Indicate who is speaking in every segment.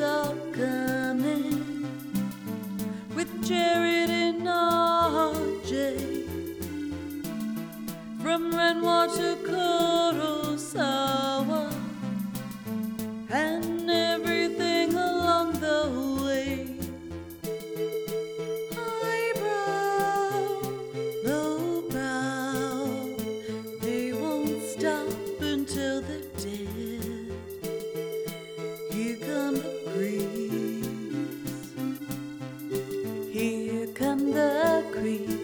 Speaker 1: are coming with charity and RJ from Renoir to Kurosawa and everything along the way. Highbrow, lowbrow, they won't stop until they're dead. Here come the creeps. Here come the creeps.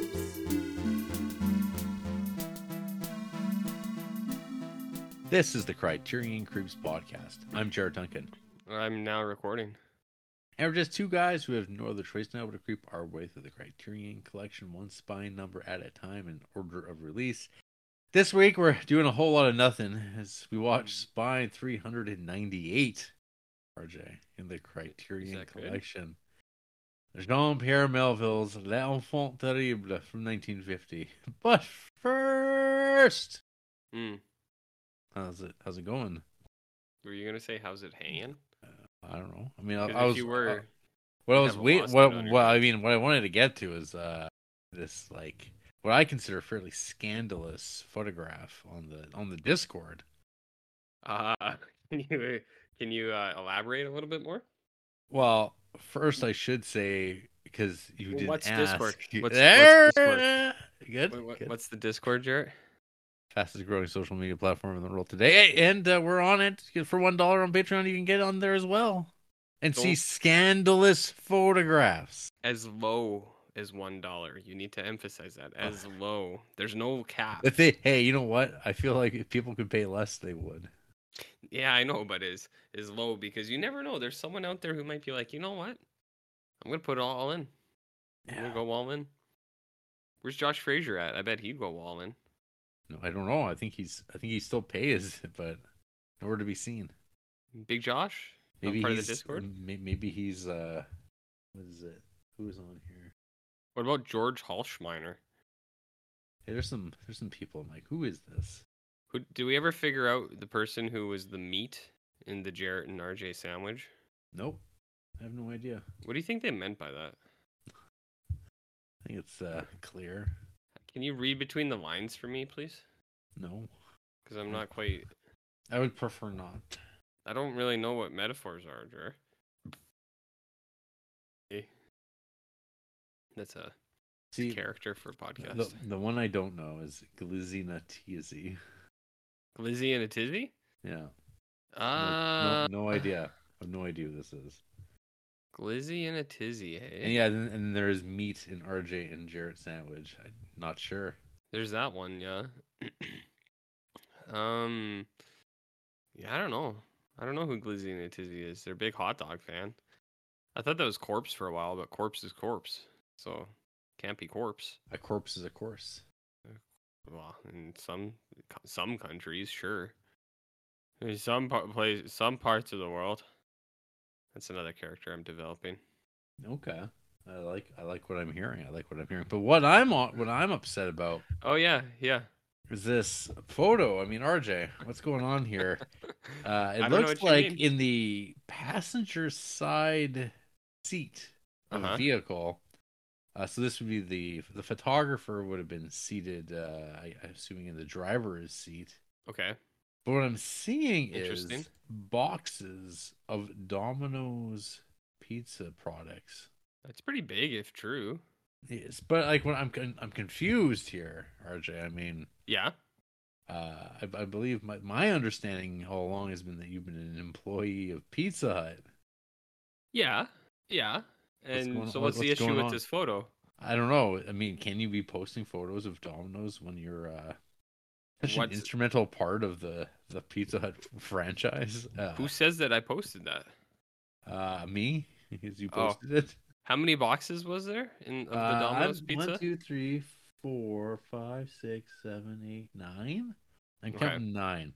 Speaker 2: This is the Criterion Creeps podcast. I'm Jared Duncan.
Speaker 3: I'm now recording.
Speaker 2: And we're just two guys who have no other choice now but to creep our way through the Criterion collection, one spine number at a time in order of release. This week we're doing a whole lot of nothing as we watch
Speaker 3: Hmm.
Speaker 2: Spine 398, RJ, in the Criterion
Speaker 3: that good?
Speaker 2: collection. Jean Pierre Melville's L'Enfant Terrible from 1950. But first,
Speaker 3: Mm.
Speaker 2: how's it, how's it going? Uh,
Speaker 3: Were you gonna say how's it hanging?
Speaker 2: I don't know. I mean, I,
Speaker 3: 'Cause
Speaker 2: I
Speaker 3: if
Speaker 2: was.
Speaker 3: you were,
Speaker 2: What I
Speaker 3: You'd
Speaker 2: was
Speaker 3: have
Speaker 2: wait,
Speaker 3: lost
Speaker 2: what,
Speaker 3: it on your
Speaker 2: what I mean, what I wanted to get to is uh, this like what I consider fairly scandalous photograph on the on the Discord.
Speaker 3: uh, can you can you uh, elaborate a little bit more?
Speaker 2: Well, first I should say because you
Speaker 3: Well,
Speaker 2: didn't
Speaker 3: what's
Speaker 2: ask.
Speaker 3: Discord?
Speaker 2: you-
Speaker 3: What's-
Speaker 2: there,
Speaker 3: what's Discord?
Speaker 2: good.
Speaker 3: Wait, what,
Speaker 2: good.
Speaker 3: what's the Discord, Jarrett?
Speaker 2: fastest growing social media platform in the world today, and uh, we're on it for one dollar on Patreon. You can get on there as well and see
Speaker 3: Cool.
Speaker 2: scandalous photographs.
Speaker 3: As low as one dollar. You need to emphasize that.
Speaker 2: Uh.
Speaker 3: As low. There's no cap.
Speaker 2: If they, hey, you know what? I feel like if people could pay less, they would.
Speaker 3: Yeah, I know, but is is low because you never know. There's someone out there who might be like, you know what? I'm gonna put it all in. I'm
Speaker 2: Yeah.
Speaker 3: gonna go all in. Where's Josh Frazier at? I bet he'd go all in.
Speaker 2: No, I don't know. I think he's I think he still pays, but nowhere to be seen.
Speaker 3: Big Josh? Not
Speaker 2: Maybe
Speaker 3: part
Speaker 2: he's
Speaker 3: of the Discord?
Speaker 2: may- Maybe he's uh, what is it? Who is on here?
Speaker 3: What about George Halschmeiner?
Speaker 2: Hey, there's some there's some people. I'm like, who is this?
Speaker 3: Who do we ever figure out the person who was the meat in the Jarrett and RJ sandwich?
Speaker 2: Nope, I have no idea.
Speaker 3: What do you think they meant by that?
Speaker 2: I think it's uh clear.
Speaker 3: Can you read between the lines for me, please?
Speaker 2: No,
Speaker 3: Because
Speaker 2: Mm.
Speaker 3: I'm not quite.
Speaker 2: I would prefer not.
Speaker 3: I don't really know what metaphors are, Jer. Eh. That's a
Speaker 2: See,
Speaker 3: character for podcast.
Speaker 2: the, the one I don't know is Glizina Teasy.
Speaker 3: Glizzy and a tizzy?
Speaker 2: Yeah,
Speaker 3: Uh,
Speaker 2: no, no idea. I have no idea who this is.
Speaker 3: Glizzy and a tizzy. eh? Hey,
Speaker 2: And yeah, and, and there is meat in RJ and Jarrett sandwich. I'm not sure.
Speaker 3: There's that one, yeah. um, yeah, I don't know. I don't know who Glizzy and Tizzy is. They're a big hot dog fan. I thought that was Corpse for a while, but Corpse is Corpse, so can't be Corpse.
Speaker 2: A corpse is a corpse.
Speaker 3: Well, in some co- some countries, sure. In some par- place, some parts of the world. That's another character I'm developing.
Speaker 2: Okay. I like I like what I'm hearing. I like what I'm hearing. But what I'm on- what I'm upset about
Speaker 3: Oh yeah, yeah.
Speaker 2: is this photo. I mean, RJ, what's going on here? Uh,
Speaker 3: I
Speaker 2: it
Speaker 3: don't know
Speaker 2: looks
Speaker 3: what you
Speaker 2: like
Speaker 3: mean.
Speaker 2: in the passenger side seat of
Speaker 3: Uh-huh.
Speaker 2: a vehicle. Uh, so this would be the the photographer would have been seated. Uh, I, I'm assuming in the driver's seat.
Speaker 3: Okay.
Speaker 2: But what I'm seeing is
Speaker 3: Interesting.
Speaker 2: boxes of Domino's pizza products.
Speaker 3: That's pretty big if true.
Speaker 2: Yes, but like when I'm con- I'm confused here, RJ. I mean,
Speaker 3: Yeah.
Speaker 2: uh, I, I believe my my understanding all along has been that you've been an employee of Pizza Hut.
Speaker 3: Yeah, yeah. And
Speaker 2: going-
Speaker 3: so,
Speaker 2: what-
Speaker 3: what's, the
Speaker 2: what's
Speaker 3: issue
Speaker 2: going
Speaker 3: with
Speaker 2: on?
Speaker 3: this photo?
Speaker 2: I don't know. I mean, can you be posting photos of Domino's when you're uh, such an
Speaker 3: What's-
Speaker 2: instrumental part of the the Pizza Hut franchise? Uh,
Speaker 3: Who says that I posted that?
Speaker 2: uh, me? Because you
Speaker 3: Oh,
Speaker 2: posted it.
Speaker 3: How many boxes was there in of the
Speaker 2: Uh,
Speaker 3: Domino's
Speaker 2: I'm-
Speaker 3: pizza?
Speaker 2: One, two, three, four, five, six, seven, eight, nine. I'm
Speaker 3: Okay.
Speaker 2: counting nine.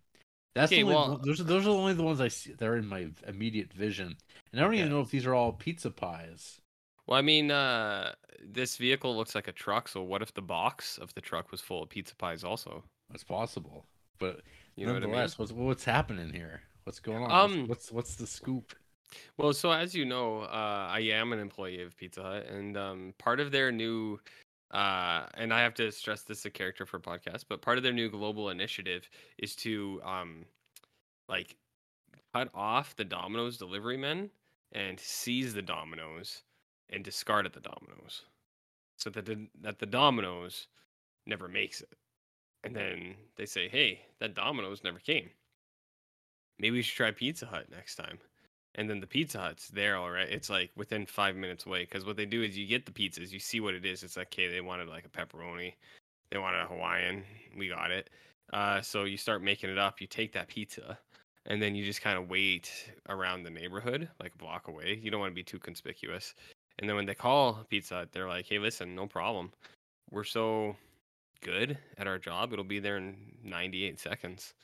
Speaker 2: That's the
Speaker 3: Okay,
Speaker 2: only,
Speaker 3: well-
Speaker 2: those. are- Those are only the ones I see. They're in my immediate vision, and I don't even
Speaker 3: Okay.
Speaker 2: know if these are all pizza pies.
Speaker 3: Well, I mean, uh, this vehicle looks like a truck. So what if the box of the truck was full of pizza pies also?
Speaker 2: That's possible, but
Speaker 3: You know what I mean?
Speaker 2: nonetheless, what's what's happening here? What's going on? What's-
Speaker 3: Um,
Speaker 2: what's what's the scoop?
Speaker 3: Well, so as you know, uh, I am an employee of Pizza Hut, and um, part of their new, uh, and I have to stress this is a character for podcast, but part of their new global initiative is to um, like cut off the Domino's delivery men and seize the Domino's and discard at the Domino's, so that the, that the Domino's never makes it, and then they say, "Hey, that Domino's never came. Maybe we should try Pizza Hut next time." and then the Pizza Hut's there already. It's like within five minutes away. Because what they do is you get the pizzas, you see what it is. It's like, okay, they wanted like a pepperoni, they wanted a Hawaiian. We got it. Uh, so you start making it up. You take that pizza, and then you just kind of wait around the neighborhood, like a block away. You don't want to be too conspicuous. And then when they call Pizza Hut, they're like, hey, listen, no problem. We're so good at our job. It'll be there in 98 seconds.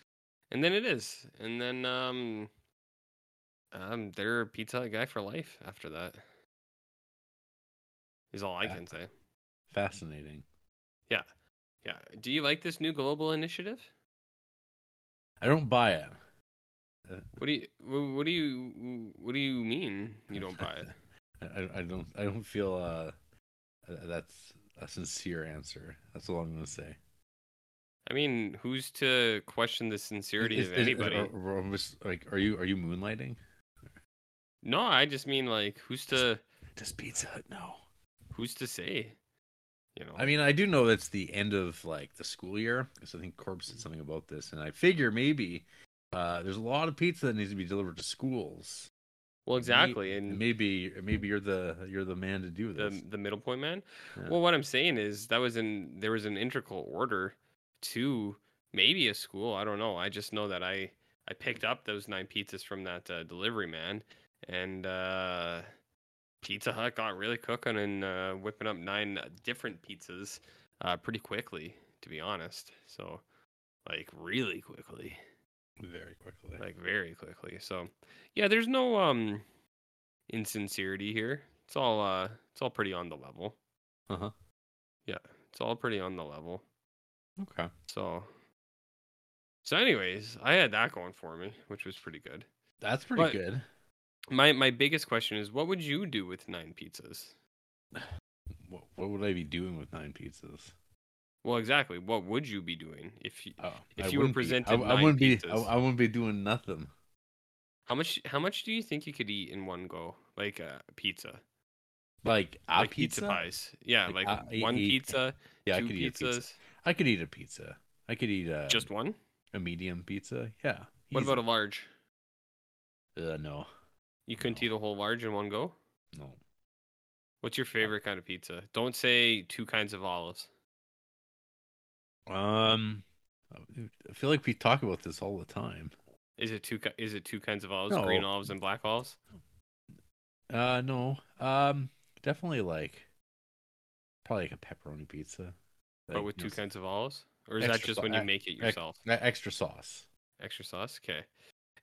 Speaker 3: And then it is. And then, um, um, they're a Pizza Hut guy for life after that. Is all I
Speaker 2: Yeah.
Speaker 3: can say.
Speaker 2: Fascinating.
Speaker 3: Yeah. Yeah. Do you like this new global initiative?
Speaker 2: I don't buy it.
Speaker 3: What do you wh- what do you what do you mean you don't buy it?
Speaker 2: I- I, I don't. I don't feel uh, uh, that's a sincere answer. That's all I'm gonna say.
Speaker 3: I mean, who's to question the sincerity
Speaker 2: Is-
Speaker 3: of
Speaker 2: is- is-
Speaker 3: anybody?
Speaker 2: are- are- I'm just, like, are you are you moonlighting?
Speaker 3: no, I just mean like who's to
Speaker 2: Does Pizza Hut know?
Speaker 3: who's to say? You know.
Speaker 2: I mean, I do know that's the end of like the school year because I think Corb said something about this, and I figure maybe uh, there's a lot of pizza that needs to be delivered to schools.
Speaker 3: well,
Speaker 2: May-
Speaker 3: exactly. And
Speaker 2: maybe maybe you're the you're the man to do this.
Speaker 3: the the middle point man.
Speaker 2: Yeah.
Speaker 3: Well, what I'm saying is that was in there was an integral order to maybe a school. I don't know. I just know that I I picked up those nine pizzas from that uh, delivery man, and uh, Pizza Hut got really cooking and uh, whipping up nine different pizzas uh, pretty quickly, to be honest. So, like really quickly
Speaker 2: Very quickly.
Speaker 3: like very quickly. So, yeah, there's no um insincerity here. It's all uh it's all pretty on the level.
Speaker 2: Uh-huh.
Speaker 3: Yeah, it's all pretty on the level.
Speaker 2: okay.
Speaker 3: So So anyways, I had that going for me, which was pretty good.
Speaker 2: That's pretty
Speaker 3: But-
Speaker 2: good.
Speaker 3: My my biggest question is what would you do with 9 pizzas?
Speaker 2: What, what would I be doing with nine pizzas?
Speaker 3: Well, exactly. What would you be doing if you,
Speaker 2: Oh,
Speaker 3: If
Speaker 2: I
Speaker 3: you were
Speaker 2: wouldn't be-
Speaker 3: presented
Speaker 2: I, I
Speaker 3: nine
Speaker 2: wouldn't be. I,
Speaker 3: pizzas.
Speaker 2: I wouldn't be doing nothing.
Speaker 3: how much how much do you think you could eat in one go? Like a pizza.
Speaker 2: Like a
Speaker 3: like
Speaker 2: pizza?
Speaker 3: pizza pies. Yeah,
Speaker 2: Like,
Speaker 3: like,
Speaker 2: I-
Speaker 3: one
Speaker 2: eat-
Speaker 3: pizza,
Speaker 2: Yeah, I
Speaker 3: two
Speaker 2: could eat a
Speaker 3: pizzas.
Speaker 2: pizza. I could eat a pizza. I could eat a
Speaker 3: Just one?
Speaker 2: a medium pizza. Yeah.
Speaker 3: What about a large?
Speaker 2: a? Uh, no,
Speaker 3: You couldn't
Speaker 2: No.
Speaker 3: eat a whole large in one go?
Speaker 2: no.
Speaker 3: What's your favorite kind of pizza? Don't say two kinds of olives.
Speaker 2: Um, I feel like we talk about this all the time.
Speaker 3: Is it two ki- is it two kinds of olives,
Speaker 2: No.
Speaker 3: green olives and black olives?
Speaker 2: Uh, no. Um, definitely like probably like a pepperoni pizza,
Speaker 3: but
Speaker 2: Like,
Speaker 3: with
Speaker 2: you
Speaker 3: two
Speaker 2: know,
Speaker 3: kinds of olives? Or is that
Speaker 2: Extra
Speaker 3: just
Speaker 2: sau-
Speaker 3: when you
Speaker 2: ex-
Speaker 3: make it
Speaker 2: ex-
Speaker 3: yourself?
Speaker 2: e- extra sauce.
Speaker 3: Extra sauce? Okay.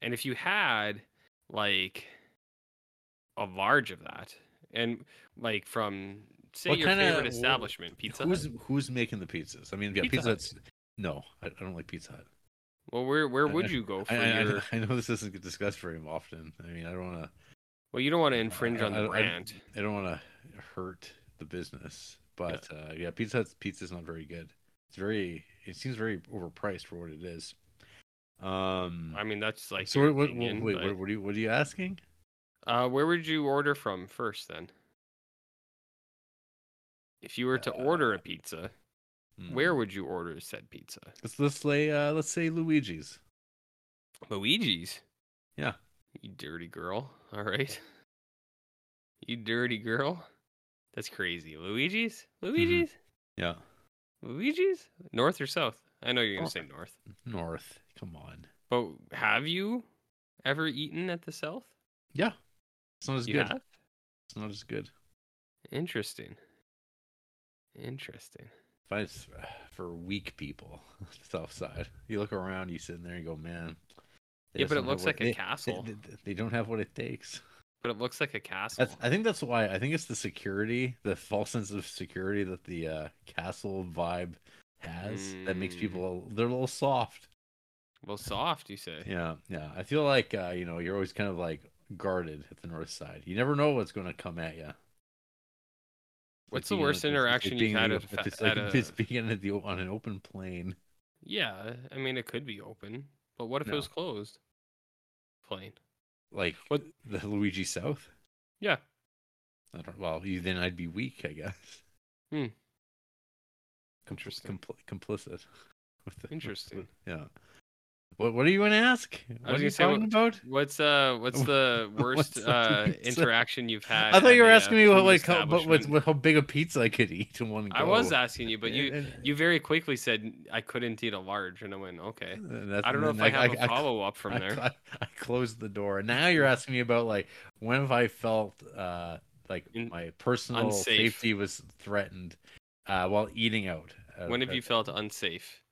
Speaker 3: And if you had like a large of that and like from say
Speaker 2: What
Speaker 3: your
Speaker 2: kinda-
Speaker 3: favorite
Speaker 2: wh-
Speaker 3: establishment, Pizza Hut.
Speaker 2: Who's who's making the pizzas? I mean, yeah,
Speaker 3: Pizza
Speaker 2: pizza. Hut's, no, I, I don't like Pizza Hut.
Speaker 3: Well, where where
Speaker 2: I-
Speaker 3: would you go for
Speaker 2: I, I,
Speaker 3: your
Speaker 2: I know this doesn't get discussed very often. I mean, I don't want to.
Speaker 3: Well, you don't want to infringe on
Speaker 2: I- I-
Speaker 3: the brand.
Speaker 2: I don't want to hurt the business, but yeah. Uh, yeah, Pizza Hut's pizza's not very good. It's very, it seems very overpriced for what it is. Um,
Speaker 3: I mean, that's like
Speaker 2: so
Speaker 3: your
Speaker 2: what, what,
Speaker 3: opinion,
Speaker 2: wait,
Speaker 3: but-
Speaker 2: what, what are you, what are you asking?
Speaker 3: Uh, where would you order from first then? If you were to order a pizza,
Speaker 2: Uh, Hmm.
Speaker 3: where would you order said pizza?
Speaker 2: Let's let's say uh, let's say Luigi's.
Speaker 3: Luigi's.
Speaker 2: Yeah.
Speaker 3: You dirty girl. All right. You dirty girl. That's crazy. Luigi's?
Speaker 2: Mm-hmm.
Speaker 3: Luigi's?
Speaker 2: Yeah,
Speaker 3: Luigi's? North or south? I know you're going
Speaker 2: Oh.
Speaker 3: to say north.
Speaker 2: North. Come on.
Speaker 3: But have you ever eaten at the south?
Speaker 2: Yeah, it's not as
Speaker 3: you
Speaker 2: good.
Speaker 3: have?
Speaker 2: It's not as good.
Speaker 3: Interesting. Interesting.
Speaker 2: But it's uh, for weak people, south side. You look around, you sit in there, you go, man. they
Speaker 3: Yeah,
Speaker 2: just don't
Speaker 3: but it
Speaker 2: have
Speaker 3: looks
Speaker 2: what-
Speaker 3: like a
Speaker 2: they-
Speaker 3: castle.
Speaker 2: They, they- they don't have what it takes.
Speaker 3: But it looks like a castle.
Speaker 2: That's, I think that's why. I think it's the security, the false sense of security that the uh, castle vibe has that makes
Speaker 3: Mm.
Speaker 2: people they're a little soft.
Speaker 3: Well, soft, you say.
Speaker 2: Yeah, yeah. I feel like uh, you know you're always kind of like guarded at the north side. You never know what's going to come at you.
Speaker 3: What's the worst interaction you've had
Speaker 2: It's,
Speaker 3: at a fa-
Speaker 2: it's like
Speaker 3: at a-
Speaker 2: it's being at the, on an open plane.
Speaker 3: Yeah, I mean it could be open, but what if
Speaker 2: No.
Speaker 3: it was closed? Plain.
Speaker 2: like
Speaker 3: What-
Speaker 2: the Luigi South.
Speaker 3: Yeah.
Speaker 2: I don't, well, you, then I'd be weak, I guess.
Speaker 3: Hmm.
Speaker 2: Com-
Speaker 3: Interesting.
Speaker 2: compl- complicit. with the- with
Speaker 3: Interesting.
Speaker 2: the- yeah. What What are you going to ask? What
Speaker 3: was
Speaker 2: are you
Speaker 3: gonna say, what-
Speaker 2: talking about?
Speaker 3: What's uh what's the worst
Speaker 2: What's the
Speaker 3: uh
Speaker 2: pizza?
Speaker 3: interaction you've had?
Speaker 2: I thought
Speaker 3: at
Speaker 2: you were
Speaker 3: a, uh,
Speaker 2: asking me what
Speaker 3: food
Speaker 2: like how, but what,
Speaker 3: establishment?
Speaker 2: what, how big a pizza I could eat in one go.
Speaker 3: I was asking you, but you
Speaker 2: And-
Speaker 3: you very quickly said I couldn't eat a large, and I went okay.
Speaker 2: and that's-
Speaker 3: I don't know
Speaker 2: and
Speaker 3: if I
Speaker 2: then
Speaker 3: have a
Speaker 2: I-
Speaker 3: follow up from
Speaker 2: I,
Speaker 3: there.
Speaker 2: cl- I closed the door. Now you're asking me about like when have I felt uh like
Speaker 3: In-
Speaker 2: my personal
Speaker 3: unsafe.
Speaker 2: safety was threatened uh while eating out. uh, at-
Speaker 3: When have
Speaker 2: at-
Speaker 3: you felt unsafe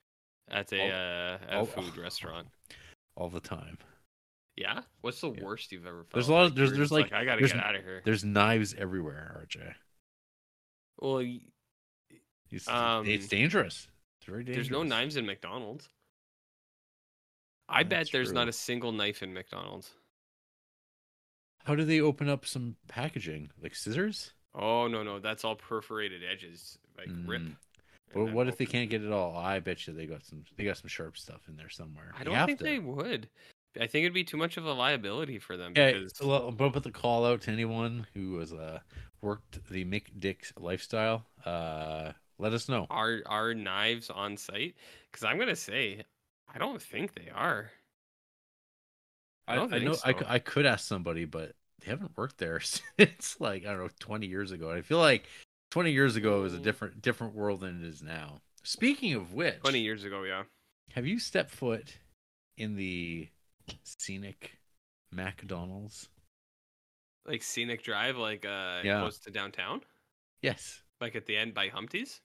Speaker 3: at a uh, at
Speaker 2: oh,
Speaker 3: a food restaurant?
Speaker 2: all the time?
Speaker 3: Yeah. What's the
Speaker 2: Yeah.
Speaker 3: worst you've ever felt?
Speaker 2: There's a lot of- there's-
Speaker 3: you're
Speaker 2: there's,
Speaker 3: just
Speaker 2: like-
Speaker 3: I gotta
Speaker 2: there's n-
Speaker 3: get out of here.
Speaker 2: There's knives everywhere, RJ.
Speaker 3: Well, y-
Speaker 2: It's,
Speaker 3: Um,
Speaker 2: it's dangerous. It's very dangerous.
Speaker 3: there's no knives in McDonald's. I bet
Speaker 2: That's
Speaker 3: there's not
Speaker 2: true.
Speaker 3: a single knife in McDonald's.
Speaker 2: How do they open up some packaging? Like scissors?
Speaker 3: Oh no no, that's all perforated edges, like rip.
Speaker 2: Mm.
Speaker 3: and
Speaker 2: But
Speaker 3: then
Speaker 2: what if they
Speaker 3: open.
Speaker 2: can't get it all? I bet you they got some. They got some sharp stuff in there somewhere.
Speaker 3: I
Speaker 2: They
Speaker 3: don't
Speaker 2: have
Speaker 3: think
Speaker 2: to.
Speaker 3: they would. I think it'd be too much of a liability for them
Speaker 2: Yeah,
Speaker 3: because
Speaker 2: so I'll bump up the call out to anyone who has uh, worked the Mick Dick's lifestyle. Uh, let us know.
Speaker 3: are are knives on site? Because I'm gonna say, I don't think they are. I don't think
Speaker 2: know I,
Speaker 3: so.
Speaker 2: cou- I could ask somebody, but they haven't worked there since like I don't know twenty years ago. And I feel like twenty years ago was a
Speaker 3: Mm.
Speaker 2: different different world than it is now. Speaking of which,
Speaker 3: Twenty years ago, yeah.
Speaker 2: have you stepped foot in the scenic McDonald's?
Speaker 3: Like scenic drive, like uh,
Speaker 2: Yeah.
Speaker 3: close to downtown,
Speaker 2: Yes.
Speaker 3: like at the end by Humpty's.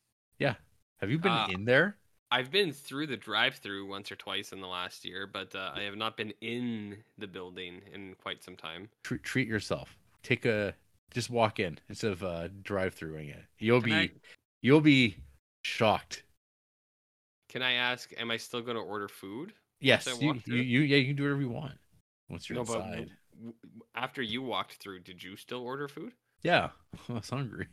Speaker 2: Have you been
Speaker 3: Uh,
Speaker 2: in there?
Speaker 3: I've been through the drive-through once or twice in the last year, but uh, I have not been in the building in quite some time.
Speaker 2: treat, treat yourself. Take a just walk in instead of uh drive throughing it. You'll
Speaker 3: Can
Speaker 2: be
Speaker 3: I-
Speaker 2: you'll be shocked.
Speaker 3: Can I ask? Am I still going to order food?
Speaker 2: Yes,
Speaker 3: I
Speaker 2: you,
Speaker 3: walk
Speaker 2: you,
Speaker 3: through?
Speaker 2: you yeah you can do whatever you want once you're inside.
Speaker 3: w- w- after you walked through, did you still order food?
Speaker 2: Yeah, I was hungry.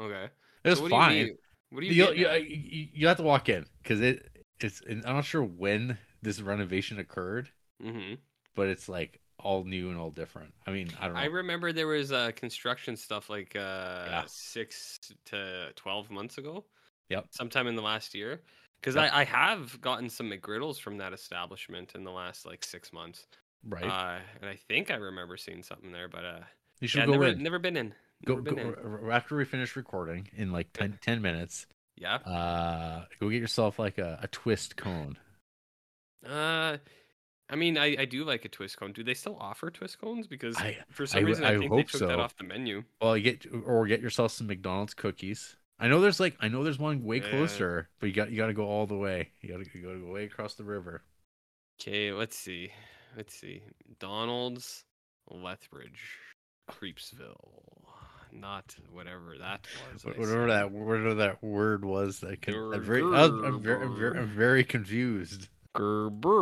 Speaker 3: Okay,
Speaker 2: It was
Speaker 3: what Do you,
Speaker 2: fine.
Speaker 3: mean- what do you?
Speaker 2: You,
Speaker 3: getting
Speaker 2: you,
Speaker 3: at?
Speaker 2: you, you have to walk in because it it's and I'm not sure when this renovation occurred,
Speaker 3: Mhm.
Speaker 2: but it's like all new and all different. I mean I don't know.
Speaker 3: I remember there was uh, construction stuff like uh,
Speaker 2: Yeah.
Speaker 3: six to twelve months ago.
Speaker 2: Yep.
Speaker 3: Sometime in the last year, because
Speaker 2: Yep.
Speaker 3: I, I have gotten some McGriddles from that establishment in the last like six months.
Speaker 2: right?
Speaker 3: Uh, and I think I remember seeing something there, but uh,
Speaker 2: you should
Speaker 3: yeah,
Speaker 2: go
Speaker 3: never,
Speaker 2: in.
Speaker 3: never been in.
Speaker 2: go,
Speaker 3: never been
Speaker 2: go uh,
Speaker 3: in.
Speaker 2: r- r- after we finish recording in like 10, 10 minutes.
Speaker 3: Yeah.
Speaker 2: Uh, go get yourself like a, a twist cone.
Speaker 3: Uh, I mean, I, I do like a twist cone. Do they still offer twist cones? Because
Speaker 2: I-
Speaker 3: for
Speaker 2: I
Speaker 3: some
Speaker 2: w-
Speaker 3: reason, I,
Speaker 2: I
Speaker 3: think
Speaker 2: hope
Speaker 3: they took that
Speaker 2: so.
Speaker 3: off the menu.
Speaker 2: Well, you get or get yourself some McDonald's cookies. I know there's like I know there's one way
Speaker 3: Yeah.
Speaker 2: closer, but you got you got to go all the way. You got to go to go way across the river.
Speaker 3: Okay, let's see. Let's see. Donald's, Lethbridge, Creepsville. Not whatever that was.
Speaker 2: Wha-
Speaker 3: I
Speaker 2: Whatever
Speaker 3: said.
Speaker 2: that whatever that word was that can, I'm very I'm, I'm very I'm very I'm very confused.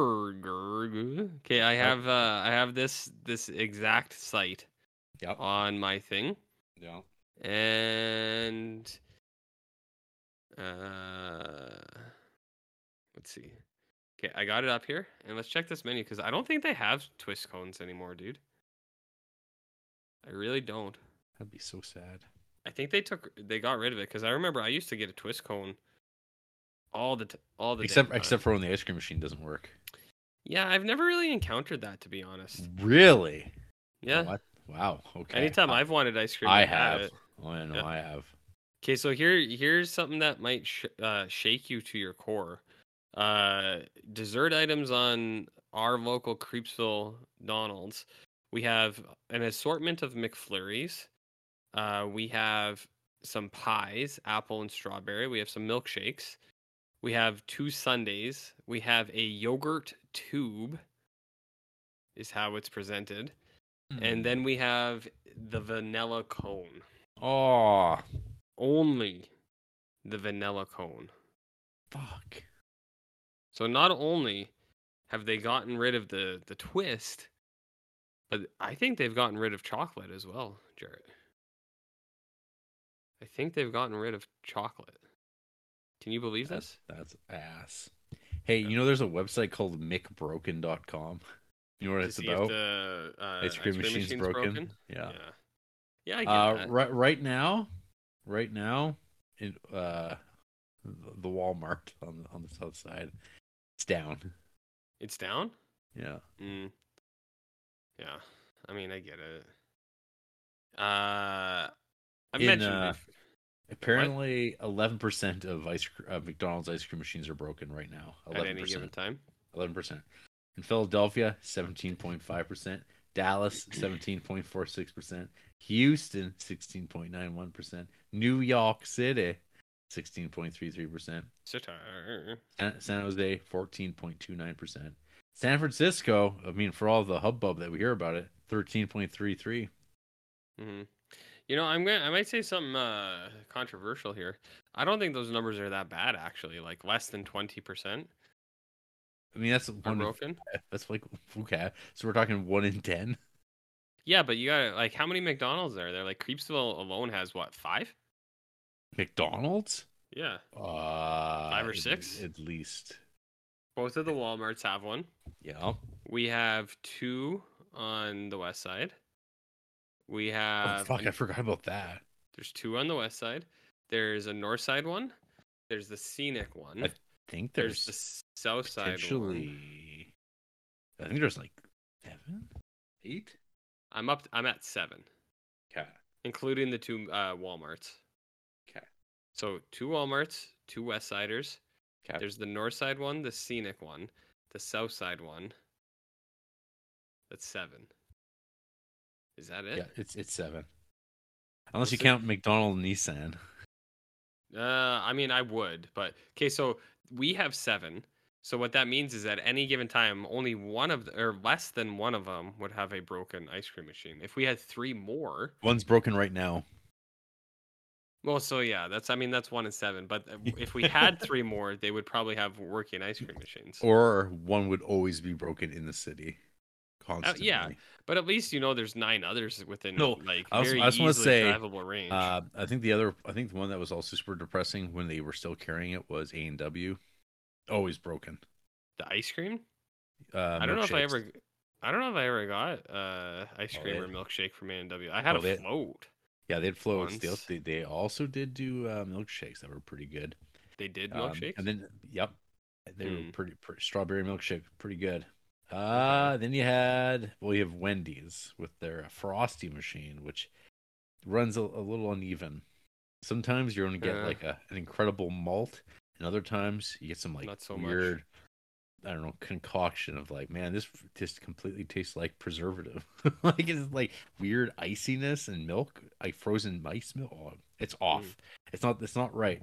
Speaker 3: Gerberg. Okay, I
Speaker 2: Yep.
Speaker 3: have uh, I have this this exact site
Speaker 2: Yep.
Speaker 3: on my thing.
Speaker 2: Yeah.
Speaker 3: and uh let's see okay i got it up here and let's check this menu because i don't think they have twist cones anymore dude i really don't
Speaker 2: That'd be so sad.
Speaker 3: i think they took they got rid of it because i remember i used to get a twist cone all the t- all the damn
Speaker 2: Except
Speaker 3: time.
Speaker 2: except for when the ice cream machine doesn't work.
Speaker 3: yeah i've never really encountered that to be honest
Speaker 2: Really?
Speaker 3: yeah
Speaker 2: What? Wow. Mm, oh, Okay.
Speaker 3: anytime i've wanted ice cream
Speaker 2: I
Speaker 3: I've had
Speaker 2: have.
Speaker 3: it.
Speaker 2: Oh, I know
Speaker 3: Yeah.
Speaker 2: I have.
Speaker 3: Okay, so here here's something that might sh- uh, shake you to your core. Uh, dessert items on our local Creepsville Donald's. We have an assortment of McFlurries. Uh, we have some pies, apple and strawberry. We have some milkshakes. We have two sundaes. We have a yogurt tube. Is how it's presented,
Speaker 2: Hmm. Mm-hmm.
Speaker 3: and then we have the vanilla cone
Speaker 2: oh
Speaker 3: only the vanilla cone.
Speaker 2: fuck.
Speaker 3: So not only have they gotten rid of the the twist, But I think they've gotten rid of chocolate as well, Jarrett. I think they've gotten rid of chocolate. Can you believe this?
Speaker 2: That's ass. Hey, you know there's a website called MickBroken.com. You know what
Speaker 3: To
Speaker 2: it's
Speaker 3: see if
Speaker 2: about?
Speaker 3: the, uh,
Speaker 2: ice cream machine's, broken. Yeah.
Speaker 3: Yeah. Yeah, I get
Speaker 2: Uh,
Speaker 3: that.
Speaker 2: right, right now, right now, in uh, the- the Walmart on the, on the south side, it's down.
Speaker 3: It's down?
Speaker 2: Yeah,
Speaker 3: Mm. Yeah. I mean, I get it. Uh, I
Speaker 2: In,
Speaker 3: mentioned
Speaker 2: uh,
Speaker 3: bef-
Speaker 2: apparently, eleven percent of ice cr- uh, McDonald's ice cream machines are broken right now.
Speaker 3: at
Speaker 2: Eleven
Speaker 3: any given
Speaker 2: percent.
Speaker 3: time.
Speaker 2: Eleven percent. In Philadelphia, seventeen point five percent. Dallas, seventeen point four six percent. Houston, sixteen point nine one percent. New York City, sixteen point three three percent.
Speaker 3: Sitar.
Speaker 2: San San Jose, 14.29%. San Francisco, I mean, for all the hubbub that we hear about it, 13.33.
Speaker 3: hmm You know, I'm gonna I might say something uh, controversial here. I don't think those numbers are that bad actually. Like less than twenty percent
Speaker 2: I mean, that's
Speaker 3: are
Speaker 2: one.
Speaker 3: broken.
Speaker 2: That's like okay. So we're talking one in ten.
Speaker 3: Yeah, but you got to like how many McDonald's are there? Like Creepsville alone has what five?
Speaker 2: McDonald's,
Speaker 3: Yeah,
Speaker 2: uh, five
Speaker 3: or six?
Speaker 2: at least.
Speaker 3: both of the WalMarts have one.
Speaker 2: Yeah, Oh,
Speaker 3: We have two on the west side. We have
Speaker 2: oh, fuck,
Speaker 3: an-
Speaker 2: I forgot about that.
Speaker 3: there's two on the west side. There's a north side one. There's the scenic one.
Speaker 2: I I think there's,
Speaker 3: there's the s- south side one.
Speaker 2: potentially. I think there's like seven, eight.
Speaker 3: I'm up. I'm at seven.
Speaker 2: Okay.
Speaker 3: including the two uh, Walmarts.
Speaker 2: 'Kay.
Speaker 3: So two Walmarts, two West Siders.
Speaker 2: 'Kay.
Speaker 3: There's the North Side one, the Scenic one, the South Side one. That's seven. Is that
Speaker 2: Yeah,
Speaker 3: it?
Speaker 2: it's it's seven. Unless you
Speaker 3: Listen.
Speaker 2: count McDonald Nissan.
Speaker 3: Uh, I mean, I would, but okay. So we have seven. So what that means is at any given time, only one of the, or less than one of them would have a broken ice cream machine. If we had three more,
Speaker 2: One's broken right now.
Speaker 3: Well, so yeah, that's I mean that's one in seven. But uh, if we had three more, they would probably have working ice cream machines.
Speaker 2: or one would always be broken in the city constantly.
Speaker 3: Oh, yeah. But at least you know there's nine others within
Speaker 2: No,
Speaker 3: like
Speaker 2: I was-
Speaker 3: very
Speaker 2: I just wanna
Speaker 3: easily
Speaker 2: say,
Speaker 3: drivable range.
Speaker 2: Uh, I think the other, I think the one that was also super depressing when they were still carrying it was A and W, always broken.
Speaker 3: the ice cream.
Speaker 2: Uh,
Speaker 3: I don't know if I
Speaker 2: milkshakes.
Speaker 3: ever. g- I don't know if I ever got uh, ice
Speaker 2: Oh,
Speaker 3: cream
Speaker 2: they-
Speaker 3: or milkshake from A and W. I had
Speaker 2: Oh, they-
Speaker 3: a float.
Speaker 2: Yeah, they'd flow with steel.
Speaker 3: once.
Speaker 2: They, they also did do uh, milkshakes that were pretty good.
Speaker 3: They did
Speaker 2: Um,
Speaker 3: milkshakes.
Speaker 2: and then, yep, they were
Speaker 3: Hmm.
Speaker 2: pretty, pretty strawberry milkshake, pretty good. Uh then you had well, you have Wendy's with their uh, frosty machine, which runs a, a little uneven. Sometimes you're going to get
Speaker 3: Yeah.
Speaker 2: like a, an incredible malt, and other times you get some like
Speaker 3: Not so much.
Speaker 2: weird, I don't know, concoction of like, man, this f- just completely tastes like preservative. like it's like weird iciness and milk, like frozen mice milk. Oh, it's
Speaker 3: Hmm.
Speaker 2: off. It's not. It's not right.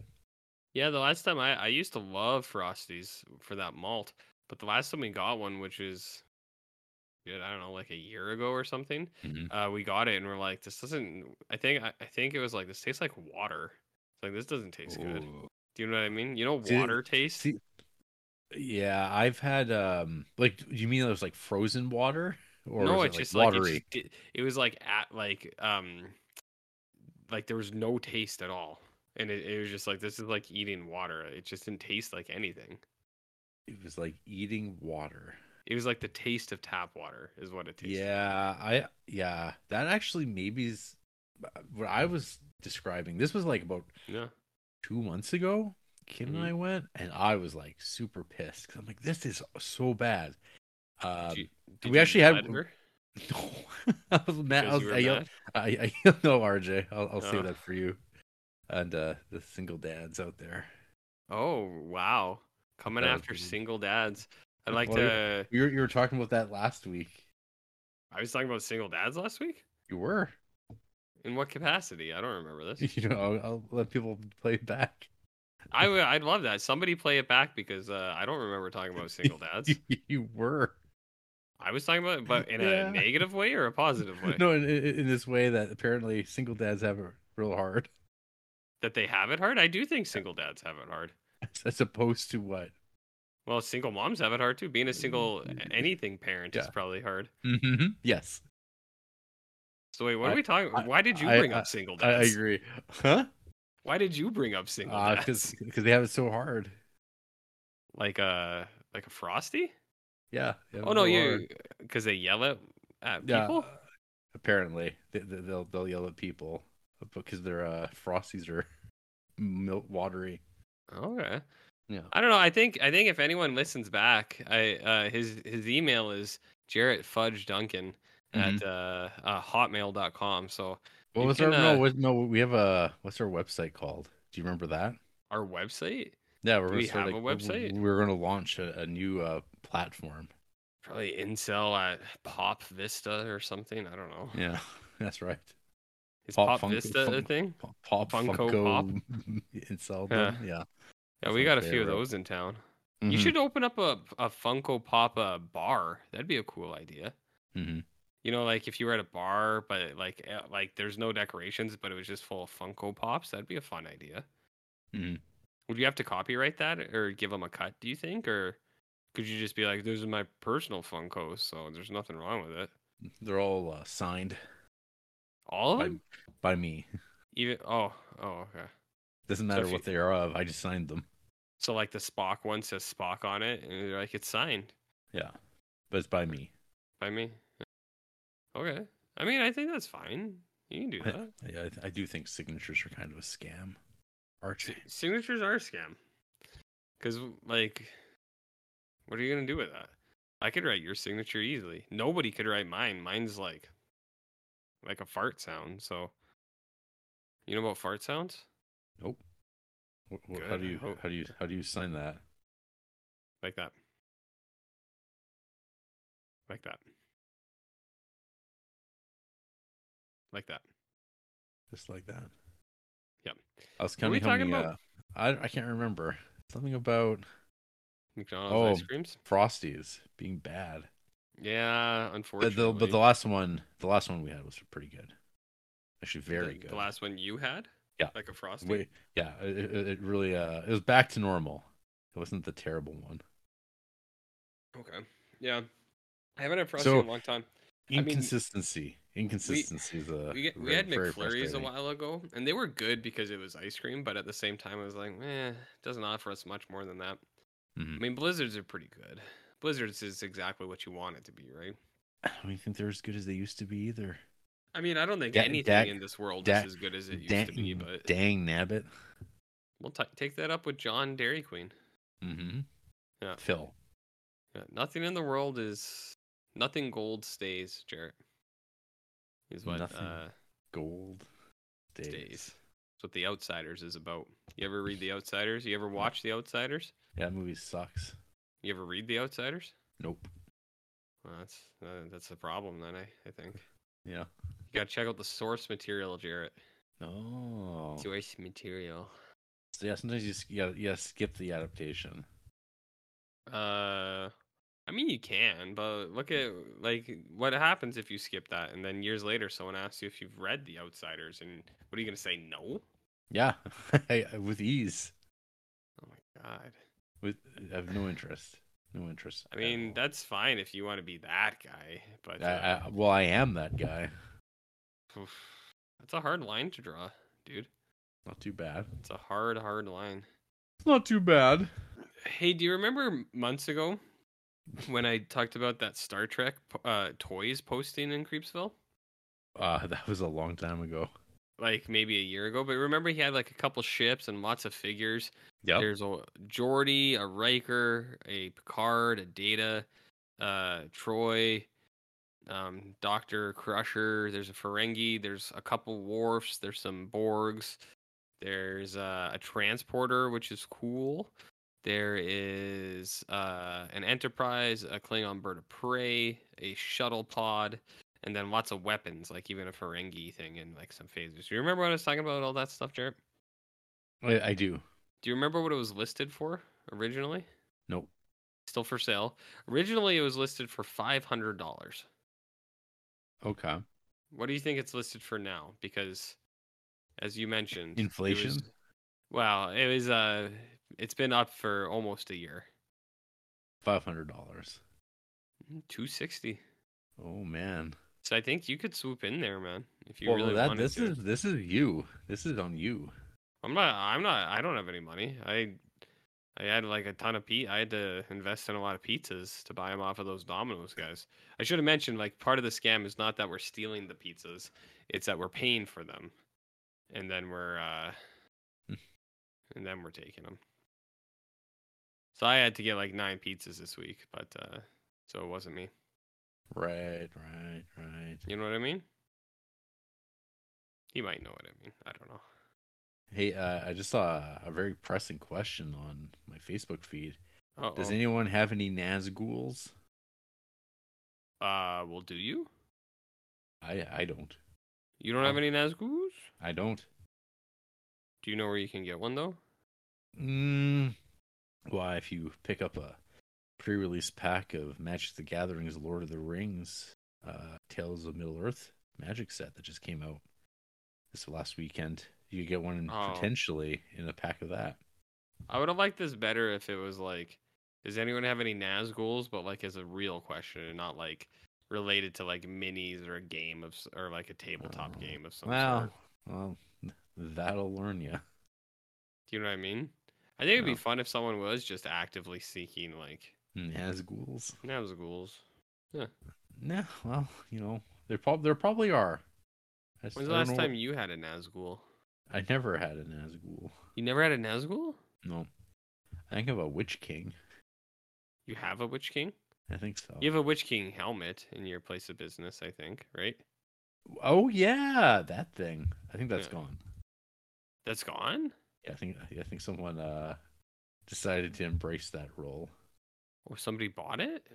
Speaker 3: yeah, the last time I I used to love Frosties for that malt, but the last time we got one, which is, good, I don't know, like a year ago or something.
Speaker 2: Mm-hmm.
Speaker 3: uh, we got it and we're like, this doesn't. I think I, I think it was like this tastes like water. It's like this doesn't taste good.
Speaker 2: Ooh.
Speaker 3: Do you know what I mean? You know
Speaker 2: See,
Speaker 3: water taste.
Speaker 2: See, yeah, I've had um, like, do you mean it was like frozen water, or
Speaker 3: no,
Speaker 2: was
Speaker 3: it's
Speaker 2: it,
Speaker 3: just
Speaker 2: like,
Speaker 3: like
Speaker 2: watery?
Speaker 3: it, just, it, it was like at like um, like there was no taste at all, and it, it was just like this is like eating water. It just didn't taste like anything.
Speaker 2: It was like eating water.
Speaker 3: It was like the taste of tap water is what it tasted. like.
Speaker 2: Yeah, I yeah, that actually maybe is uh, what I was describing. This was like about
Speaker 3: Yeah.
Speaker 2: two months ago. Kim
Speaker 3: Mhm.
Speaker 2: and I went, and I was like super pissed 'cause I'm like, this is so bad. Um,
Speaker 3: you-
Speaker 2: we actually
Speaker 3: have
Speaker 2: had- no, I was mad. Uh. I, was, I, yelled, I, I no RJ. I'll, I'll
Speaker 3: Oh.
Speaker 2: save that for you and uh, the single dads out there.
Speaker 3: Oh wow, coming
Speaker 2: Uh,
Speaker 3: after single dads. I'd like
Speaker 2: Well,
Speaker 3: to.
Speaker 2: You were, you were talking about that last week.
Speaker 3: I was talking about single dads last week.
Speaker 2: You were.
Speaker 3: In what capacity? I don't remember this.
Speaker 2: You know, I'll, I'll let people play it back.
Speaker 3: I would, I'd love that. Somebody play it back because uh, I don't remember talking about single dads.
Speaker 2: you were.
Speaker 3: I was talking about, it, but in
Speaker 2: Yeah.
Speaker 3: a negative way or a positive way.
Speaker 2: No, in, in in this way that apparently single dads have it real hard
Speaker 3: That they have it hard. I do think single dads have it hard.
Speaker 2: as opposed to what?
Speaker 3: Well, single moms have it hard too. Being a single anything parent
Speaker 2: Mm, Yeah.
Speaker 3: is probably hard.
Speaker 2: Mm-hmm. Yes.
Speaker 3: So wait, what
Speaker 2: I-
Speaker 3: are we talking?
Speaker 2: I-
Speaker 3: Why did you
Speaker 2: I-
Speaker 3: bring up single
Speaker 2: I
Speaker 3: dads?
Speaker 2: agree. Uh, Huh?
Speaker 3: Why did you bring up single dads?
Speaker 2: Because they have it so hard.
Speaker 3: like a like a frosty?
Speaker 2: Yeah. they have
Speaker 3: Oh
Speaker 2: it
Speaker 3: no,
Speaker 2: so
Speaker 3: you
Speaker 2: hard.
Speaker 3: because they yell at at
Speaker 2: Yeah.
Speaker 3: people.
Speaker 2: Apparently, they, they- they'll they'll yell at people because their uh, frosties are milk watery.
Speaker 3: Okay.
Speaker 2: Yeah.
Speaker 3: I don't know. I think I think if anyone listens back, I uh, his his email is Jarrett Fudge Duncan
Speaker 2: Mm-hmm.
Speaker 3: at uh, uh, hotmail.com. So
Speaker 2: What
Speaker 3: You
Speaker 2: was
Speaker 3: can,
Speaker 2: our no?
Speaker 3: uh,
Speaker 2: What, no, we have a what's our website called? Do you remember that?
Speaker 3: our website
Speaker 2: Yeah, we're
Speaker 3: Do
Speaker 2: gonna
Speaker 3: we
Speaker 2: start,
Speaker 3: have
Speaker 2: like,
Speaker 3: a website?
Speaker 2: we- We're gonna launch a, a new uh, platform.
Speaker 3: probably incel at Pop Vista or something. I don't know.
Speaker 2: Yeah, that's right.
Speaker 3: Is
Speaker 2: Pop
Speaker 3: Pop,
Speaker 2: Funko-
Speaker 3: Vista a
Speaker 2: Fun-
Speaker 3: thing?
Speaker 2: Pop, pop
Speaker 3: Funko
Speaker 2: Funko, Incel.
Speaker 3: Yeah.
Speaker 2: Yeah. yeah.
Speaker 3: Yeah,
Speaker 2: That's
Speaker 3: we
Speaker 2: my
Speaker 3: got a few of
Speaker 2: favorite.
Speaker 3: those in town. You
Speaker 2: Mhm,
Speaker 3: should open up a a Funko Pop uh, bar. That'd be a cool idea.
Speaker 2: mhm.
Speaker 3: You know, like if you were at a bar, but like eh, like there's no decorations, but it was just full of Funko Pops. That'd be a fun idea.
Speaker 2: Mhm.
Speaker 3: Would you have to copyright that or give them a cut? Do you think, or could you just be like, "This is my personal Funko, so there's nothing wrong with it."
Speaker 2: They're all uh, signed
Speaker 3: All of
Speaker 2: by,
Speaker 3: them,
Speaker 2: by me.
Speaker 3: even oh oh okay.
Speaker 2: Doesn't matter
Speaker 3: if
Speaker 2: what
Speaker 3: you-
Speaker 2: they are of. I just signed them.
Speaker 3: So like the Spock one says Spock on it, and you're like, "It's signed
Speaker 2: Yeah, but it's by me.
Speaker 3: by me." Okay, I mean, I think that's fine. You can do
Speaker 2: I,
Speaker 3: that.
Speaker 2: I, I do think signatures are kind of a scam. Archie.
Speaker 3: Si- signatures are a scam. Cause like, what are you gonna do with that? I could write your signature easily. Nobody could write mine. Mine's like, like a fart sound. So, you know about fart sounds?
Speaker 2: Wh- wh- How
Speaker 3: Good,
Speaker 2: do
Speaker 3: I
Speaker 2: you
Speaker 3: hope.
Speaker 2: how do you how do you sign that?
Speaker 3: Like that. Like that. Like that.
Speaker 2: Just like that.
Speaker 3: Yep.
Speaker 2: I was
Speaker 3: What were we
Speaker 2: counting how
Speaker 3: talking
Speaker 2: many.
Speaker 3: about?
Speaker 2: Uh, I I can't remember something about
Speaker 3: McDonald's ice
Speaker 2: Oh.
Speaker 3: creams.
Speaker 2: Frosties being bad.
Speaker 3: Yeah,
Speaker 2: But
Speaker 3: unfortunately.
Speaker 2: the, but the last one, the last one we had was pretty good. Actually, very
Speaker 3: the,
Speaker 2: good.
Speaker 3: The last one you had.
Speaker 2: Yeah.
Speaker 3: Like a frosty.
Speaker 2: Wait, yeah, it, it it really uh, it was back to normal. It wasn't the terrible one.
Speaker 3: Okay. Yeah. I haven't had frosty
Speaker 2: So-
Speaker 3: in a long time. I mean,
Speaker 2: Inconsistency, inconsistency is a.
Speaker 3: We, get, we
Speaker 2: Uh, very-
Speaker 3: had
Speaker 2: very
Speaker 3: McFlurries a
Speaker 2: frustrating.
Speaker 3: while ago, and they were good because it was ice cream, but at the same time, I was like, eh, doesn't offer us much more than that. I
Speaker 2: Mhm.
Speaker 3: mean, Blizzards are pretty good. Blizzards is exactly what you want it to be, right?
Speaker 2: I don't think they're as good as they used to be either.
Speaker 3: I mean, I don't think
Speaker 2: Da-
Speaker 3: anything
Speaker 2: da-
Speaker 3: in this world
Speaker 2: da-
Speaker 3: is as good as it used
Speaker 2: dang,
Speaker 3: to be, but
Speaker 2: dang nabbit.
Speaker 3: we'll t- take that up with John Dairy Queen.
Speaker 2: Mm-hmm.
Speaker 3: Yeah.
Speaker 2: Phil.
Speaker 3: Yeah, nothing in the world is. Nothing gold stays, Jarrett. Is what
Speaker 2: Nothing
Speaker 3: uh,
Speaker 2: Gold. Days.
Speaker 3: stays. It's what The Outsiders is about. You ever read The Outsiders? You ever watch The Outsiders?
Speaker 2: Yeah, that movie sucks.
Speaker 3: You ever read The Outsiders?
Speaker 2: Nope.
Speaker 3: Well, that's uh, that's the problem then. eh, I, I think
Speaker 2: Yeah.
Speaker 3: you gotta check out the source material, Jarrett.
Speaker 2: Oh.
Speaker 3: Source material.
Speaker 2: So yeah, sometimes you s- you gotta, you gotta skip the adaptation.
Speaker 3: Uh, I mean you can, but look at like what happens if you skip that, and then years later someone asks you if you've read The Outsiders, and what are you gonna say? No.
Speaker 2: Yeah, with ease.
Speaker 3: Oh my god.
Speaker 2: With I have no interest. No interest.
Speaker 3: I
Speaker 2: at
Speaker 3: mean
Speaker 2: all.
Speaker 3: that's fine if you want to be that guy, but uh,
Speaker 2: I, I, well, I am that guy.
Speaker 3: oof, that's a hard line to draw, dude.
Speaker 2: Not too bad.
Speaker 3: It's a hard, hard line.
Speaker 2: It's not too bad.
Speaker 3: Hey, do you remember m- months ago when I talked about that Star Trek p- uh, toys posting in Creepsville?
Speaker 2: Uh, that was a long time ago.
Speaker 3: Like maybe a year ago, but remember he had like a couple ships and lots of figures. There's a Geordi, a Riker, a Picard, a Data, uh, Troy, um, Doctor Crusher. There's a Ferengi. There's a couple Wharfs. There's some Borgs. There's uh, a transporter, which is cool. There is uh, an Enterprise, a Klingon bird of prey, a shuttle pod, and then lots of weapons, like even a Ferengi thing and like some phasers. You remember what I was talking about? All that stuff, Jared.
Speaker 2: I, I do.
Speaker 3: Do you remember what it was listed for originally?
Speaker 2: Nope.
Speaker 3: Still for sale. Originally, it was listed for five hundred dollars.
Speaker 2: Okay.
Speaker 3: What do you think it's listed for now? Because, as you mentioned, it was-
Speaker 2: Inflation?
Speaker 3: well, it was uh, it's been up for almost a year.
Speaker 2: Five hundred dollars.
Speaker 3: Two sixty.
Speaker 2: Oh man.
Speaker 3: So I think you could swoop in there, man, if you
Speaker 2: well,
Speaker 3: really
Speaker 2: that
Speaker 3: wanted
Speaker 2: this
Speaker 3: to.
Speaker 2: is this is you. This is on you.
Speaker 3: I'm not. I'm not. I don't have any money. I I had like a ton of pe. I had to invest in a lot of pizzas to buy them off of those Domino's guys. I should have mentioned like part of the scam is not that we're stealing the pizzas; it's that we're paying for them, and then we're uh,
Speaker 2: Hmm.
Speaker 3: and then we're taking them. So I had to get like nine pizzas this week, but uh, so it wasn't me.
Speaker 2: Right, right, right.
Speaker 3: You know what I mean? You might know what I mean. I don't know.
Speaker 2: Hey, uh, I just saw a very pressing question on my Facebook feed.
Speaker 3: Uh-oh.
Speaker 2: Does anyone have any Nazguls?
Speaker 3: uh, well, do you?
Speaker 2: I I don't.
Speaker 3: You don't have
Speaker 2: Oh.
Speaker 3: any Nazguls?
Speaker 2: I don't.
Speaker 3: Do you know where you can get one though?
Speaker 2: Mm, why, if you pick up a pre-release pack of Magic: The Gathering's Lord of the Rings, uh, Tales of Middle Earth Magic set that just came out this last weekend, you get one
Speaker 3: Oh.
Speaker 2: potentially in a pack of that.
Speaker 3: I would have liked this better if it was like, does anyone have any Nazguls? But like as a real question and not like related to like minis or a game of s- or like a tabletop
Speaker 2: Oh,
Speaker 3: game of some
Speaker 2: Wow.
Speaker 3: sort.
Speaker 2: Well, that'll learn you.
Speaker 3: Do you know what I mean? I think it'd be
Speaker 2: Yeah.
Speaker 3: fun if someone was just actively seeking like
Speaker 2: Nazguls.
Speaker 3: Nazguls.
Speaker 2: No, well, you know, there prob there probably are. I, just-
Speaker 3: When's the
Speaker 2: I don't
Speaker 3: last
Speaker 2: know-
Speaker 3: time you had a Nazgul?
Speaker 2: I never had a Nazgul.
Speaker 3: You never had a Nazgul?
Speaker 2: No, I think of a Witch King.
Speaker 3: You have a Witch King?
Speaker 2: I think so.
Speaker 3: You have a Witch King helmet in your place of business, I think, right?
Speaker 2: Oh yeah, that thing. I think that's
Speaker 3: Yeah.
Speaker 2: gone.
Speaker 3: That's gone?
Speaker 2: Yeah, I think I think someone uh decided to embrace that role.
Speaker 3: Or somebody bought it?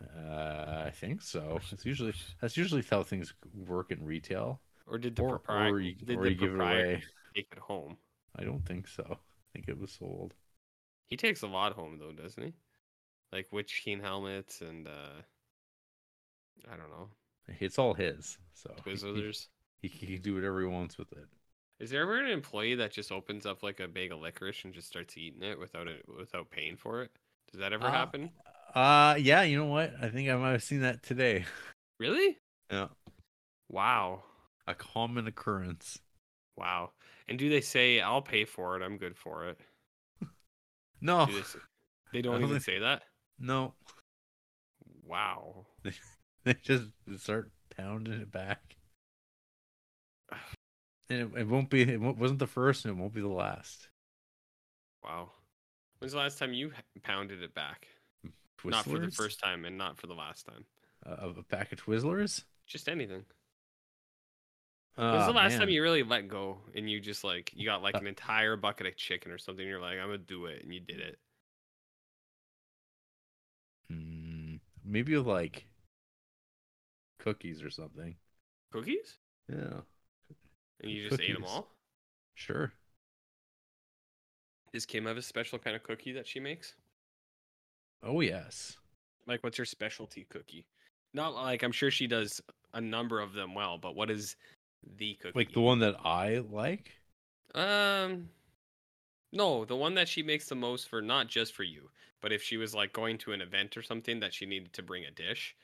Speaker 2: Uh, I think so. It's usually that's usually how things work in retail.
Speaker 3: Or did the
Speaker 2: or
Speaker 3: proprietor
Speaker 2: or you,
Speaker 3: did
Speaker 2: or
Speaker 3: the
Speaker 2: you give it
Speaker 3: proprietor
Speaker 2: away.
Speaker 3: take it home?
Speaker 2: I don't think so. I think it was sold.
Speaker 3: He takes a lot home though, doesn't he? Like Witch King helmets and uh I don't know,
Speaker 2: It's all his. So Oh, he-
Speaker 3: Twizzlers.
Speaker 2: He, he can do whatever he wants with it.
Speaker 3: Is there ever an employee that just opens up like a bag of licorice and just starts eating it without it without paying for it? Does that ever
Speaker 2: Uh,
Speaker 3: happen?
Speaker 2: Uh yeah, you know what? I think I might have seen that today.
Speaker 3: Really?
Speaker 2: Yeah.
Speaker 3: Wow.
Speaker 2: A common occurrence.
Speaker 3: Wow. And do they say I'll pay for it, I'm good for it?
Speaker 2: No.
Speaker 3: Do they, say, they don't
Speaker 2: Oh. don't
Speaker 3: even
Speaker 2: think-
Speaker 3: say that?
Speaker 2: No.
Speaker 3: Wow.
Speaker 2: They just start pounding it back. And it, it won't be it wa- wasn't the first and it won't be the last.
Speaker 3: Wow. When's the last time you h- pounded it back?
Speaker 2: Twizzlers?
Speaker 3: Not for the first time and not for the last time.
Speaker 2: uh, of a pack of Twizzlers?
Speaker 3: Just anything. When's
Speaker 2: Ah,
Speaker 3: the last time
Speaker 2: man.
Speaker 3: you really let go and you just like you got like
Speaker 2: Uh,
Speaker 3: an entire bucket of chicken or something? You're like, I'm gonna do it, and you did it.
Speaker 2: Hmm, maybe with like cookies or something.
Speaker 3: Cookies?
Speaker 2: Yeah.
Speaker 3: And you just ate 'em ate them
Speaker 2: Cookies.
Speaker 3: all.
Speaker 2: Sure.
Speaker 3: Does Kim have a special kind of cookie that she makes?
Speaker 2: Oh yes.
Speaker 3: Like, what's her specialty cookie? Not like I'm sure she does a number of them well, but what is the cookie?
Speaker 2: Like the one that I like?
Speaker 3: Um, no, the one that she makes the most for not just for you, but if she was like going to an event or something that she needed to bring a dish,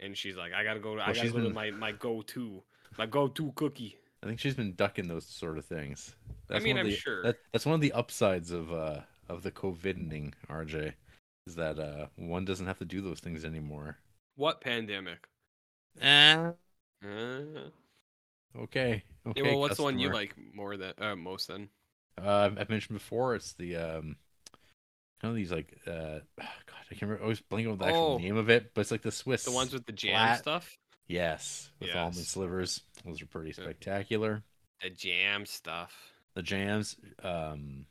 Speaker 3: and she's like, I gotta go to, I
Speaker 2: Well,
Speaker 3: gotta
Speaker 2: she's
Speaker 3: go to
Speaker 2: been-
Speaker 3: my my go to, my go to cookie.
Speaker 2: I think she's been ducking those sort of things.
Speaker 3: I mean,
Speaker 2: one of
Speaker 3: I'm
Speaker 2: the-
Speaker 3: sure.
Speaker 2: that, that's one of the upsides of uh of the COVIDing, RJ, is that uh one doesn't have to do those things anymore.
Speaker 3: What pandemic?
Speaker 2: Uh,
Speaker 3: Uh,
Speaker 2: okay. okay
Speaker 3: yeah, well, what's the one you
Speaker 2: customer.
Speaker 3: like more than uh, most then?
Speaker 2: Uh, I've mentioned before. It's the um, kind of these like uh, God, I can't remember. I always blanking on the actual
Speaker 3: Oh.
Speaker 2: name of it, but it's like the Swiss.
Speaker 3: The ones with the jam
Speaker 2: Flat.
Speaker 3: stuff.
Speaker 2: yes, with almond
Speaker 3: Yes.
Speaker 2: slivers. Those are pretty
Speaker 3: Yeah.
Speaker 2: spectacular.
Speaker 3: The jam stuff.
Speaker 2: The jams. Um,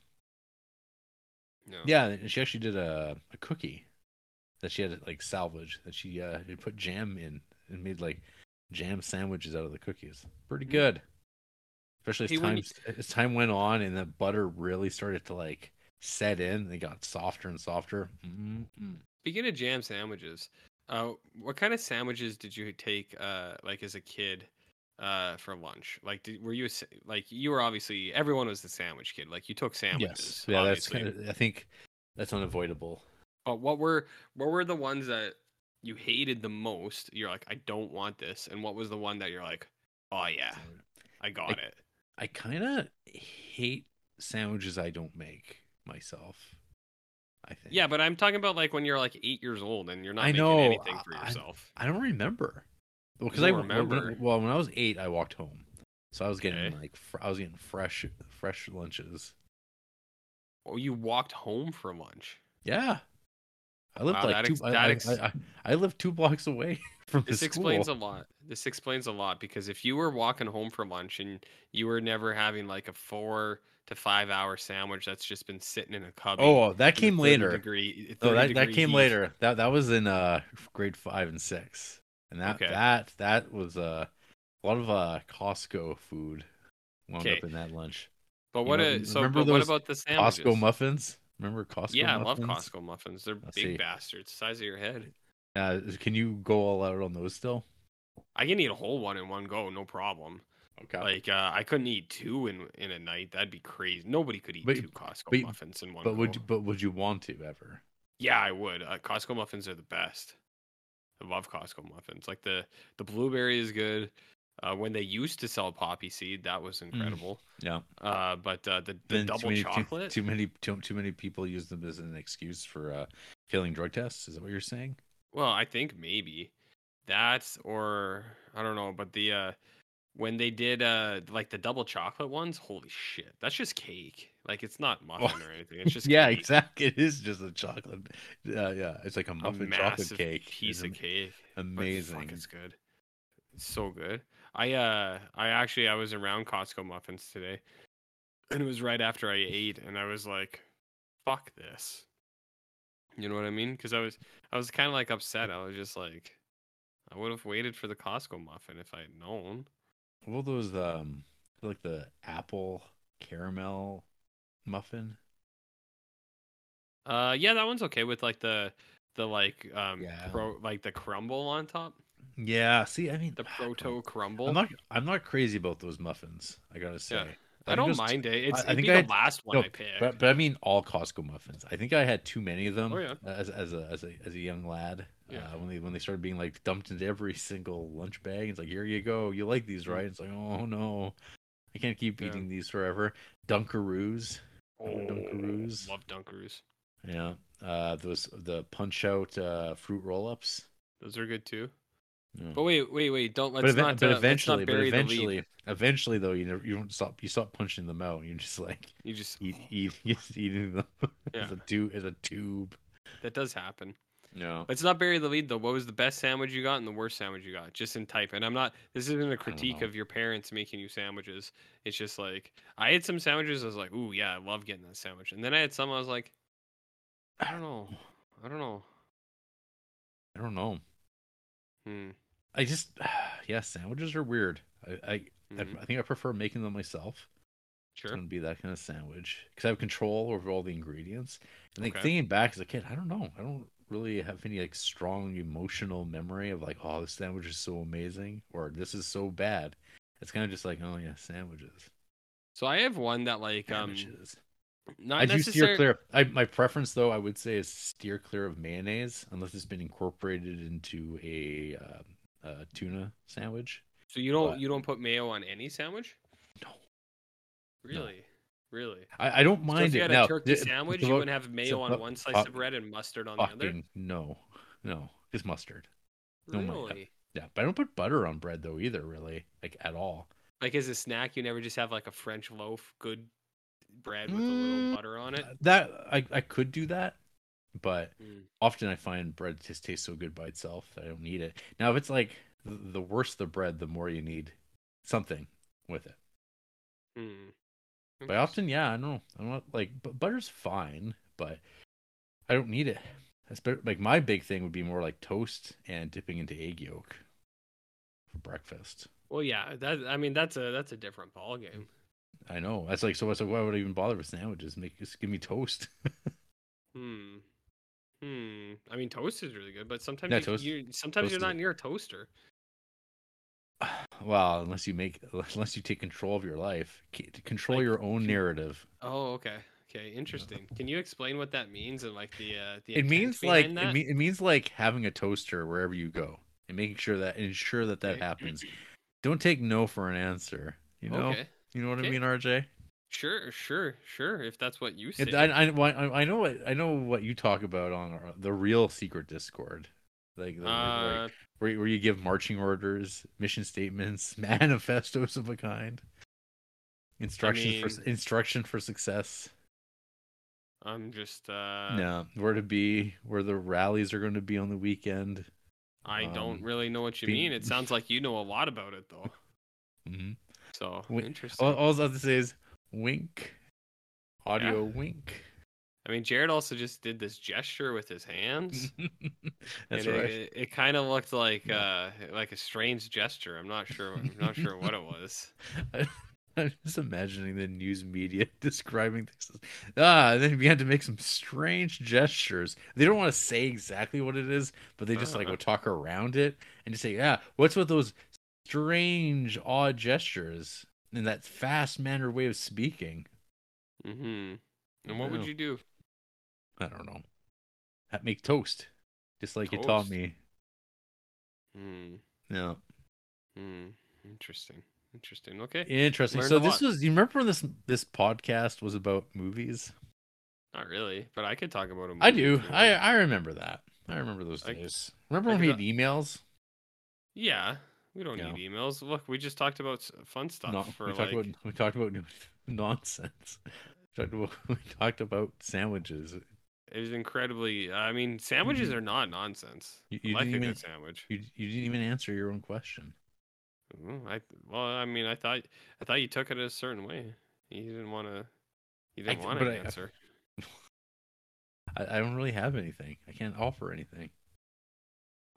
Speaker 3: No.
Speaker 2: Yeah, and she actually did a, a cookie that she had to, like salvage that she uh had put jam in and made like jam sandwiches out of the cookies. Pretty
Speaker 3: Mm.
Speaker 2: good. Especially as
Speaker 3: Hey, when
Speaker 2: time
Speaker 3: you-
Speaker 2: as time went on and the butter really started to like set in, they got softer and softer.
Speaker 3: Mm-hmm.
Speaker 2: Mm-mm.
Speaker 3: Speaking of jam sandwiches, uh, what kind of sandwiches did you take, uh, like as a kid, uh, for lunch? Like, did, were you a sa- like you were obviously everyone was the sandwich kid. Like, you took
Speaker 2: Yes.
Speaker 3: sandwiches.
Speaker 2: Yeah, that's
Speaker 3: obviously.
Speaker 2: kind of I think that's unavoidable.
Speaker 3: But what were what were the ones that you hated the most? You're like, I don't want this. And what was the one that you're like, oh yeah, I got it.
Speaker 2: I kind of hate sandwiches I don't make myself. I think.
Speaker 3: Yeah, but I'm talking about like when you're like eight years old and you're not
Speaker 2: I
Speaker 3: making
Speaker 2: know,
Speaker 3: anything for
Speaker 2: I- I-
Speaker 3: yourself.
Speaker 2: I don't remember. Well, because
Speaker 3: You
Speaker 2: I
Speaker 3: don't
Speaker 2: remember.
Speaker 3: remember?
Speaker 2: Well, when I was eight, I walked home, so I was getting
Speaker 3: Okay.
Speaker 2: like fr- I was getting fresh fresh lunches.
Speaker 3: Oh, you walked home for lunch.
Speaker 2: Yeah, I lived
Speaker 3: Wow,
Speaker 2: like
Speaker 3: that
Speaker 2: two.
Speaker 3: ex-
Speaker 2: I,
Speaker 3: that
Speaker 2: I-
Speaker 3: ex-
Speaker 2: I, I, I lived two blocks away from
Speaker 3: This
Speaker 2: the
Speaker 3: explains a
Speaker 2: school.
Speaker 3: lot. This explains a lot because if you were walking home for lunch and you were never having like a four to five hour sandwich that's just been sitting in a cubby.
Speaker 2: oh, that
Speaker 3: in the
Speaker 2: came
Speaker 3: 30
Speaker 2: later.
Speaker 3: Degree,
Speaker 2: Oh, that,
Speaker 3: 30
Speaker 2: that
Speaker 3: degree
Speaker 2: came
Speaker 3: heat.
Speaker 2: later. That that was in uh grade five and six, and that
Speaker 3: Okay.
Speaker 2: that that was uh, a lot of uh Costco food wound
Speaker 3: Okay.
Speaker 2: up in that lunch.
Speaker 3: But what?
Speaker 2: know,
Speaker 3: a, so,
Speaker 2: remember
Speaker 3: but what
Speaker 2: those
Speaker 3: about the sandwiches?
Speaker 2: Costco muffins. Remember Costco?
Speaker 3: yeah,
Speaker 2: muffins?
Speaker 3: I love Costco muffins. They're
Speaker 2: Let's
Speaker 3: big
Speaker 2: see.
Speaker 3: bastards, size of your head.
Speaker 2: Uh, can you go all out on those still?
Speaker 3: I can eat a whole one in one go, no problem.
Speaker 2: Okay.
Speaker 3: Like uh, I couldn't eat two in in a night. That'd be crazy. Nobody could eat
Speaker 2: But-
Speaker 3: two Costco
Speaker 2: but-
Speaker 3: muffins in one.
Speaker 2: but would
Speaker 3: go.
Speaker 2: you, but would you want to ever?
Speaker 3: Yeah, I would. Uh, Costco muffins are the best. I love Costco muffins. Like the the blueberry is good. Uh, when they used to sell poppy seed, that was incredible.
Speaker 2: Yeah.
Speaker 3: Uh, but uh, the, the double
Speaker 2: Mm. many,
Speaker 3: chocolate.
Speaker 2: Too, many too, too many people use them as an excuse for uh, failing drug tests. Is that what you're saying?
Speaker 3: Well, I think maybe that's or I don't know, but the uh when they did uh like the double chocolate ones, holy shit, that's just cake. Like it's not muffin or anything. It's just
Speaker 2: yeah,
Speaker 3: cake.
Speaker 2: exactly. It is just a chocolate. Yeah, yeah. It's like a
Speaker 3: A
Speaker 2: muffin chocolate
Speaker 3: massive
Speaker 2: cake.
Speaker 3: piece
Speaker 2: It's
Speaker 3: of cake. but
Speaker 2: Amazing.
Speaker 3: fuck, it's good. It's so good. I uh I actually I was around Costco muffins today, and it was right after I ate, and I was like, "Fuck this," you know what I mean? Because I was I was kind of like upset. I was just like, I would have waited for the Costco muffin if I had known.
Speaker 2: What about those um like the apple caramel muffin?
Speaker 3: Uh, yeah, that one's okay with like the the like um
Speaker 2: Yeah.
Speaker 3: pro, like the crumble on top,
Speaker 2: Yeah. See, I mean,
Speaker 3: the proto crumble.
Speaker 2: Ah, I'm not. I'm not crazy about those muffins. I gotta say.
Speaker 3: I
Speaker 2: I'm
Speaker 3: don't
Speaker 2: just-
Speaker 3: mind it. It's
Speaker 2: I
Speaker 3: it'd
Speaker 2: think
Speaker 3: be
Speaker 2: I
Speaker 3: the
Speaker 2: had-
Speaker 3: last one
Speaker 2: no,
Speaker 3: I picked.
Speaker 2: But, but I mean all Costco muffins. I think I had too many of them
Speaker 3: Oh, yeah.
Speaker 2: as as a as a as a young lad.
Speaker 3: Yeah.
Speaker 2: Uh, when they when they started being like dumped into every single lunch bag, it's like here you go, you like these, right? It's like oh no, I can't keep
Speaker 3: Mm-hmm. Yeah.
Speaker 2: eating these forever. Dunkaroos, remember Dunkaroos?
Speaker 3: Oh, Love Dunkaroos.
Speaker 2: yeah. Uh, those the punch out uh, fruit roll ups.
Speaker 3: Those are good too.
Speaker 2: Yeah.
Speaker 3: But wait, wait, wait! Don't let's
Speaker 2: But, eve-
Speaker 3: not.
Speaker 2: but
Speaker 3: uh,
Speaker 2: eventually,
Speaker 3: let's
Speaker 2: but
Speaker 3: not bury the
Speaker 2: eventually,
Speaker 3: lead.
Speaker 2: eventually though, you never, you don't stop you stop punching them out. You're just like
Speaker 3: You just
Speaker 2: eat, eat, just eating them as
Speaker 3: Yeah.
Speaker 2: a tube as a tube.
Speaker 3: that does happen.
Speaker 2: No.
Speaker 3: Let's not bury the lead though. What was the best sandwich you got and the worst sandwich you got? Just in type. And I'm not. This isn't a critique
Speaker 2: know.
Speaker 3: of your parents making you sandwiches. It's just like I had some sandwiches. I was like, ooh yeah, I love getting that sandwich. And then I had some. I was like, I don't know. I don't know.
Speaker 2: I don't know.
Speaker 3: Hmm.
Speaker 2: I just yeah, sandwiches are weird. I I, I-
Speaker 3: mhm,
Speaker 2: I think I prefer making them myself. It's
Speaker 3: Sure.
Speaker 2: gonna be that kind of sandwich because I have control over all the ingredients. And like
Speaker 3: Okay.
Speaker 2: thinking back as a kid, I don't know. I don't really have any like strong emotional memory of like, oh, this sandwich is so amazing or this is so bad. It's kind of just like, oh yeah, sandwiches.
Speaker 3: So I have one that like um
Speaker 2: Sandwiches.
Speaker 3: not
Speaker 2: I do steer
Speaker 3: necessarily.
Speaker 2: clear. I, my preference, though, I would say is steer clear of mayonnaise unless it's been incorporated into a, uh, a tuna sandwich.
Speaker 3: So you don't
Speaker 2: but-
Speaker 3: you don't put mayo on any sandwich?
Speaker 2: No.
Speaker 3: Really? Really?
Speaker 2: I, I don't
Speaker 3: So if
Speaker 2: mind
Speaker 3: you
Speaker 2: it
Speaker 3: had
Speaker 2: now.
Speaker 3: a turkey
Speaker 2: th-
Speaker 3: sandwich,
Speaker 2: th-
Speaker 3: you would have mayo on
Speaker 2: fuck-
Speaker 3: one slice
Speaker 2: fuck-
Speaker 3: of bread and mustard on the other.
Speaker 2: fucking no, no, it's mustard. no, my God.
Speaker 3: Really?
Speaker 2: Yeah, but I don't put butter on bread though either, really, like at all.
Speaker 3: Like as a snack, you never just have like a French loaf, good bread with a
Speaker 2: Mm,
Speaker 3: little butter on it.
Speaker 2: That I I could do that, but
Speaker 3: Mm.
Speaker 2: often I find bread just tastes so good by itself that I don't need it. Now, if it's like th- the worse the bread, the more you need something with it.
Speaker 3: Mm.
Speaker 2: But often, yeah, I don't know. I'm not like, but butter's fine, but I don't need it. That's better. Like my big thing would be more like toast and dipping into egg yolk for breakfast.
Speaker 3: Well, yeah, that I mean that's a that's a different ball game.
Speaker 2: I know that's like so. I said, why would I even bother with sandwiches? Make just give me toast.
Speaker 3: Hmm. Hmm. I mean, toast is really good, but sometimes
Speaker 2: Mm. Yeah,
Speaker 3: you,
Speaker 2: toast-
Speaker 3: you sometimes
Speaker 2: toast
Speaker 3: you're
Speaker 2: is
Speaker 3: not
Speaker 2: it.
Speaker 3: near a toaster.
Speaker 2: well, unless you make, unless you take control of your life, C- to control
Speaker 3: Like,
Speaker 2: your own
Speaker 3: can-
Speaker 2: narrative.
Speaker 3: Oh, okay. Okay, interesting. Can you explain what that means and like the uh the
Speaker 2: it
Speaker 3: intent
Speaker 2: means like
Speaker 3: behind
Speaker 2: it,
Speaker 3: that?
Speaker 2: mean, it means like having a toaster wherever you go and making sure that ensure that that
Speaker 3: Okay.
Speaker 2: happens don't take no for an answer you know
Speaker 3: Okay.
Speaker 2: you know what
Speaker 3: Okay.
Speaker 2: i mean rj
Speaker 3: Sure, sure, sure. If that's what you say.
Speaker 2: It- I, I, well, I- I know what i know what you talk about on our- the real secret discord like, the- like
Speaker 3: uh,
Speaker 2: where, you- where you give marching orders mission statements manifestos of a kind instructions for s-
Speaker 3: mean-
Speaker 2: instruction for success
Speaker 3: I'm just uh
Speaker 2: no where to be where the rallies are going to be on the weekend
Speaker 3: I don't
Speaker 2: um,
Speaker 3: really know what you
Speaker 2: be-
Speaker 3: mean. It sounds like you know a lot about it though.
Speaker 2: Mhm.
Speaker 3: So
Speaker 2: Wait,
Speaker 3: interesting.
Speaker 2: All, all I have to say is wink, audio wink.
Speaker 3: I mean, Jared also just did this gesture with his hands.
Speaker 2: That's
Speaker 3: and it-
Speaker 2: right.
Speaker 3: It, it kind of looked like uh like a strange gesture. I'm not sure. I'm not sure what it was.
Speaker 2: I'm just imagining the news media describing this. as, Ah, and then we had to make some strange gestures. They don't want to say exactly what it is, but they just like
Speaker 3: Uh-huh.
Speaker 2: would talk around it and just say, "Yeah, what's with those strange, odd gestures and that fast mannered way of speaking?"
Speaker 3: hmm And what would
Speaker 2: Yeah.
Speaker 3: you do?
Speaker 2: I don't know. Ha- Make toast, just like you taught
Speaker 3: Toast.
Speaker 2: me.
Speaker 3: Hmm.
Speaker 2: Yeah.
Speaker 3: Hmm. Interesting. Interesting. Okay.
Speaker 2: Interesting.
Speaker 3: Learned
Speaker 2: So
Speaker 3: a
Speaker 2: this
Speaker 3: lot.
Speaker 2: was. You remember when this this podcast was about movies?
Speaker 3: Not really, but I could talk about him.
Speaker 2: I do. I I remember that. I remember those
Speaker 3: I-
Speaker 2: days. Remember
Speaker 3: I
Speaker 2: when we had
Speaker 3: could-
Speaker 2: emails?
Speaker 3: Yeah. We don't
Speaker 2: Yeah.
Speaker 3: need emails. Look, we just talked about s- fun stuff
Speaker 2: No,
Speaker 3: for
Speaker 2: we
Speaker 3: like.
Speaker 2: talked about we talked about nonsense. We talked about, we talked about sandwiches.
Speaker 3: It was incredibly. I mean, sandwiches are not nonsense.
Speaker 2: Mm-hmm. You-
Speaker 3: I
Speaker 2: you
Speaker 3: like a
Speaker 2: didn't even-
Speaker 3: good sandwich.
Speaker 2: You you didn't even answer your own question.
Speaker 3: Mm, I well, I mean, I thought I thought you took it a certain way. You didn't want to. You
Speaker 2: I
Speaker 3: didn't
Speaker 2: d-
Speaker 3: want
Speaker 2: but
Speaker 3: an
Speaker 2: I-
Speaker 3: answer.
Speaker 2: I, I don't really have anything. I can't offer anything.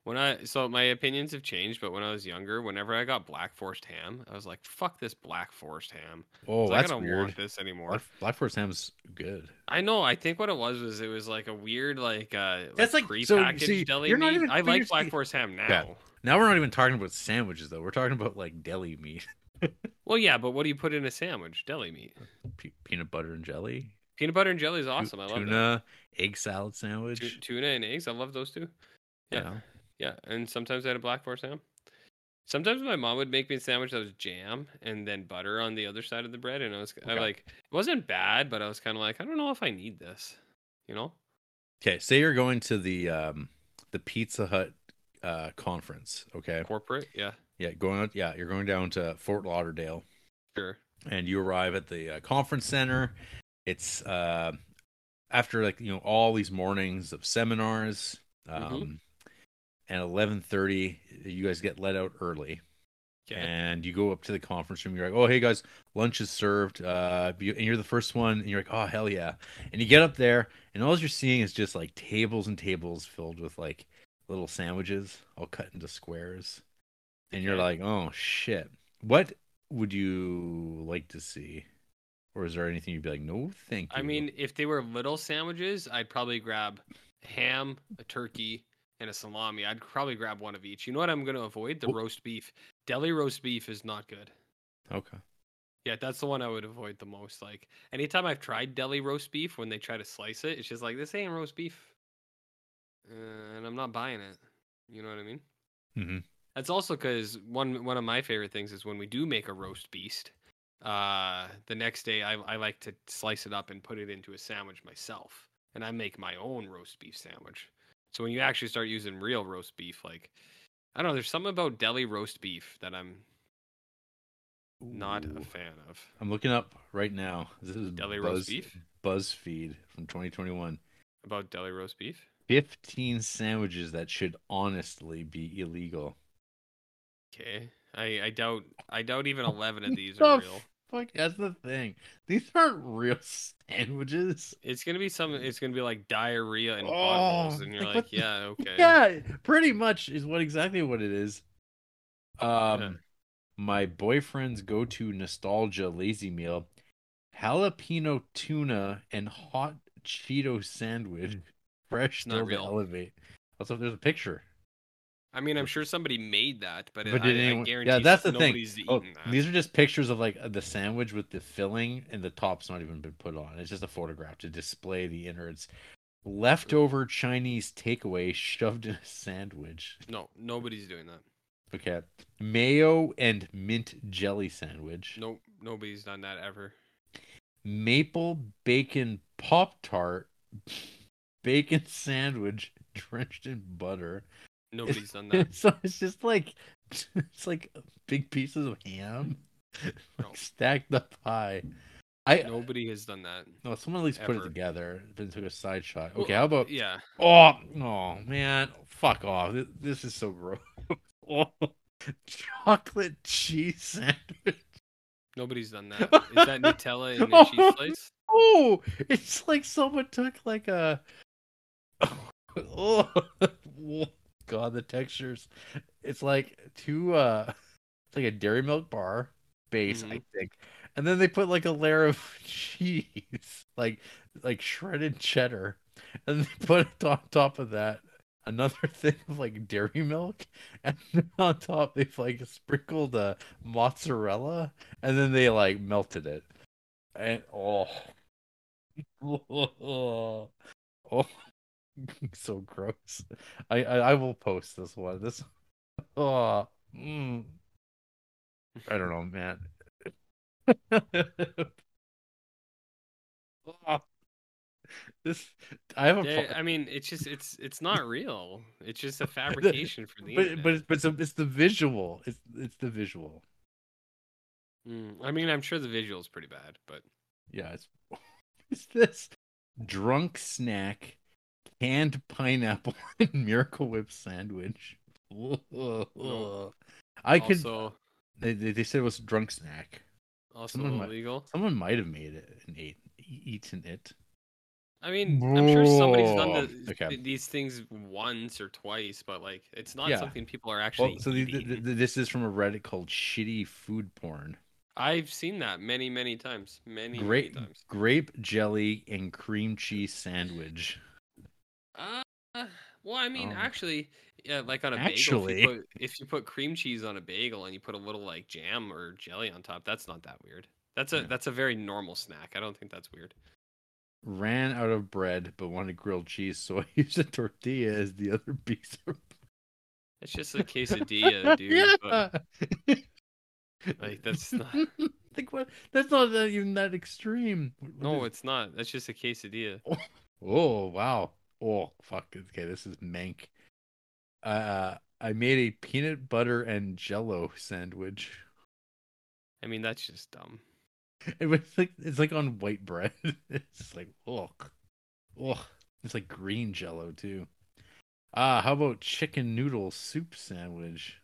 Speaker 3: When I so my opinions have changed, but when I was younger, whenever I got black forest ham, I was like, "Fuck this black forest ham!
Speaker 2: Oh,
Speaker 3: I
Speaker 2: that's
Speaker 3: don't
Speaker 2: weird.
Speaker 3: want this anymore."
Speaker 2: Black, Black Forest Ham's good.
Speaker 3: I know. I think what it was was it was like a weird like uh
Speaker 2: That's like- so,
Speaker 3: prepackaged
Speaker 2: see,
Speaker 3: deli
Speaker 2: you're not
Speaker 3: meat.
Speaker 2: even-
Speaker 3: I
Speaker 2: but
Speaker 3: like
Speaker 2: you're
Speaker 3: black
Speaker 2: see-
Speaker 3: forest ham now.
Speaker 2: Now we're not even talking about sandwiches though. We're talking about like deli meat,
Speaker 3: Well, yeah, but what do you put in a sandwich? Deli meat.
Speaker 2: Pe- peanut butter and jelly.
Speaker 3: Peanut butter and jelly is
Speaker 2: Tu-
Speaker 3: awesome. I love that.
Speaker 2: tuna, egg salad
Speaker 3: Tu-
Speaker 2: sandwich.
Speaker 3: tuna and eggs. I love those too.
Speaker 2: yeah.
Speaker 3: yeah. Yeah, and sometimes I had a black forest ham. Sometimes my mom would make me a sandwich that was jam and then butter on the other side of the bread, and I was I
Speaker 2: Okay.
Speaker 3: like it wasn't bad, but I was kind of like I don't know if I need this, you know?
Speaker 2: Okay, say you're going to the um the Pizza Hut uh conference, okay?
Speaker 3: Corporate, yeah,
Speaker 2: Yeah, going out yeah, you're going down to Fort Lauderdale
Speaker 3: sure.
Speaker 2: and you arrive at the uh, conference center. It's uh after like, you know, all these mornings of seminars um and 11:30 you guys get let out early
Speaker 3: Okay.
Speaker 2: and you go up to the conference room. You're like, oh, hey guys, lunch is served. Uh, you- and you're the first one, and you're like, oh, hell yeah. And you get up there, and all you're seeing is just like tables and tables filled with like little sandwiches all cut into squares. And you're
Speaker 3: Okay.
Speaker 2: like, oh, shit. What would you like to see? Or is there anything you'd be like, no, thank you?
Speaker 3: I mean, if they were little sandwiches, I'd probably grab ham, a turkey, and a salami. I'd probably grab one of each. You know what I'm going to avoid? The
Speaker 2: Oh.
Speaker 3: roast beef. Deli roast beef is not good.
Speaker 2: okay.
Speaker 3: Yeah, that's the one I would avoid the most. Like anytime I've tried deli roast beef, when they try to slice it, it's just like this ain't roast beef, uh, and I'm not buying it. You know what I mean?
Speaker 2: Mhm.
Speaker 3: That's also because one one of my favorite things is when we do make a roast beast. Uh, the next day I I like to slice it up and put it into a sandwich myself, and I make my own roast beef sandwich. So when you actually start using real roast beef, like I don't know, there's something about deli roast beef that I'm not a
Speaker 2: Ooh.
Speaker 3: fan of.
Speaker 2: I'm looking up right now. This is
Speaker 3: Deli
Speaker 2: Buzz,
Speaker 3: roast beef?
Speaker 2: BuzzFeed from 2021.
Speaker 3: About deli roast beef?
Speaker 2: 15 sandwiches that should honestly be illegal.
Speaker 3: Okay. I, I doubt I doubt even eleven of these
Speaker 2: The
Speaker 3: are
Speaker 2: f-
Speaker 3: real.
Speaker 2: Fuck, that's the thing. These aren't real sandwiches.
Speaker 3: It's gonna be some it's gonna be like diarrhea and
Speaker 2: Oh,
Speaker 3: potholes and you're
Speaker 2: like,
Speaker 3: like,
Speaker 2: what the-
Speaker 3: yeah, okay.
Speaker 2: Yeah, pretty much is what exactly what it is. Um
Speaker 3: Yeah.
Speaker 2: my boyfriend's go-to nostalgia lazy meal, jalapeno tuna and hot Cheeto sandwich, fresh
Speaker 3: Hmm. Not
Speaker 2: still to
Speaker 3: real.
Speaker 2: elevate. Also, there's a picture.
Speaker 3: I mean, I'm sure somebody made that, but, it,
Speaker 2: But
Speaker 3: I,
Speaker 2: did
Speaker 3: I
Speaker 2: anyone- yeah,
Speaker 3: guarantee
Speaker 2: that's the thing.
Speaker 3: nobody's eaten
Speaker 2: Oh,
Speaker 3: that.
Speaker 2: these are just pictures of like the sandwich with the filling, and the top's not even been put on. It's just a photograph to display the innards. Leftover Chinese takeaway shoved in a sandwich.
Speaker 3: No, nobody's doing that.
Speaker 2: Okay, mayo and mint jelly sandwich.
Speaker 3: Nope, nobody's done that ever.
Speaker 2: maple bacon pop tart bacon sandwich drenched in butter
Speaker 3: Nobody's done that.
Speaker 2: so it's just like it's like big pieces of ham
Speaker 3: No.
Speaker 2: like stacked up high i
Speaker 3: Nobody has done that.
Speaker 2: no someone at least put it
Speaker 3: ever.
Speaker 2: together then took a side shot
Speaker 3: Well,
Speaker 2: okay how about
Speaker 3: Yeah,
Speaker 2: oh no man fuck off this, this is so gross oh, chocolate cheese sandwich
Speaker 3: nobody's done that. Is that Nutella in the cheese slice?
Speaker 2: Oh, it's like someone took like a. Oh, God, the textures. It's like two, uh, it's like a dairy milk bar base, I think, and then they put like a layer of cheese, like like shredded cheddar, and they put it on top of that another thing of like dairy milk, and then on top they've like sprinkled uh, mozzarella, and then they like melted it. And oh, oh, so gross. I, I I will post this one. This oh, mm. I don't know, man. Oh, this I have a pro-
Speaker 3: Yeah, I mean, it's just it's it's not real. It's just a fabrication for the.
Speaker 2: but
Speaker 3: internet.
Speaker 2: but it's, but it's, the- it's the visual. It's it's the visual.
Speaker 3: Mm, I mean, I'm sure the visual's pretty bad, but
Speaker 2: Yeah, it's it's this drunk snack, canned pineapple and Miracle Whip sandwich.
Speaker 3: No.
Speaker 2: I could.
Speaker 3: also
Speaker 2: They, they they said it was drunk snack.
Speaker 3: also
Speaker 2: someone might-
Speaker 3: illegal.
Speaker 2: Someone might have made it and ate eaten it.
Speaker 3: I mean, I'm sure somebody's done
Speaker 2: Bro.
Speaker 3: the,
Speaker 2: Okay.
Speaker 3: th- these things once or twice, but like, it's not
Speaker 2: Yeah.
Speaker 3: something people are actually.
Speaker 2: Well, so the, the,
Speaker 3: eating.
Speaker 2: the- this is from a Reddit called "Shitty Food Porn."
Speaker 3: I've seen that many, many times, many,
Speaker 2: Grape
Speaker 3: many times.
Speaker 2: grape jelly and cream cheese sandwich.
Speaker 3: Uh, well, I mean,
Speaker 2: Oh.
Speaker 3: actually, yeah, like on a
Speaker 2: Actually.
Speaker 3: bagel, if you, put, if you put cream cheese on a bagel and you put a little like jam or jelly on top, that's not that weird. That's a
Speaker 2: Yeah.
Speaker 3: that's a very normal snack. I don't think that's weird.
Speaker 2: ran out of bread but wanted grilled cheese, so I used a tortilla as the other piece of
Speaker 3: It's just a quesadilla, dude. but,
Speaker 2: Yeah.
Speaker 3: like, that's not-
Speaker 2: like what? That's not that- even that extreme.
Speaker 3: no, it's not. That's just a quesadilla.
Speaker 2: Oh wow. Oh fuck. Okay, this is mank. Uh, I made a peanut butter and jello sandwich.
Speaker 3: I mean, that's just dumb.
Speaker 2: It was like it's like on white bread. It's just like oh, oh, it's like green jello too. Ah, how about chicken noodle soup sandwich?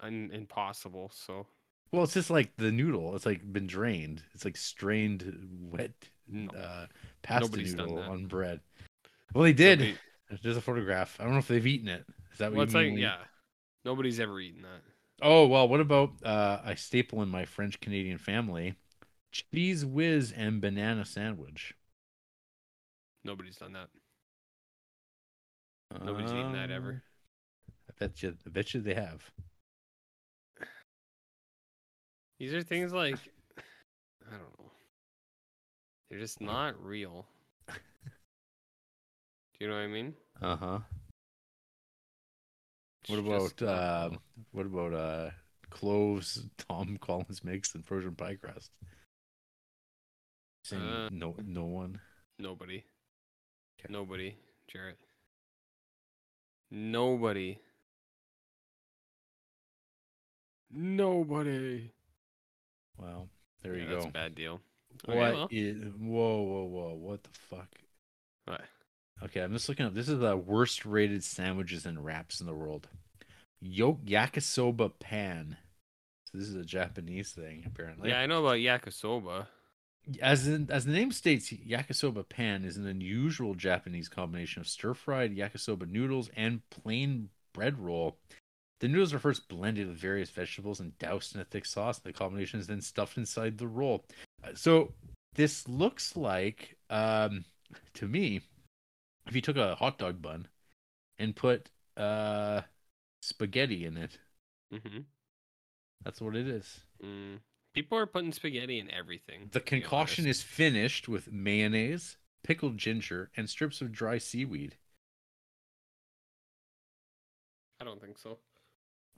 Speaker 3: and impossible. So
Speaker 2: Well, it's just like the noodle. It's like been drained. It's like strained wet
Speaker 3: no.
Speaker 2: uh, pasta
Speaker 3: Nobody's done
Speaker 2: noodle
Speaker 3: that.
Speaker 2: on bread. Well, they did.
Speaker 3: Nobody-
Speaker 2: There's a photograph. I don't know if they've eaten it. Is that what
Speaker 3: well,
Speaker 2: you
Speaker 3: it's
Speaker 2: mean?
Speaker 3: like
Speaker 2: when you-
Speaker 3: yeah, nobody's ever eaten that.
Speaker 2: Oh well, what about uh, a staple in my French Canadian family? Cheese whiz and banana sandwich.
Speaker 3: Nobody's done that. Nobody's eaten that ever.
Speaker 2: Um, I bet you. I bet you they have.
Speaker 3: These are things like I don't know. They're just not real. Do you know what I mean?
Speaker 2: Uh
Speaker 3: Uh-huh.
Speaker 2: huh.
Speaker 3: It's
Speaker 2: What about
Speaker 3: just not
Speaker 2: uh,
Speaker 3: real.
Speaker 2: what about uh, cloves Tom Collins makes and frozen pie crust? Saying
Speaker 3: Uh,
Speaker 2: no, no one.
Speaker 3: nobody?
Speaker 2: Okay.
Speaker 3: Nobody, Jarrett. Nobody. Nobody.
Speaker 2: Wow, there
Speaker 3: Yeah,
Speaker 2: you
Speaker 3: That's
Speaker 2: go.
Speaker 3: a bad deal.
Speaker 2: What
Speaker 3: Okay, well.
Speaker 2: i- Whoa, whoa, whoa! What the fuck?
Speaker 3: What?
Speaker 2: Okay, I'm just looking up. This is the worst rated sandwiches and wraps in the world. Yok yakisoba pan. So this is a Japanese thing, apparently.
Speaker 3: yeah, I know about yakisoba.
Speaker 2: As in, as the name states, yakisoba pan is an unusual Japanese combination of stir-fried yakisoba noodles and plain bread roll. The noodles are first blended with various vegetables and doused in a thick sauce. The combination is then stuffed inside the roll. Uh, So this looks like, um, to me, if you took a hot dog bun and put uh, spaghetti in it. Mm-hmm.
Speaker 3: hmm
Speaker 2: That's what it is.
Speaker 3: Mm. People are putting spaghetti in everything.
Speaker 2: The
Speaker 3: to be
Speaker 2: concoction
Speaker 3: honest.
Speaker 2: is finished with mayonnaise, pickled ginger, and strips of dry seaweed.
Speaker 3: I don't think so.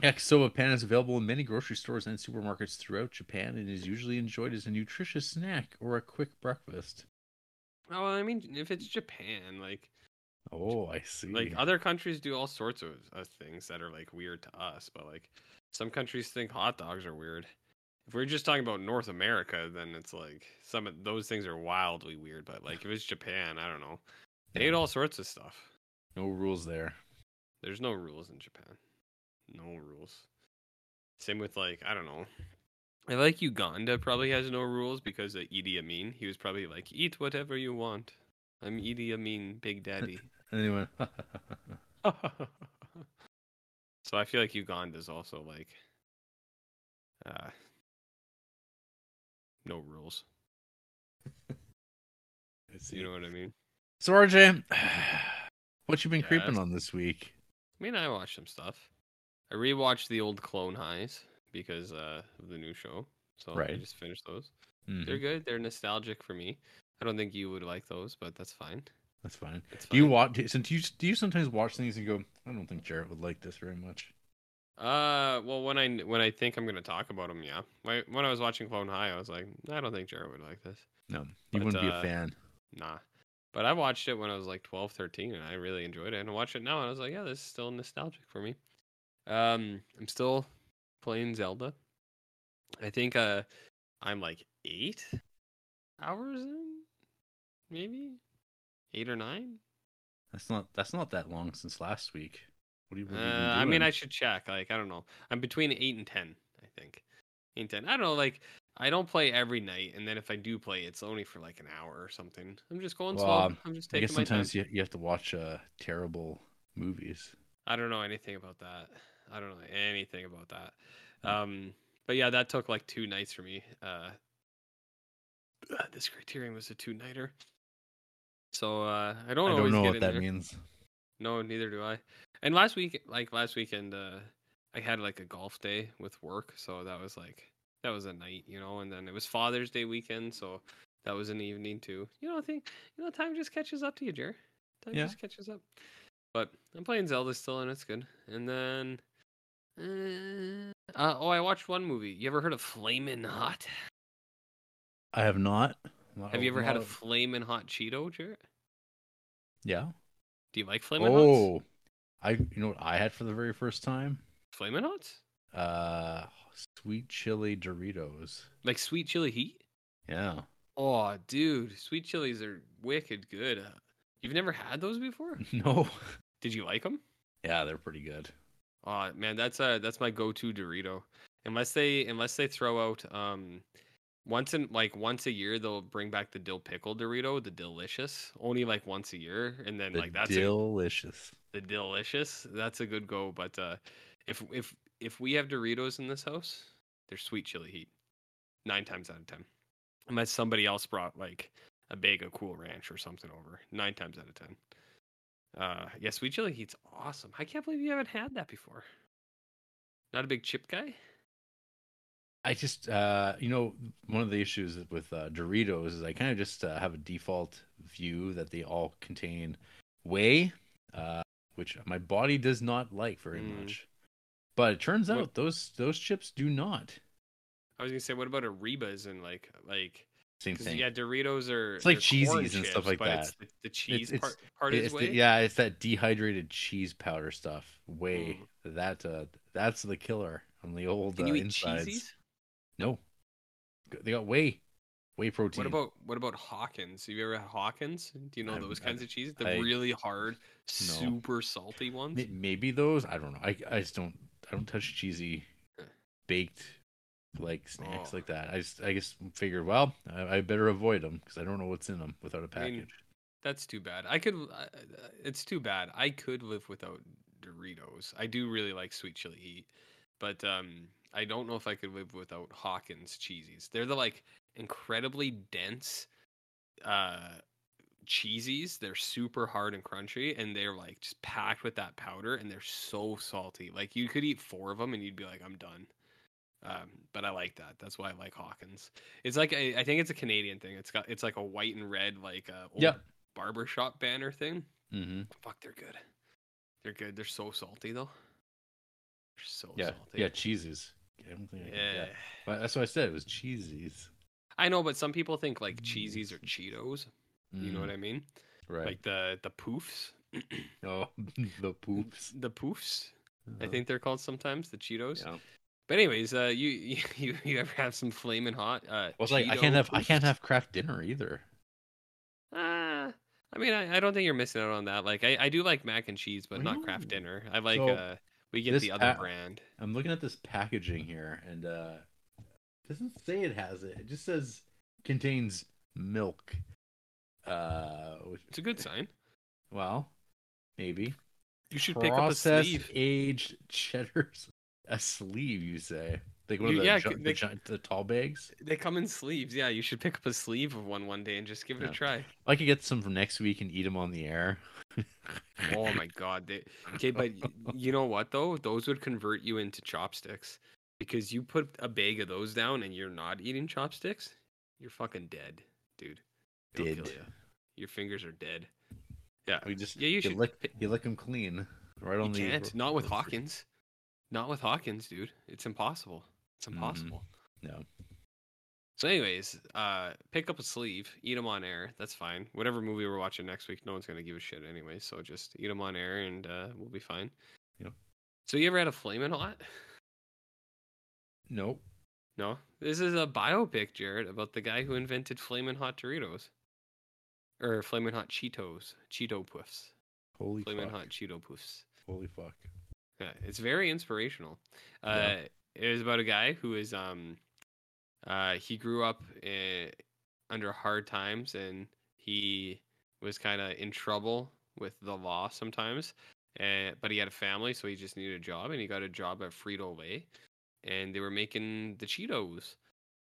Speaker 2: Yakisoba pan is available in many grocery stores and supermarkets throughout Japan and is usually enjoyed as a nutritious snack or a quick breakfast.
Speaker 3: Oh, I mean, if it's Japan, like
Speaker 2: Oh, I see.
Speaker 3: like other countries do all sorts of uh, things that are like weird to us, but like some countries think hot dogs are weird. If we're just talking about North America, then it's like some of those things are wildly weird. But like if it's Japan, I don't know. They eat all sorts of stuff.
Speaker 2: no rules there.
Speaker 3: There's no rules in Japan. No rules. Same with like I don't know. I like Uganda probably has no rules because of Idi Amin. He was probably like, eat whatever you want. I'm Idi Amin, Big Daddy.
Speaker 2: Anyway,
Speaker 3: so I feel like Uganda's also like uh no rules. You know what I mean?
Speaker 2: so RJ, what you been
Speaker 3: Yes.
Speaker 2: creeping on this week?
Speaker 3: I mean I watched some stuff. I rewatched the old Clone Highs because uh of the new show. So I
Speaker 2: Right.
Speaker 3: just finished those.
Speaker 2: Mhm,
Speaker 3: They're good. They're nostalgic for me. I don't think you would like those, but that's fine.
Speaker 2: that's fine.
Speaker 3: It's
Speaker 2: Do you
Speaker 3: fine.
Speaker 2: watch? Since you do you sometimes watch things and go, I don't think Jarrett would like this very much.
Speaker 3: Uh, well, when I when I think I'm gonna talk about them, yeah. When when I was watching Clone High, I was like, I don't think Jared would like this.
Speaker 2: No, you
Speaker 3: But,
Speaker 2: wouldn't be a
Speaker 3: uh,
Speaker 2: fan.
Speaker 3: nah. But I watched it when I was like 12, 13, and I really enjoyed it. And I watch it now, and I was like, yeah, this is still nostalgic for me. Um, I'm still playing Zelda. I think uh, I'm like eight hours in, maybe eight or nine.
Speaker 2: That's not that's not that long since last week. What do you?
Speaker 3: Uh,
Speaker 2: What have you been
Speaker 3: I mean,
Speaker 2: doing?
Speaker 3: I should check. Like, I don't know. I'm between eight and ten. I think eight and ten. I don't know. Like, I don't play every night, and then if I do play, it's only for like an hour or something. I'm just going
Speaker 2: Well,
Speaker 3: slow.
Speaker 2: um,
Speaker 3: I'm just
Speaker 2: I
Speaker 3: taking
Speaker 2: guess
Speaker 3: my time.
Speaker 2: sometimes you, you have to watch uh, terrible movies.
Speaker 3: I don't know anything about that. I don't know anything about that. Um, but yeah, that took like two nights for me. Uh, this criterion was a two nighter. So uh, I don't
Speaker 2: I don't
Speaker 3: always
Speaker 2: know
Speaker 3: get
Speaker 2: what
Speaker 3: in
Speaker 2: that
Speaker 3: there.
Speaker 2: means.
Speaker 3: No, neither do I. And last week, like last weekend, uh, I had like a golf day with work, so that was like that was a night, you know. And then it was Father's Day weekend, so that was an evening too. You know, I think you know time just catches up to you, Jer. Time
Speaker 2: Yeah.
Speaker 3: just catches up. But I'm playing Zelda still, and it's good. And then, uh, uh, oh, I watched one movie. You ever heard of Flamin' Hot?
Speaker 2: I have not. not-
Speaker 3: Have you ever had a
Speaker 2: not-
Speaker 3: Flamin' Hot Cheeto, Jer?
Speaker 2: yeah.
Speaker 3: Do you like Flamin' Hots?
Speaker 2: Oh, I you know what I had for the very first time?
Speaker 3: Flamin' Hots?
Speaker 2: Uh, sweet chili Doritos.
Speaker 3: Like sweet chili heat?
Speaker 2: Yeah.
Speaker 3: Oh, dude, sweet chilies are wicked good. Uh, You've never had those before?
Speaker 2: No.
Speaker 3: Did you like them?
Speaker 2: Yeah, they're pretty good.
Speaker 3: Oh man, that's uh that's my go-to Dorito. Unless they unless they throw out um once in like once a year they'll bring back the dill pickle Dorito, the delicious, only like once a year, and then
Speaker 2: The
Speaker 3: like that's a-
Speaker 2: delicious.
Speaker 3: the delicious. That's a good go, but uh if if if we have Doritos in this house, they're sweet chili heat. 9 times out of 10. Unless somebody else brought like a bag of cool ranch or something over. 9 times out of 10. Uh yeah, sweet chili heat's awesome. I can't believe you haven't had that before. Not a big chip guy?
Speaker 2: I just uh, you know, one of the issues with uh, Doritos is I kind of just uh, have a default view that they all contain whey, uh, which my body does not like very
Speaker 3: Mm.
Speaker 2: much. But it turns
Speaker 3: What-
Speaker 2: out those those chips do not.
Speaker 3: I was going to say what about a Rebas and like like
Speaker 2: Same
Speaker 3: 'cause,
Speaker 2: thing.
Speaker 3: yeah, Doritos are
Speaker 2: It's like
Speaker 3: they're corn
Speaker 2: Cheez-Its and stuff
Speaker 3: chips,
Speaker 2: like
Speaker 3: but it's
Speaker 2: that.
Speaker 3: the, the cheese
Speaker 2: it's-
Speaker 3: part, part is
Speaker 2: It's the-
Speaker 3: way.
Speaker 2: yeah, it's that dehydrated cheese powder stuff. Way
Speaker 3: Mm.
Speaker 2: that uh, that's the killer on the old
Speaker 3: Can
Speaker 2: uh,
Speaker 3: you eat
Speaker 2: insides.
Speaker 3: cheesies?
Speaker 2: No, they got whey, whey protein.
Speaker 3: What about what about Hawkins? Have you ever had Hawkins? Do you
Speaker 2: I
Speaker 3: know
Speaker 2: haven't
Speaker 3: those
Speaker 2: had
Speaker 3: kinds
Speaker 2: it.
Speaker 3: of cheeses? The
Speaker 2: I-
Speaker 3: really hard, super salty ones.
Speaker 2: May- maybe those? I don't know. I I just don't I don't touch cheesy baked like snacks
Speaker 3: Oh.
Speaker 2: like that. I just I just figured well I, I better avoid them because I don't know what's in them without a
Speaker 3: I mean,
Speaker 2: package.
Speaker 3: That's too bad. I could. I- I- It's too bad. I could live without Doritos. I do really like sweet chili heat, but um, I don't know if I could live without Hawkins cheesies. They're the like incredibly dense, uh, cheesies. They're super hard and crunchy, and they're like just packed with that powder, and they're so salty. Like you could eat four of them, and you'd be like, I'm done. Um, but I like that. That's why I like Hawkins. It's like I, I think it's a Canadian thing. It's got it's like a white and red like uh, old
Speaker 2: Yep.
Speaker 3: barber shop banner thing.
Speaker 2: Mm-hmm.
Speaker 3: Fuck, they're good. They're good. They're so salty though. They're so
Speaker 2: Yeah,
Speaker 3: salty.
Speaker 2: yeah, cheeses. Yeah, I don't think I can-
Speaker 3: Yeah.
Speaker 2: But that's what I said. It was cheesies.
Speaker 3: I know, but some people think like cheesies or Cheetos. You know
Speaker 2: Mm,
Speaker 3: what I mean?
Speaker 2: right?
Speaker 3: Like the the poofs,
Speaker 2: oh, the poops. Uh,
Speaker 3: the poofs. I think they're called sometimes the Cheetos.
Speaker 2: Uh-huh. Yeah.
Speaker 3: But anyways, uh, you you you ever have some flaming hot? Uh,
Speaker 2: Well, it's like I
Speaker 3: Cheeto
Speaker 2: can't have I can't
Speaker 3: poofs?
Speaker 2: have craft dinner either.
Speaker 3: Ah, I mean, I, I don't think you're missing out on that. Like, I, I do like mac and cheese, but not craft
Speaker 2: Ooh.
Speaker 3: dinner. I like
Speaker 2: So,
Speaker 3: uh, we get
Speaker 2: this
Speaker 3: the other
Speaker 2: pa-
Speaker 3: brand.
Speaker 2: I'm looking at this packaging here, and uh it doesn't say it has it. It just says contains milk. Uh, which,
Speaker 3: It's a good sign.
Speaker 2: well, maybe
Speaker 3: You should pick up a
Speaker 2: processed
Speaker 3: sleeve.
Speaker 2: aged cheddars. A sleeve, you say? Like one
Speaker 3: You-
Speaker 2: of the,
Speaker 3: yeah,
Speaker 2: gi-
Speaker 3: c-
Speaker 2: the,
Speaker 3: they-
Speaker 2: gi- the tall bags.
Speaker 3: They come in sleeves. Yeah, you should pick up a sleeve of one one day and just give it
Speaker 2: Yeah.
Speaker 3: a try.
Speaker 2: I could get some for next week and eat them on the air.
Speaker 3: Oh my god. They, okay, but y- you know what though? Those would convert you into chopsticks because you put a bag of those down and you're not eating chopsticks. You're fucking dead, dude. It'll kill
Speaker 2: Dead.
Speaker 3: ya. Your fingers are dead. Yeah.
Speaker 2: We just
Speaker 3: Yeah, you should
Speaker 2: lick
Speaker 3: pick-
Speaker 2: you lick them clean right
Speaker 3: You
Speaker 2: on the
Speaker 3: can't. Not with
Speaker 2: roasted-
Speaker 3: Hawkins. Not with Hawkins, dude. It's impossible. It's
Speaker 2: Mm.
Speaker 3: impossible.
Speaker 2: No.
Speaker 3: So, anyways, uh, pick up a sleeve, eat them on air. That's fine. Whatever movie we're watching next week, no one's gonna give a shit anyway. So just eat them on air, and uh, we'll be fine.
Speaker 2: Yep.
Speaker 3: So you ever had a flaming hot?
Speaker 2: Nope.
Speaker 3: No. This is a biopic, Jared, about the guy who invented flaming hot Doritos, or flaming hot Cheetos, Cheeto Puffs,
Speaker 2: Holy
Speaker 3: flaming
Speaker 2: fuck.
Speaker 3: hot Cheeto Puffs.
Speaker 2: Holy fuck.
Speaker 3: Yeah, Uh, it's very inspirational. Uh,
Speaker 2: Yeah.
Speaker 3: It was about a guy who is um, uh, he grew up uh under hard times and he was kind of in trouble with the law sometimes. Uh, but he had a family, so he just needed a job, and he got a job at Frito Lay, and they were making the Cheetos,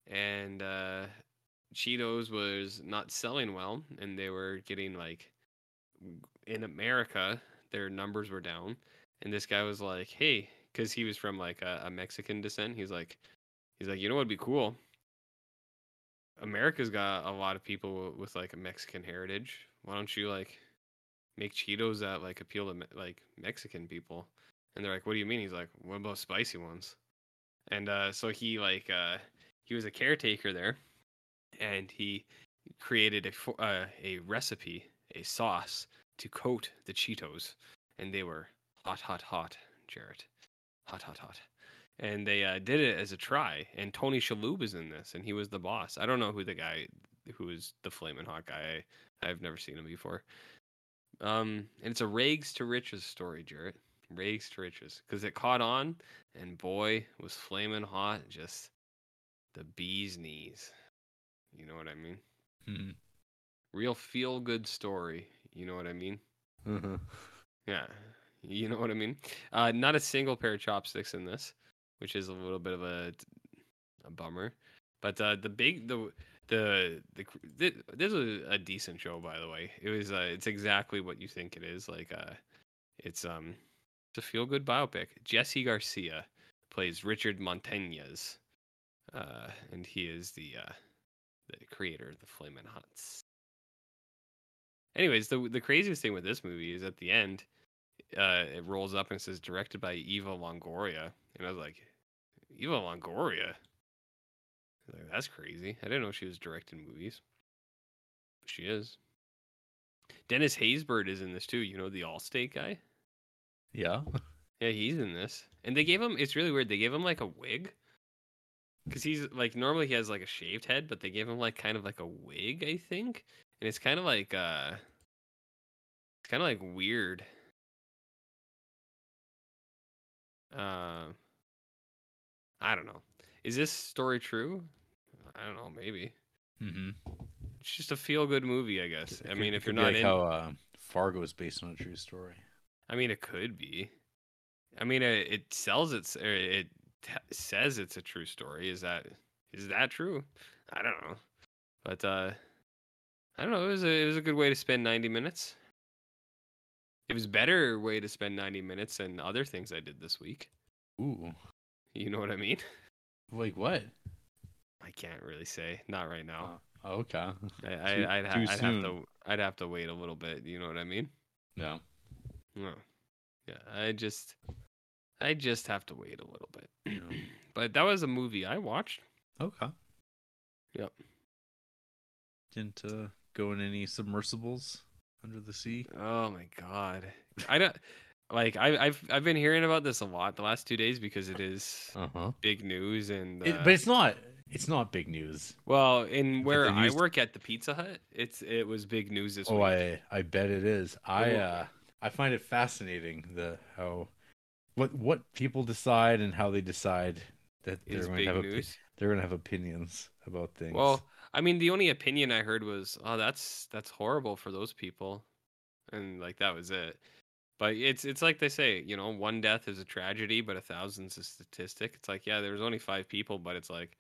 Speaker 3: and uh, Cheetos was not selling well, and they were getting like in America their numbers were down, and this guy was like, "Hey," because he was from like a, a Mexican descent. He's like, he's like, you know what'd be cool? America's got a lot of people w- with like a Mexican heritage. Why don't you like make Cheetos that like appeal to me- like Mexican people? And they're like, what do you mean? He's like, what about spicy ones? And uh, so he like uh, he was a caretaker there, and he created a fo- uh, a recipe, a sauce to coat the Cheetos, and they were hot, hot, hot, Jarrett, hot, hot, hot. And they uh, did it as a try. And Tony Shalhoub is in this, and he was the boss. I don't know who the guy who is the flaming hot guy. I've never seen him before. Um, and it's a rags to riches story, Jarrett. Rags to riches, because it caught on, and boy, was flaming hot just the bee's knees. You know what I mean?
Speaker 2: Mhm.
Speaker 3: Real feel good story. You know what I mean?
Speaker 2: Uh-huh.
Speaker 3: Yeah. You know what I mean? Uh, not a single pair of chopsticks in this, which is a little bit of a, a bummer. But uh, the big the the the cr- thi- this was a decent show by the way. It was uh, it's exactly what you think it is. Like uh, it's um it's a feel good biopic. Jesse Garcia plays Richard Montañez, uh, and he is the uh, the creator of the Flamin' Hots. Anyways, the the craziest thing with this movie is at the end, uh, it rolls up and says directed by Eva Longoria, and I was like, Eva Longoria, I was like, that's crazy. I didn't know she was directing movies. She is. Dennis Haysbert is in this too. You know the Allstate guy.
Speaker 2: Yeah.
Speaker 3: Yeah, he's in this. And they gave him it's really weird. They gave him like a wig. Cuz he's like normally he has like a shaved head, but they gave him like kind of like a wig, I think. And it's kind of like uh it's kind of like weird. Um I don't know. Is this story true? I don't know, maybe.
Speaker 2: Mm-hmm.
Speaker 3: It's just a feel good movie, I guess. I mean, if you're not
Speaker 2: like
Speaker 3: in
Speaker 2: how uh, Fargo is based on a true story.
Speaker 3: I mean, it could be. I mean, it, it sells its. Or it t- says it's a true story. Is that is that true? I don't know. But uh, I don't know. It was a, it was a good way to spend 90 minutes. It was better way to spend 90 minutes than other things I did this week.
Speaker 2: Ooh,
Speaker 3: You know what I mean?
Speaker 2: like what?
Speaker 3: I can't really say. Not right now.
Speaker 2: Oh, okay.
Speaker 3: I,
Speaker 2: too-
Speaker 3: I, I'd, ha-
Speaker 2: too
Speaker 3: I'd have to
Speaker 2: soon.
Speaker 3: I'd have to wait a little bit. You know what I mean?
Speaker 2: No.
Speaker 3: No. Yeah, I just I just have to wait a little bit.
Speaker 2: Yeah.
Speaker 3: But that was a movie I watched.
Speaker 2: Okay.
Speaker 3: Yep.
Speaker 2: Didn't uh, go in any submersibles under the sea.
Speaker 3: Oh my god. I don't like I I've I've been hearing about this a lot the last 2 days because it is
Speaker 2: Uh huh.
Speaker 3: big news and uh,
Speaker 2: It, but it's not. It's not big news.
Speaker 3: well, in where
Speaker 2: the
Speaker 3: I
Speaker 2: news-
Speaker 3: work at the Pizza Hut, it's it was big news this
Speaker 2: Oh,
Speaker 3: week.
Speaker 2: I I bet it is. I
Speaker 3: Well-
Speaker 2: uh I find it fascinating the how what what people decide and how they decide that they're
Speaker 3: It's
Speaker 2: going to
Speaker 3: big
Speaker 2: have opi-
Speaker 3: news.
Speaker 2: they're going to have opinions about things.
Speaker 3: Well, I mean, the only opinion I heard was, "Oh, that's that's horrible for those people," and like that was it. But it's it's like they say, you know, one death is a tragedy, but a thousand's a statistic. It's like, yeah, there was only five people, but it's like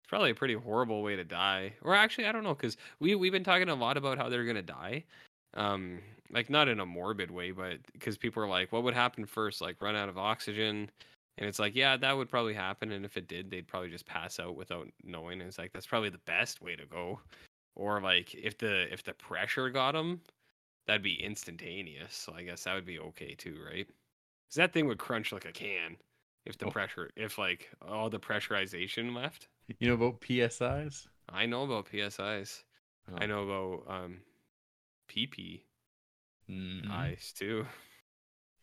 Speaker 3: it's probably a pretty horrible way to die. Or actually, I don't know, because we we've been talking a lot about how they're gonna die, um, like not in a morbid way, but because people are like, what would happen first, like run out of oxygen, and it's like, yeah, that would probably happen. And if it did, they'd probably just pass out without knowing. And it's like that's probably the best way to go. Or like if the if the pressure got them, that'd be instantaneous. So I guess that would be okay too, right? Because that thing would crunch like a can if the
Speaker 2: Oh.
Speaker 3: pressure if like all the pressurization left.
Speaker 2: you know about PSIs?
Speaker 3: I know about PSIs. I
Speaker 2: Oh.
Speaker 3: know about um PPIs
Speaker 2: Mhm.
Speaker 3: too.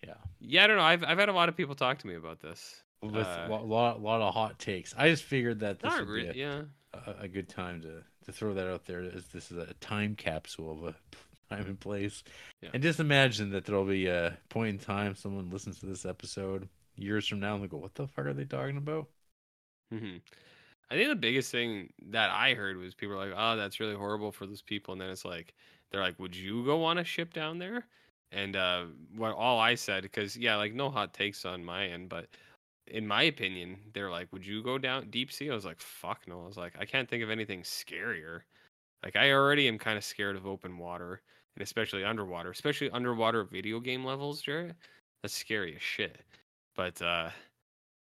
Speaker 2: Yeah.
Speaker 3: Yeah, I don't know. I've I've had a lot of people talk to me about this.
Speaker 2: With
Speaker 3: Uh,
Speaker 2: a lot, lot lot of hot takes. I just figured that this
Speaker 3: Not
Speaker 2: would be a,
Speaker 3: really. Yeah.
Speaker 2: a, a good time to to throw that out there as this is a time capsule of a time and place
Speaker 3: Yeah.
Speaker 2: and just imagine that there'll be a point in time someone listens to this episode years from now and they go what the fuck are they talking about
Speaker 3: hmm I think the biggest thing that I heard was people were like, "Oh, that's really horrible for those people," and then it's like they're like, "Would you go on a ship down there?" And uh, what all I said, because yeah, like no hot takes on my end, but in my opinion, they're like, "Would you go down deep sea?" I was like, "Fuck no!" I was like, "I can't think of anything scarier." Like I already am kind of scared of open water, and especially underwater, especially underwater video game levels, Jared. That's scary as shit. But uh,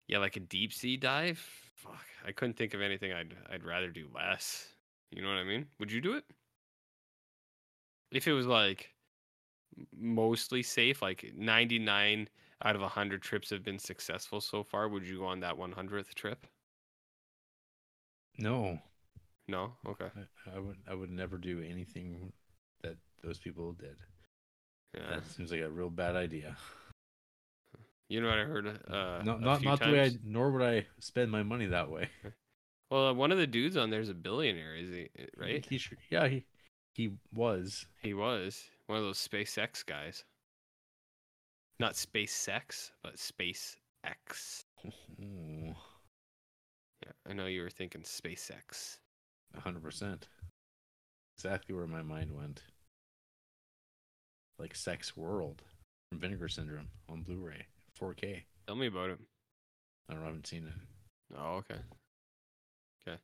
Speaker 3: yeah, like a deep sea dive. Fuck, I couldn't think of anything I'd I'd rather do less. You know what I mean? Would you do it? If it was like m- mostly safe, like 99 out of 100 trips have been successful so far, would you go on that 100th trip?
Speaker 2: no
Speaker 3: No. Okay.
Speaker 2: i, I would i would never do anything that those people did
Speaker 3: Yeah.
Speaker 2: that seems like a real bad idea
Speaker 3: You know what I heard? Uh,
Speaker 2: not
Speaker 3: a
Speaker 2: not,
Speaker 3: few
Speaker 2: not the way i
Speaker 3: times?
Speaker 2: nor would i spend my money that way
Speaker 3: Well, uh, one of the dudes on there's a billionaire, is he? eh, Right?
Speaker 2: he, sure- yeah he he was
Speaker 3: He was one of those SpaceX guys. Not SpaceX, but SpaceX.
Speaker 2: Ooh,
Speaker 3: Yeah, I know you were thinking SpaceX.
Speaker 2: 100% exactly where my mind went like sex world from vinegar syndrome on blu-ray 4k
Speaker 3: Tell me about it.
Speaker 2: i don't know, I haven't seen it
Speaker 3: Oh, okay. Okay.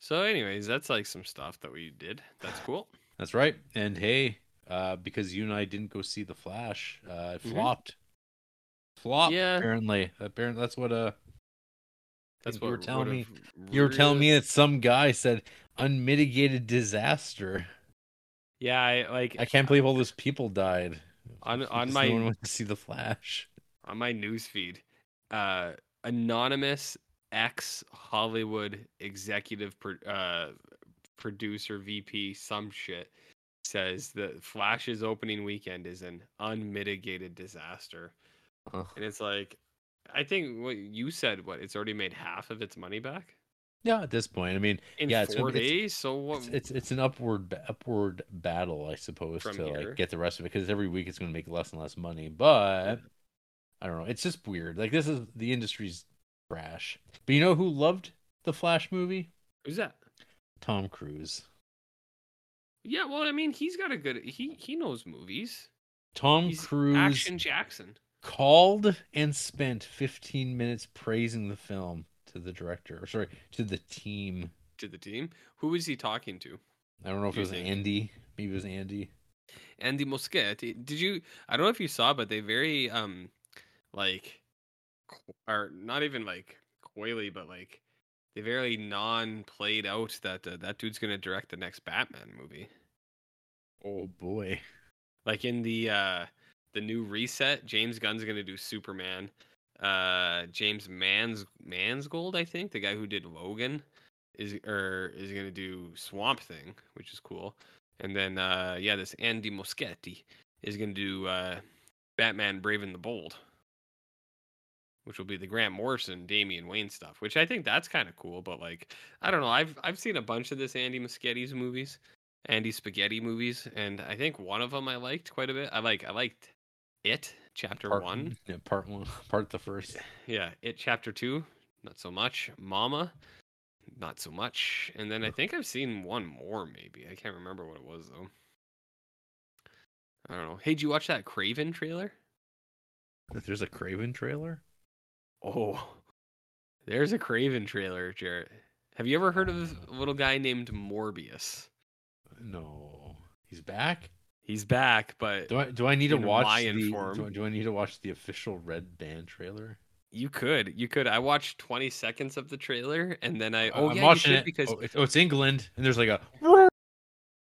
Speaker 3: So, anyways, that's like some stuff that we did. That's cool.
Speaker 2: that's right and hey uh because you and i didn't go see the flash uh it
Speaker 3: Mhm.
Speaker 2: flopped flopped
Speaker 3: Yeah.
Speaker 2: apparently apparently that's what uh
Speaker 3: That's
Speaker 2: You
Speaker 3: what
Speaker 2: were telling me-
Speaker 3: would've
Speaker 2: you were telling me
Speaker 3: really-
Speaker 2: that some guy said unmitigated disaster
Speaker 3: Yeah, I like
Speaker 2: i can't believe all those people died
Speaker 3: on on
Speaker 2: Because
Speaker 3: my
Speaker 2: no one went to see the flash
Speaker 3: on my news feed, uh, anonymous ex Hollywood executive pro- uh, producer VP some shit says that Flash's opening weekend is an unmitigated disaster,
Speaker 2: Huh.
Speaker 3: and it's like, I think what you said, what it's already made half of its money back
Speaker 2: yeah at this point i mean
Speaker 3: in
Speaker 2: Yeah, it's-
Speaker 3: four
Speaker 2: it's-
Speaker 3: days. so what?
Speaker 2: it's, it's it's an upward ba- upward battle, I suppose,
Speaker 3: From
Speaker 2: to
Speaker 3: here.
Speaker 2: like get the rest of it because every week it's going to make less and less money. But I don't know. It's just weird. Like this is the industry's trash. But you know who loved the Flash movie?
Speaker 3: who's that?
Speaker 2: Tom Cruise.
Speaker 3: Yeah, well, I mean, he's got a good he he knows movies.
Speaker 2: Tom
Speaker 3: He's
Speaker 2: Cruise
Speaker 3: Action Jackson.
Speaker 2: called and spent 15 minutes praising the film to the director, or sorry, to the team.
Speaker 3: to the team. Who is he talking to?
Speaker 2: I don't know if it was
Speaker 3: Using-
Speaker 2: Andy. Maybe it was Andy.
Speaker 3: Andy Muschietti. Did you? I don't know if you saw, but they very um, like, qu- or not even like coily, but like they very non-played out that uh, that dude's gonna direct the next Batman movie.
Speaker 2: Oh boy.
Speaker 3: Like in the uh the new reset, James Gunn's gonna do Superman. Uh, James Mans Mansgold, I think the guy who did Logan, is or is gonna do Swamp Thing, which is cool. And then uh yeah, this Andy Moschetti is gonna do uh Batman Brave and the Bold, which will be the Grant Morrison, Damian Wayne stuff, which I think that's kind of cool. But like, I don't know, I've I've seen a bunch of this Andy Moschetti's movies. Andy Spaghetti movies, and I think one of them I liked quite a bit. I like I liked it chapter
Speaker 2: Part
Speaker 3: one.
Speaker 2: Yeah, part one. Part the first.
Speaker 3: Yeah, it chapter two, not so much. Mama, not so much. And then I think I've seen one more maybe. I can't remember what it was though. I don't know. Hey, did you watch that Craven trailer?
Speaker 2: That There's a Craven trailer.
Speaker 3: Oh, there's a Craven trailer, Jarrett. Have you ever heard of
Speaker 2: Mm.
Speaker 3: a little guy named Morbius?
Speaker 2: No, he's back.
Speaker 3: He's back, but
Speaker 2: Do I do I need to
Speaker 3: In
Speaker 2: watch
Speaker 3: lion
Speaker 2: the
Speaker 3: form.
Speaker 2: do I, do I need to watch the official Red Band trailer?
Speaker 3: You could, you could. I watched 20 seconds of the trailer, and then I
Speaker 2: I-
Speaker 3: oh
Speaker 2: I'm
Speaker 3: yeah, you
Speaker 2: watching
Speaker 3: should,
Speaker 2: it
Speaker 3: because
Speaker 2: oh, it's, oh, it's England, and there's like a
Speaker 3: Wait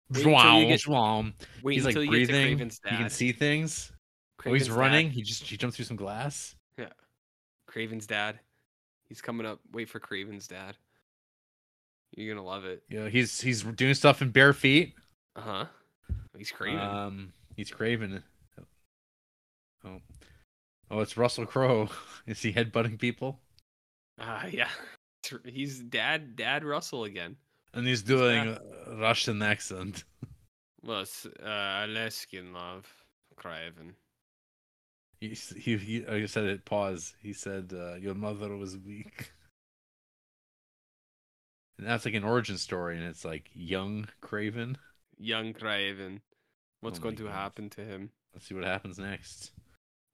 Speaker 3: until you
Speaker 2: Zwam,
Speaker 3: get-
Speaker 2: zwam.
Speaker 3: wait
Speaker 2: He's like
Speaker 3: until you get to
Speaker 2: breathing.
Speaker 3: Craven's
Speaker 2: He
Speaker 3: dad.
Speaker 2: can see things. Oh,
Speaker 3: Kraven's
Speaker 2: he's
Speaker 3: dad-
Speaker 2: running. He just he jumped through some glass.
Speaker 3: Craven's dad. He's coming up. Wait for Craven's dad. You're gonna love it.
Speaker 2: Yeah, he's he's doing stuff in bare feet.
Speaker 3: Uh huh. He's Craven.
Speaker 2: Um, he's Craven. Oh, oh, it's Russell Crowe. Is he headbutting people?
Speaker 3: Ah, yeah. He's dad. Dad Russell again.
Speaker 2: And he's doing
Speaker 3: back.
Speaker 2: a Russian accent.
Speaker 3: Well, it's, uh, Alaskan love, Craven.
Speaker 2: He s- he, he like I said it. Pause. He said, uh, "Your mother was weak." And that's like an origin story, and it's like young Craven.
Speaker 3: Young Craven. What's
Speaker 2: Oh my
Speaker 3: going to
Speaker 2: goodness.
Speaker 3: happen to him?
Speaker 2: Let's see what happens next.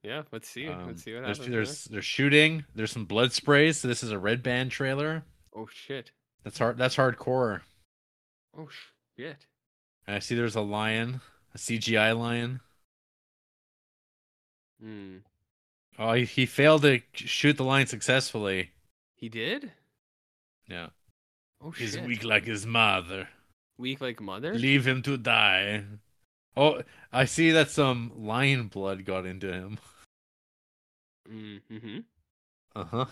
Speaker 3: Yeah, let's see.
Speaker 2: Um,
Speaker 3: let's see what
Speaker 2: there's,
Speaker 3: happens.
Speaker 2: There's
Speaker 3: next.
Speaker 2: there's shooting. There's some blood sprays. So this is a red band trailer.
Speaker 3: Oh shit.
Speaker 2: That's hard. That's hardcore.
Speaker 3: Oh shit.
Speaker 2: And I see there's a lion, a CGI lion.
Speaker 3: Hmm.
Speaker 2: Oh, he, he failed to shoot the lion successfully.
Speaker 3: He did?
Speaker 2: Yeah,
Speaker 3: Oh
Speaker 2: he's
Speaker 3: shit.
Speaker 2: weak like his mother.
Speaker 3: Weak like mother?
Speaker 2: Leave him to die. Oh, I see that some lion blood got into him.
Speaker 3: mm-hmm.
Speaker 2: Uh huh.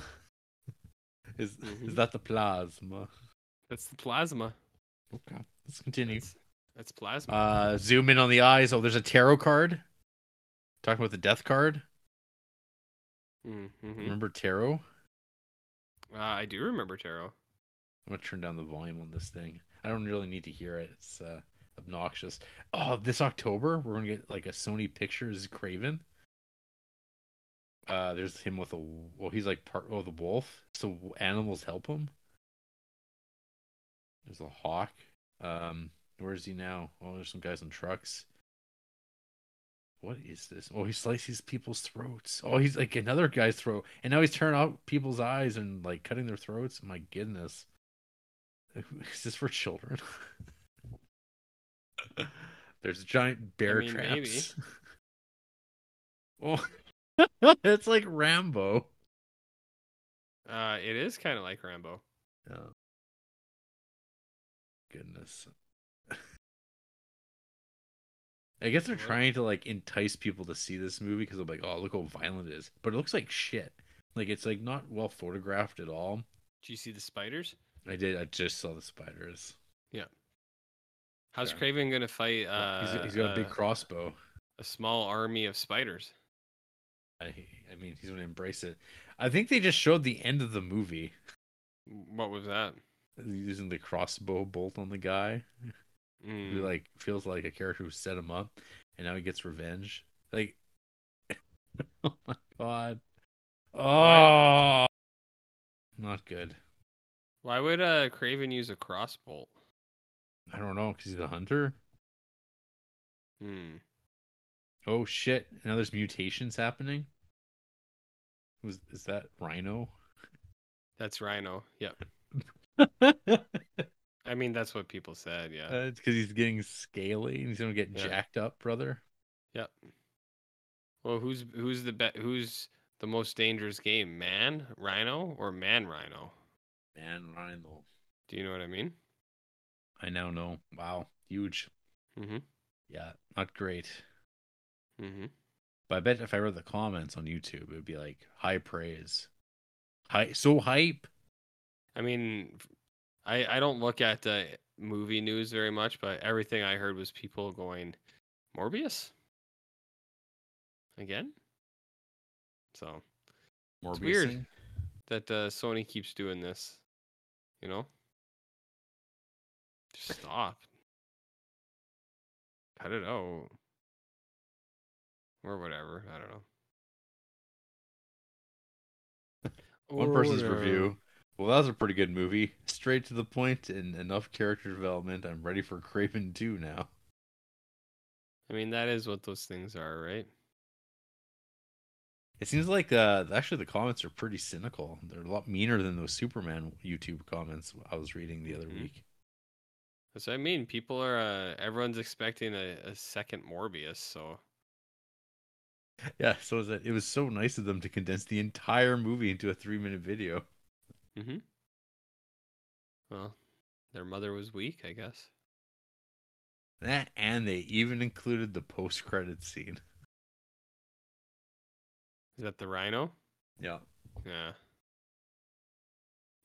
Speaker 2: Is
Speaker 3: Mhm.
Speaker 2: is that the plasma?
Speaker 3: That's the plasma.
Speaker 2: Okay, let's continue.
Speaker 3: That's, that's plasma.
Speaker 2: Uh, zoom in on the eyes. Oh, there's a tarot card. Talking about the death card.
Speaker 3: mm-hmm.
Speaker 2: Remember tarot? I'm
Speaker 3: uh, I do remember tarot.
Speaker 2: gonna turn down the volume on this thing. I don't really need to hear it. It's uh, obnoxious. Oh, this October we're gonna get like a Sony Pictures Craven. Uh, there's him with a well, he's like part oh the wolf, so animals help him. There's a hawk. Um, where is he now? Oh, there's some guys in trucks. What is this? Oh, he slices people's throats. Oh, he's like another guy's throat, and now he's tearing out people's eyes and like cutting their throats. My goodness, is this for children? There's giant bear
Speaker 3: mean, maybe.
Speaker 2: traps. oh, it's like Rambo.
Speaker 3: Uh, it is kind of like Rambo.
Speaker 2: Oh. Goodness. I guess they're
Speaker 3: What?
Speaker 2: trying to like entice people to see this movie because they're like, oh, look how violent it is. But it looks like shit. Like it's like not well photographed at all.
Speaker 3: Do you see the spiders?
Speaker 2: I did. I just saw the spiders.
Speaker 3: How's
Speaker 2: Yeah.
Speaker 3: Craven gonna fight? Uh,
Speaker 2: he's, he's got a big
Speaker 3: uh,
Speaker 2: crossbow.
Speaker 3: a small army of spiders.
Speaker 2: I, I mean, he's gonna embrace it. I think they just showed the end of the movie
Speaker 3: What was that?
Speaker 2: using the crossbow bolt on the guy.
Speaker 3: Mm.
Speaker 2: who like feels like a character who set him up and now he gets revenge. Like Oh my god. Oh not good.
Speaker 3: Why would uh Craven use a crossbolt?
Speaker 2: I don't know, because he's a hunter.
Speaker 3: Hmm.
Speaker 2: Oh shit. Now there's mutations happening. Was is that Rhino?
Speaker 3: That's Rhino. Yep. I mean, that's what people said. Yeah.
Speaker 2: Uh, it's because he's getting scaly and he's gonna get
Speaker 3: Yeah.
Speaker 2: jacked up, brother.
Speaker 3: Yep. Well, who's who's the be- who's the most dangerous game, man rhino or man rhino?
Speaker 2: Man, Rhino.
Speaker 3: Do you know what I mean?
Speaker 2: I now know. Wow, huge.
Speaker 3: Mhm.
Speaker 2: Yeah, not great.
Speaker 3: Mm-hmm.
Speaker 2: But I bet if I read the comments on YouTube, it would be like high praise, high so hype.
Speaker 3: I mean, f- I I don't look at the movie news very much, but everything I heard was people going Morbius again. So
Speaker 2: Morbius
Speaker 3: weird.
Speaker 2: thing.
Speaker 3: that uh, Sony keeps doing this, you know. Just stop. Cut it out. Or whatever. I don't know.
Speaker 2: One person's
Speaker 3: Order.
Speaker 2: review. Well, that was a pretty good movie. Straight to the point and enough character development. I'm ready for Craven 2 now.
Speaker 3: I mean, that is what those things are, right?
Speaker 2: It seems like uh, actually the comments are pretty cynical. They're a lot meaner than those Superman YouTube comments I was reading the other
Speaker 3: Mhm.
Speaker 2: week.
Speaker 3: That's what I mean. People are. Uh, everyone's expecting a, a second Morbius, so
Speaker 2: Yeah, so is that it was so nice of them to condense the entire movie into a three minute video.
Speaker 3: well, their mother was weak, I guess.
Speaker 2: That and they even included the post credit scene.
Speaker 3: Is that the Rhino?
Speaker 2: Yeah.
Speaker 3: Yeah.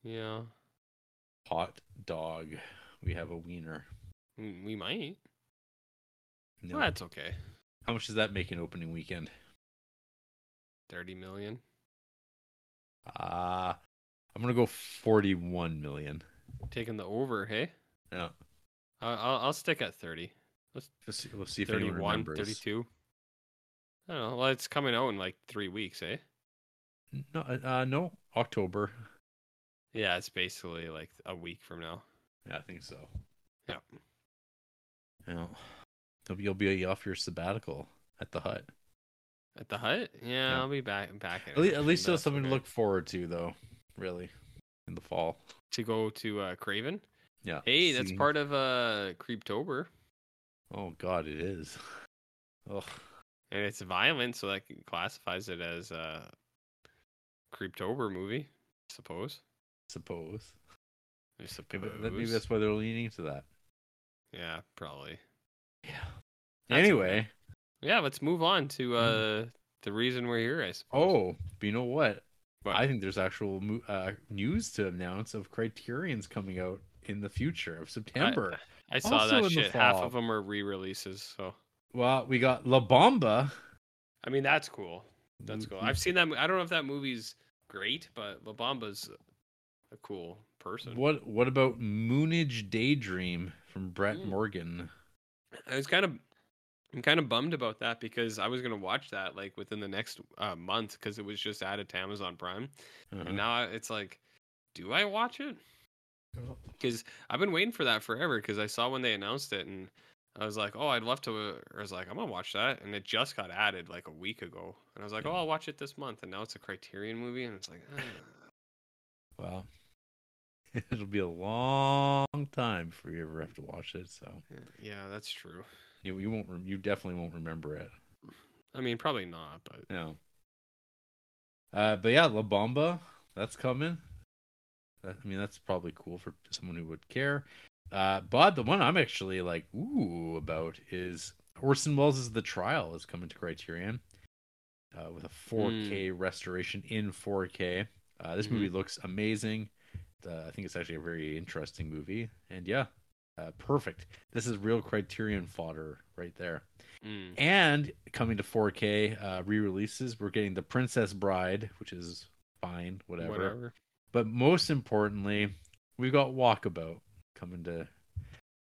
Speaker 3: Yeah.
Speaker 2: Hot dog. We have a wiener.
Speaker 3: We we might.
Speaker 2: No.
Speaker 3: Well, that's okay.
Speaker 2: How much does that make in opening weekend?
Speaker 3: 30 million.
Speaker 2: Uh I'm gonna go forty one million.
Speaker 3: Taking the over, hey?
Speaker 2: Yeah.
Speaker 3: I- I'll, I'll stick at 30.
Speaker 2: Let's see, let's see if anyone
Speaker 3: 31,
Speaker 2: remembers.
Speaker 3: 32. I don't know. Well, it's coming out in like three weeks, eh?
Speaker 2: No, uh, no, October.
Speaker 3: Yeah, it's basically like a week from now.
Speaker 2: Yeah, I think so.
Speaker 3: Yeah.
Speaker 2: Yeah. Hope You'll be off your sabbatical at the hut.
Speaker 3: At the hut? Yeah,
Speaker 2: Yeah.
Speaker 3: I'll be back back. in
Speaker 2: At, le-
Speaker 3: it,
Speaker 2: at least
Speaker 3: but
Speaker 2: still
Speaker 3: that's
Speaker 2: something to
Speaker 3: okay.
Speaker 2: look forward to, though. Really, in the fall.
Speaker 3: to go to uh, Craven.
Speaker 2: Yeah.
Speaker 3: Hey, that's
Speaker 2: See?
Speaker 3: part of uh Creeptober,
Speaker 2: Oh God, it is. Ugh.
Speaker 3: and it's violent, so that classifies it as a Creeptober movie, I suppose.
Speaker 2: Suppose.
Speaker 3: I
Speaker 2: Maybe,
Speaker 3: suppose.
Speaker 2: that- maybe that's why they're leaning to that.
Speaker 3: Yeah, probably.
Speaker 2: Yeah.
Speaker 3: That's okay.
Speaker 2: anyway.
Speaker 3: Yeah, let's move on to uh the reason we're here, I suppose.
Speaker 2: Mm. Oh, but you know what?
Speaker 3: What?
Speaker 2: I think there's actual mo- uh, news to announce of Criterion's coming out in the future of September.
Speaker 3: I saw
Speaker 2: also in
Speaker 3: that
Speaker 2: the
Speaker 3: shit. Half
Speaker 2: fall.
Speaker 3: of them are re-releases, so
Speaker 2: well, we got La Bamba. Mm,
Speaker 3: I mean that's cool. That's
Speaker 2: who-
Speaker 3: cool.
Speaker 2: who-
Speaker 3: I've seen that. mo- I don't know if that movie's great, but La Bamba's a cool person.
Speaker 2: What What about Moonage Daydream from Brett
Speaker 3: Mm.
Speaker 2: Morgan?
Speaker 3: I was kind of, I'm kind of bummed about that because I was gonna watch that like within the next uh, month because it was just added to Amazon Prime,
Speaker 2: Uh,
Speaker 3: and now I- it's like, do I watch it?
Speaker 2: Uh-huh.
Speaker 3: because I've been waiting for that forever. Because I saw when they announced it, and I was like, "Oh, I'd love to." uh," I was like, "I'm gonna watch that," and it just got added like a week ago. And I was like, "Oh,
Speaker 2: Yeah.
Speaker 3: I'll watch it this month." And now it's a Criterion movie, and it's like, ah.
Speaker 2: Well, it'll be a long time before you ever have to watch it. So
Speaker 3: "Yeah, that's true."
Speaker 2: you you won't rem- you definitely won't remember it.
Speaker 3: I mean, probably not, but
Speaker 2: No. Uh, but yeah, La Bamba, that's coming. That, I mean, that's probably cool for someone who would care. Uh, but the one I'm actually like, ooh, about is Orson Welles' The Trial is coming to Criterion uh, with a 4K restoration in 4K. Uh, this
Speaker 3: Mhm.
Speaker 2: movie looks amazing. Uh, I think it's actually a very interesting movie. And yeah, uh, perfect. This is real Criterion fodder right there.
Speaker 3: mm,
Speaker 2: And coming to 4K uh, re-releases, we're getting The Princess Bride, which is fine, whatever.
Speaker 3: whatever.
Speaker 2: But most importantly, we've got Walkabout coming to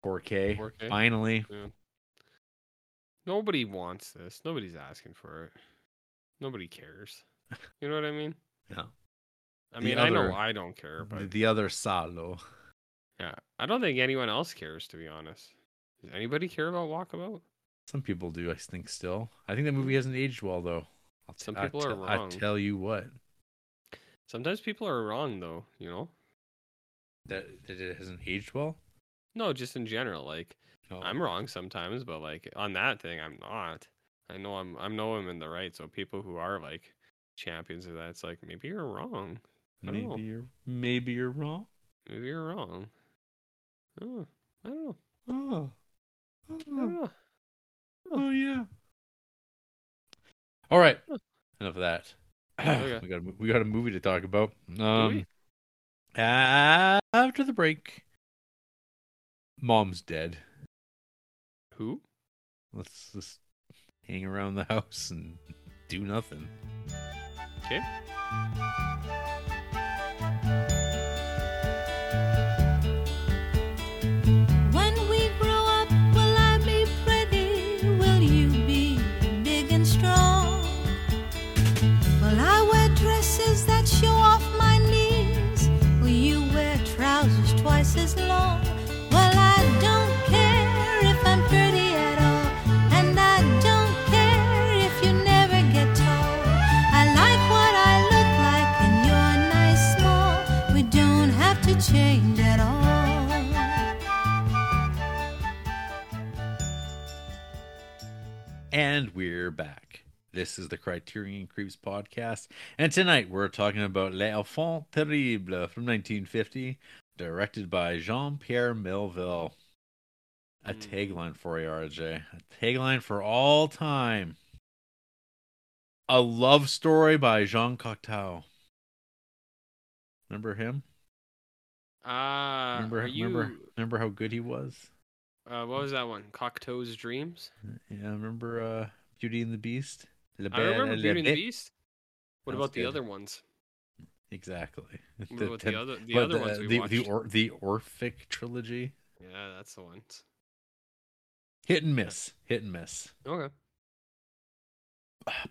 Speaker 2: 4K,
Speaker 3: 4K.
Speaker 2: finally.
Speaker 3: Nobody wants this. Nobody's asking for it. Nobody cares. You know what I mean?
Speaker 2: Yeah.
Speaker 3: I
Speaker 2: The
Speaker 3: mean, I know
Speaker 2: other-
Speaker 3: I don't care,
Speaker 2: The,
Speaker 3: but
Speaker 2: the other Salo.
Speaker 3: yeah, I don't think anyone else cares to be honest. Does anybody care about Walkabout?
Speaker 2: Some people do, I think. Still, I think that movie hasn't aged well, though. I'll t-
Speaker 3: Some
Speaker 2: I
Speaker 3: people are
Speaker 2: te- I
Speaker 3: wrong.
Speaker 2: tell you what,
Speaker 3: Sometimes people are wrong though, you know?
Speaker 2: that, that it hasn't aged well.
Speaker 3: No, just in general. Like
Speaker 2: Oh,
Speaker 3: I'm wrong sometimes, but like on that thing, I'm not. I know I'm. I know I'm in the right. So people who are like champions of that, it's like maybe you're wrong. I don't know.
Speaker 2: maybe you're maybe you're wrong.
Speaker 3: Maybe you're wrong. Oh, I don't know.
Speaker 2: Oh.
Speaker 3: I don't know.
Speaker 2: Oh yeah. All right.
Speaker 3: Huh.
Speaker 2: Enough of that.
Speaker 3: Okay.
Speaker 2: we got a, mo- we got a movie to talk about.
Speaker 3: we?
Speaker 2: Um, after the break, mom's dead.
Speaker 3: Who?
Speaker 2: Let's just hang around the house and do nothing.
Speaker 3: Okay.
Speaker 1: When we grow up, will I be pretty? Will you be big and strong? Will I wear dresses that show off my knees? Will you wear trousers twice as long? Well, I don't care if I'm pretty at all, and I don't care if you never get tall. I like what I look like, and you're nice small. We don't have to change at all.
Speaker 2: And we're back. This is the Criterion Creeps podcast, and tonight we're talking about Les Enfants Terribles from 1950, directed by Jean-Pierre Melville. A
Speaker 3: Mm.
Speaker 2: tagline for you, RJ. A tagline for all time. A love story by Jean Cocteau. Remember him?
Speaker 3: Uh,
Speaker 2: Remember,
Speaker 3: are you?
Speaker 2: remember, remember how good he was?
Speaker 3: Uh, what was that one? Cocteau's Dreams.
Speaker 2: Yeah, remember uh, Beauty and the Beast? Le
Speaker 3: I remember
Speaker 2: Belle et
Speaker 3: Beauty
Speaker 2: le
Speaker 3: and the
Speaker 2: Bête.
Speaker 3: Beast. What
Speaker 2: That was
Speaker 3: about the
Speaker 2: good.
Speaker 3: other ones?
Speaker 2: Exactly.
Speaker 3: What about
Speaker 2: Tem-
Speaker 3: the other the
Speaker 2: but
Speaker 3: other ones we
Speaker 2: the,
Speaker 3: watched?
Speaker 2: the, or, the Orphic trilogy.
Speaker 3: yeah, that's the ones.
Speaker 2: Hit and miss. Hit and miss.
Speaker 3: Okay.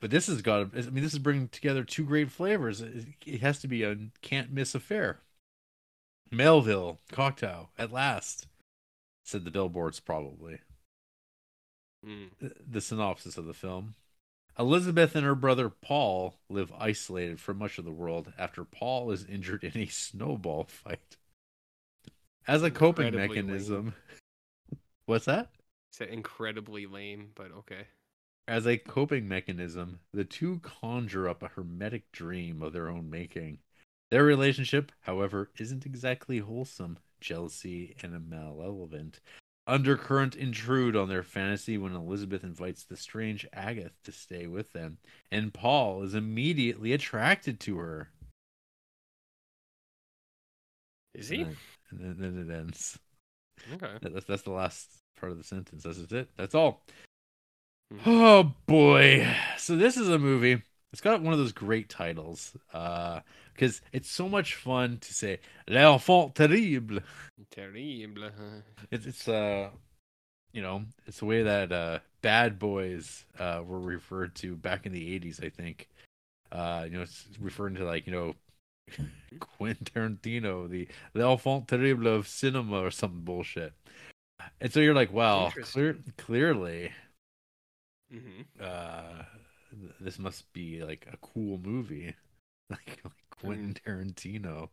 Speaker 2: But this has got. I mean, this is bringing together two great flavors. It, it has to be a can't miss affair. Melville cocktail at last, said the billboards. Probably
Speaker 3: Mm.
Speaker 2: the synopsis of the film. Elizabeth and her brother Paul live isolated from much of the world after Paul is injured in a snowball fight. As a coping
Speaker 3: Incredibly lame.
Speaker 2: mechanism, what's that?
Speaker 3: Said incredibly lame, but okay.
Speaker 2: As a coping mechanism, the two conjure up a hermetic dream of their own making. Their relationship, however, isn't exactly wholesome. Jealousy and a malevolent undercurrent intrude on their fantasy when Elizabeth invites the strange Agath to stay with them, and Paul is immediately attracted to her.
Speaker 3: Is
Speaker 2: And
Speaker 3: he?
Speaker 2: then- And then, then it ends.
Speaker 3: Okay.
Speaker 2: That- That's, that's the last part of the sentence. That's just it. That's all.
Speaker 3: Mhm.
Speaker 2: Oh boy. So this is a movie. It's got one of those great titles. Uh because it's so much fun to say L'enfant terrible.
Speaker 3: Terrible. huh?
Speaker 2: It's it's uh you know, it's the way that uh bad boys uh were referred to back in the eighties, I think. Uh you know, it's referring to like, you know, Quentin Tarantino, the L'enfant terrible of cinema or some bullshit. And so you're like, wow, clear, clearly
Speaker 3: Mhm.
Speaker 2: uh th- this must be like a cool movie like, like quentin
Speaker 3: Hmm.
Speaker 2: tarantino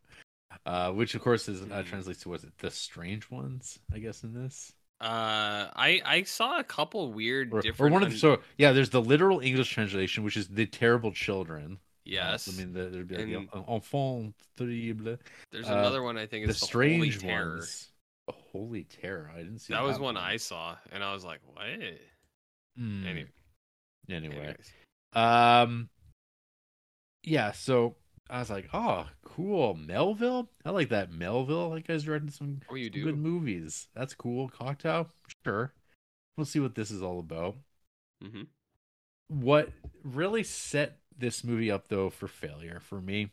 Speaker 2: uh which of course is uh,
Speaker 3: Mhm.
Speaker 2: translates to what's it the strange ones i guess in this
Speaker 3: Uh, I I saw a couple weird
Speaker 2: or, or
Speaker 3: different.
Speaker 2: one of
Speaker 3: un-
Speaker 2: the so yeah there's the literal english translation which is the terrible children Uh,
Speaker 3: yes.
Speaker 2: i mean the, there'd be like,
Speaker 3: And-
Speaker 2: the enfant terrible
Speaker 3: there's
Speaker 2: uh,
Speaker 3: another one I think
Speaker 2: the
Speaker 3: is the, Holy
Speaker 2: strange
Speaker 3: Terror.
Speaker 2: ones The holy terror i didn't see
Speaker 3: That was one
Speaker 2: one.
Speaker 3: I saw, and I was like, what?
Speaker 2: Mm,
Speaker 3: Any-
Speaker 2: anyway
Speaker 3: anyways.
Speaker 2: Um, yeah. So I was like, oh, cool, Melville. I like that Melville. That guy's directed some
Speaker 3: Oh, you
Speaker 2: some good
Speaker 3: do.
Speaker 2: movies. That's cool. Cocktail, sure. We'll see what this is all about.
Speaker 3: hmm
Speaker 2: What really set this movie up though for failure for me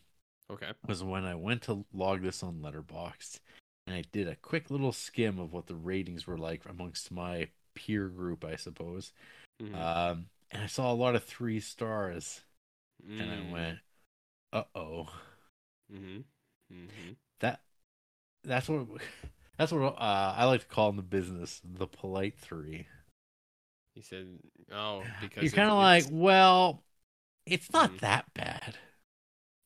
Speaker 3: Okay.
Speaker 2: was when I went to log this on Letterboxd and I did a quick little skim of what the ratings were like amongst my peer group, I suppose.
Speaker 3: Mhm.
Speaker 2: Um, and I saw a lot of three stars. and I
Speaker 3: Mm,
Speaker 2: went, "Uh oh,
Speaker 3: mhm, mhm.
Speaker 2: that that's what that's what uh, I like to call in the business the polite three.
Speaker 3: He said, "Oh, because
Speaker 2: You're
Speaker 3: it-
Speaker 2: kind of like,
Speaker 3: it's-
Speaker 2: well, it's not
Speaker 3: Mhm.
Speaker 2: that bad.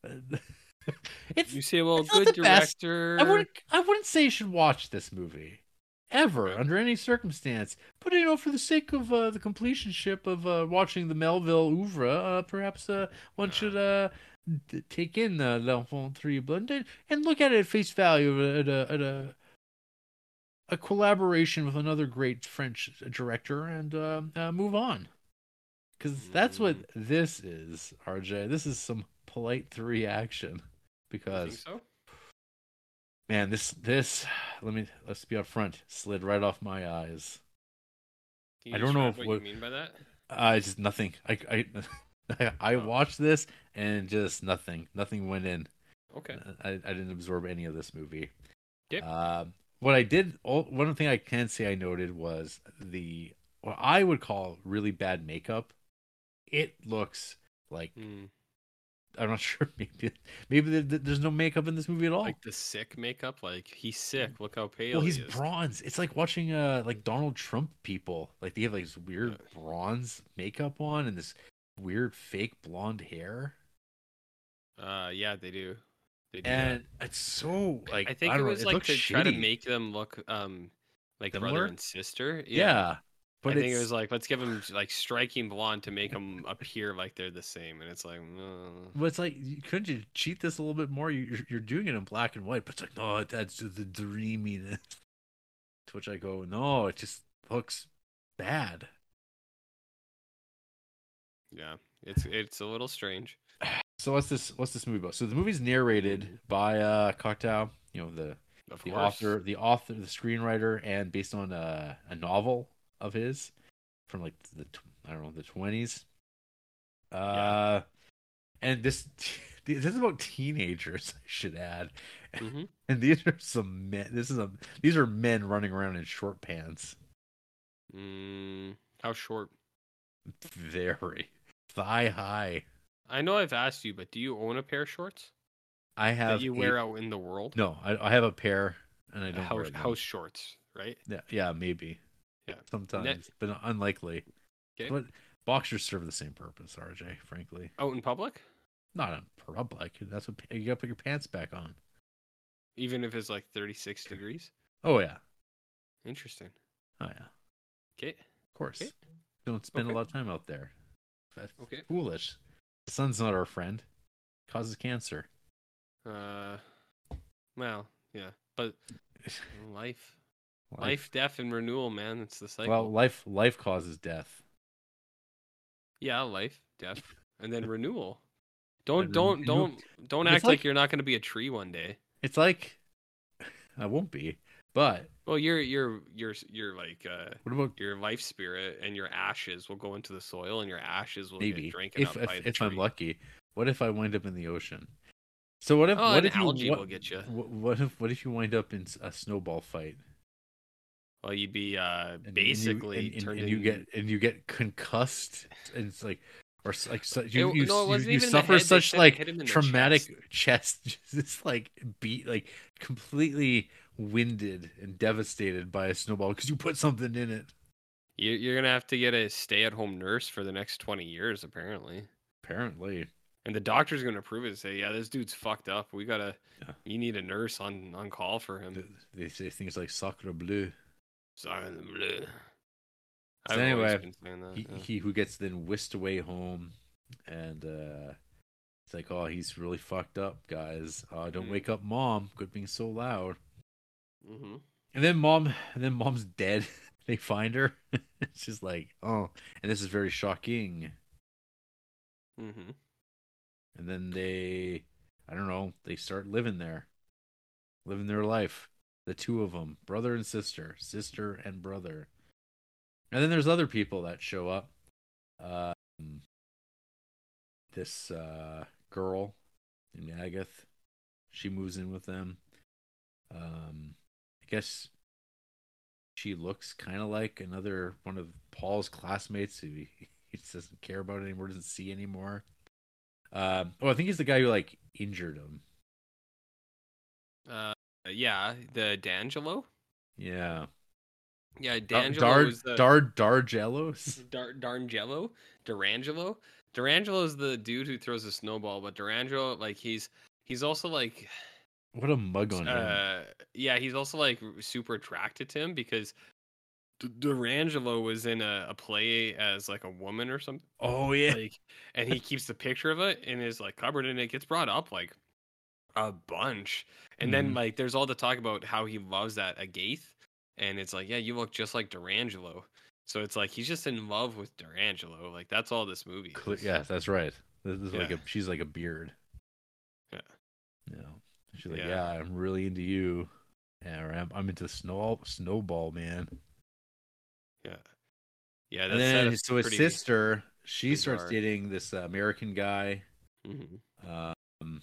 Speaker 2: it's
Speaker 3: You say, well,
Speaker 2: it's not
Speaker 3: good
Speaker 2: the best.
Speaker 3: director.
Speaker 2: I wouldn't I wouldn't say you should watch this movie. ever under any circumstance. But you know, for the sake of uh, the completion ship of uh, watching the Melville oeuvre, uh, perhaps uh, one should uh, t- take in uh, L'Enfant Terrible and, and look at it at face value at a, at a a collaboration with another great French director and uh, uh, move on. Because that's what this is, RJ. This is some polite three action.
Speaker 3: I
Speaker 2: Because
Speaker 3: think so.
Speaker 2: man, this this let me let's be up front slid right off my eyes.
Speaker 3: Can you
Speaker 2: I don't know
Speaker 3: describe
Speaker 2: if
Speaker 3: what,
Speaker 2: what-
Speaker 3: you mean by that.
Speaker 2: Uh, it's just nothing. I I I, I
Speaker 3: Oh.
Speaker 2: watched this and just nothing. Nothing went in.
Speaker 3: Okay.
Speaker 2: I, I didn't absorb any of this movie.
Speaker 3: Yep.
Speaker 2: Um, what I did, all, one thing I can say I noted was the what I would call really bad makeup. It looks like
Speaker 3: Mm,
Speaker 2: I'm not sure. Maybe maybe there- there- there's no makeup in this movie at all.
Speaker 3: Like the sick makeup. Like he's sick. Look how pale.
Speaker 2: Oh. well, he's
Speaker 3: he is.
Speaker 2: bronze. It's like watching uh like Donald Trump people. Like they have like this weird bronze makeup on and this weird fake blonde hair.
Speaker 3: Uh, yeah, they do. They do. that.
Speaker 2: And it's so like
Speaker 3: I think
Speaker 2: I
Speaker 3: it
Speaker 2: don't know,
Speaker 3: was like
Speaker 2: looks
Speaker 3: to try to
Speaker 2: shitty.
Speaker 3: make them look um like
Speaker 2: Similar?
Speaker 3: brother and sister.
Speaker 2: yeah. But
Speaker 3: I think it
Speaker 2: it's-
Speaker 3: was like let's give them like striking blonde to make them appear like they're the same, and it's like mm.
Speaker 2: Well, it's like, you- couldn't you cheat this a little bit more? You- You're, you're doing it in black and white, but it's like, no, it adds to the dreaminess. To which I go, no, it just looks bad.
Speaker 3: yeah, it's it's a little strange.
Speaker 2: So what's this? What's this movie about? So the movie's narrated by uh, Cocteau, you know the
Speaker 3: Of
Speaker 2: the
Speaker 3: course.
Speaker 2: author, the author, the screenwriter, and based on a, a novel of his from like the tw- I don't know the twenties. Uh, and this this is about teenagers. I should add.
Speaker 3: Mhm.
Speaker 2: And these are some men. This is a these are men running around in short pants.
Speaker 3: Mm, how short?
Speaker 2: Very thigh high.
Speaker 3: I know I've asked you, but do you own a pair of shorts
Speaker 2: I have
Speaker 3: that you
Speaker 2: a-
Speaker 3: wear out in the world?
Speaker 2: no. I, I have a pair, and I don't wear
Speaker 3: house,
Speaker 2: them.
Speaker 3: house shorts, right?
Speaker 2: Yeah, yeah, maybe.
Speaker 3: Yeah.
Speaker 2: sometimes, but unlikely.
Speaker 3: Okay.
Speaker 2: But boxers serve the same purpose, RJ. Frankly,
Speaker 3: Out in public,
Speaker 2: not in public. That's what you gotta put your pants back on.
Speaker 3: even if it's like 36 degrees.
Speaker 2: Oh yeah,
Speaker 3: Interesting.
Speaker 2: oh yeah, of
Speaker 3: Okay.
Speaker 2: course.
Speaker 3: Okay.
Speaker 2: Don't spend
Speaker 3: Okay.
Speaker 2: a lot of time out there. That's
Speaker 3: Okay.
Speaker 2: foolish. The sun's not our friend. Causes cancer.
Speaker 3: Uh, well, yeah, but life,
Speaker 2: Life-
Speaker 3: life, death, and renewal, man. It's the cycle.
Speaker 2: Well, life life causes death.
Speaker 3: yeah, life, death, and then renewal. Don't
Speaker 2: And
Speaker 3: don't
Speaker 2: renew-
Speaker 3: don't don't
Speaker 2: It's
Speaker 3: act like,
Speaker 2: like-
Speaker 3: you're not going to be a tree one day.
Speaker 2: It's like I won't be, but
Speaker 3: Well, you're you're you're you're like uh
Speaker 2: what about
Speaker 3: your life spirit and your ashes will go into the soil, and your ashes will
Speaker 2: maybe
Speaker 3: get drinking
Speaker 2: if
Speaker 3: up
Speaker 2: if,
Speaker 3: by the
Speaker 2: if
Speaker 3: tree.
Speaker 2: I'm lucky? What if I wind up in the ocean? So what if
Speaker 3: oh,
Speaker 2: what
Speaker 3: an
Speaker 2: if you,
Speaker 3: algae
Speaker 2: what,
Speaker 3: will get you.
Speaker 2: What, what if what if you wind up in s- a snowball fight?
Speaker 3: Well, you'd be uh
Speaker 2: and- and you-
Speaker 3: basically
Speaker 2: and, and,
Speaker 3: turned
Speaker 2: and you
Speaker 3: in-
Speaker 2: get and you get concussed, and it's like or s- like so,
Speaker 3: It-
Speaker 2: you you,
Speaker 3: no, it
Speaker 2: you-
Speaker 3: wasn't
Speaker 2: you
Speaker 3: even in the
Speaker 2: suffer
Speaker 3: head, they
Speaker 2: such
Speaker 3: said it
Speaker 2: like
Speaker 3: hit him in the
Speaker 2: traumatic chest, just like beat like completely winded and devastated by a snowball because you put something in it.
Speaker 3: You, you're gonna have to get a stay-at-home nurse for the next 20 years, apparently.
Speaker 2: Apparently,
Speaker 3: And the doctor's gonna prove it and say, "Yeah, this dude's fucked up. We gotta,
Speaker 2: Yeah.
Speaker 3: you need a nurse on on call for him."
Speaker 2: Th- they say things like "sacre bleu."
Speaker 3: Sorry, the bleh.
Speaker 2: So
Speaker 3: I've always
Speaker 2: anyway,
Speaker 3: been saying that,
Speaker 2: He,
Speaker 3: yeah.
Speaker 2: he who gets then whisked away home, and uh, it's like, oh, he's really fucked up, guys. Uh, don't
Speaker 3: Mm.
Speaker 2: wake up, mom. Quit being so loud.
Speaker 3: Mhm.
Speaker 2: And then mom, and then mom's dead. they find her. it's just like, oh, and this is very shocking.
Speaker 3: Mhm.
Speaker 2: And then they, I don't know, they start living there, living their life. The two of them, brother and sister, sister and brother. And then there's other people that show up. Um, this uh, girl, named Agath, she moves in with them. Um, I guess she looks kind of like another one of Paul's classmates who he, he just doesn't care about anymore, doesn't see anymore. Um, oh, I think he's the guy who like injured him.
Speaker 3: Uh, yeah, the D'Angelo.
Speaker 2: Yeah,
Speaker 3: Yeah,
Speaker 2: Dar-
Speaker 3: D'Angelo
Speaker 2: Dar
Speaker 3: was the
Speaker 2: Dar Dargellos.
Speaker 3: Dar- Darangelo. Durangelo. Durangelo is the dude who throws a snowball, but Durangelo, like he's he's also like
Speaker 2: What a mug on him.
Speaker 3: Uh, yeah, he's also like r- super attracted to him because D- Durangelo was in a, a play as like a woman or something.
Speaker 2: Oh yeah.
Speaker 3: like and he keeps the picture of it in his like cupboard and it gets brought up like a bunch and then
Speaker 2: Mhm.
Speaker 3: like there's all the talk about how he loves that agaith and it's like yeah you look just like durangelo so it's like he's just in love with durangelo like that's all this movie
Speaker 2: Cle-
Speaker 3: is.
Speaker 2: yeah, that's right. This is like
Speaker 3: Yeah.
Speaker 2: a she's like a beard.
Speaker 3: Yeah.
Speaker 2: No. She's like, yeah.
Speaker 3: Yeah.
Speaker 2: I'm really into you. Yeah, or I'm, I'm into snow snowball man.
Speaker 3: yeah yeah
Speaker 2: and
Speaker 3: that's set
Speaker 2: then
Speaker 3: up
Speaker 2: his, so his
Speaker 3: pretty-
Speaker 2: sister, she
Speaker 3: pretty
Speaker 2: starts
Speaker 3: dark.
Speaker 2: dating this uh, American guy.
Speaker 3: Mhm.
Speaker 2: Um,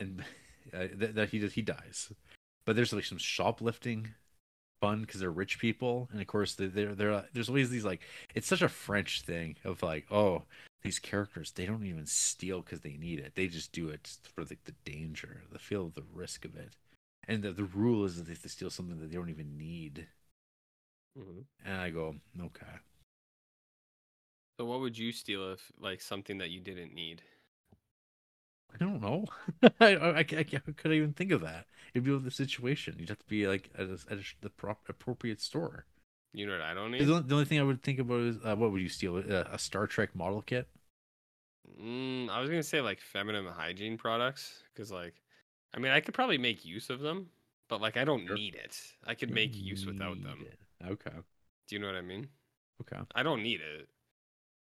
Speaker 2: and uh, that, that he just he dies. But there's like some shoplifting fun because they're rich people, and of course they- they're they're uh, there's always these like it's such a French thing of like oh these characters they don't even steal because they need it they just do it for the, the danger the feel of the risk of it and the, the rule is that they have to steal something that they don't even need
Speaker 3: Mhm.
Speaker 2: and i go okay
Speaker 3: so what would you steal if like something that you didn't need
Speaker 2: I don't know. I, I, I can't- how could I even think of that? It'd be the situation. You'd have to be like at, a, at a, the prop, appropriate store.
Speaker 3: you know what i don't
Speaker 2: The,
Speaker 3: need
Speaker 2: only- the only thing I would think about is uh, what would you steal? Uh, a Star Trek model kit?
Speaker 3: Mm, I was gonna say like feminine hygiene products, because like, I mean, I could probably make use of them, but like, I don't
Speaker 2: Sure.
Speaker 3: need it. I could make use without them.
Speaker 2: Yeah. Okay.
Speaker 3: Do you know what I mean?
Speaker 2: Okay.
Speaker 3: I don't need it.
Speaker 2: It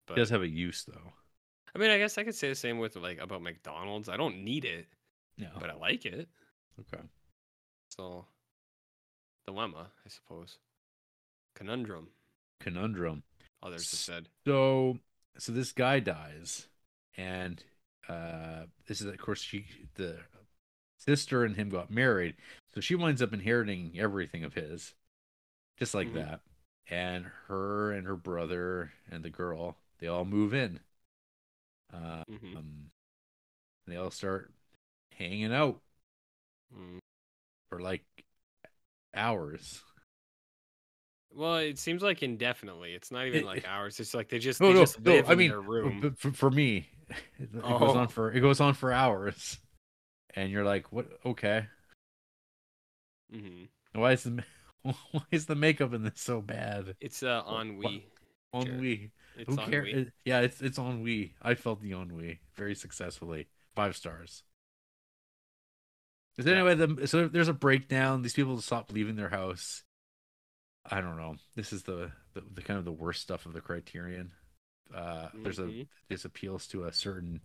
Speaker 3: But
Speaker 2: does have a use though.
Speaker 3: I mean, I guess I could say the same with like about McDonald's. I don't need it,
Speaker 2: Yeah.
Speaker 3: but I like it.
Speaker 2: Okay.
Speaker 3: So, dilemma, I suppose. Conundrum.
Speaker 2: Conundrum.
Speaker 3: Others have
Speaker 2: S-
Speaker 3: said.
Speaker 2: So so this guy dies, and uh this is of course she the sister and him got married, so she winds up inheriting everything of his, just like
Speaker 3: Mhm.
Speaker 2: that. And her and her brother and the girl, they all move in. Uh,
Speaker 3: hmm
Speaker 2: Um, they all start hanging out
Speaker 3: Mm.
Speaker 2: for like hours.
Speaker 3: Well, it seems like indefinitely. It's not even
Speaker 2: It-
Speaker 3: like
Speaker 2: it-
Speaker 3: ours. It's like they just,
Speaker 2: No,
Speaker 3: they
Speaker 2: no,
Speaker 3: just
Speaker 2: no.
Speaker 3: live
Speaker 2: I
Speaker 3: in
Speaker 2: mean,
Speaker 3: their room.
Speaker 2: but for, for me, it, it goes
Speaker 3: Oh.
Speaker 2: on for it goes on for hours, and you're like, "What? Okay,
Speaker 3: hmm
Speaker 2: why is the ma- why is the makeup in this so bad?
Speaker 3: It's uh,
Speaker 2: Wha-
Speaker 3: on
Speaker 2: wha-
Speaker 3: we. Sure.
Speaker 2: Ennui.
Speaker 3: It's
Speaker 2: Who
Speaker 3: on
Speaker 2: cares?
Speaker 3: we.
Speaker 2: yeah, it's it's ennui. I felt the ennui very successfully. Five stars. Is there any way the so there's a breakdown? These people stop leaving their house. I don't know. This is the the, the kind of the worst stuff of the Criterion. Uh, There's a
Speaker 3: Mhm.
Speaker 2: this appeals to a certain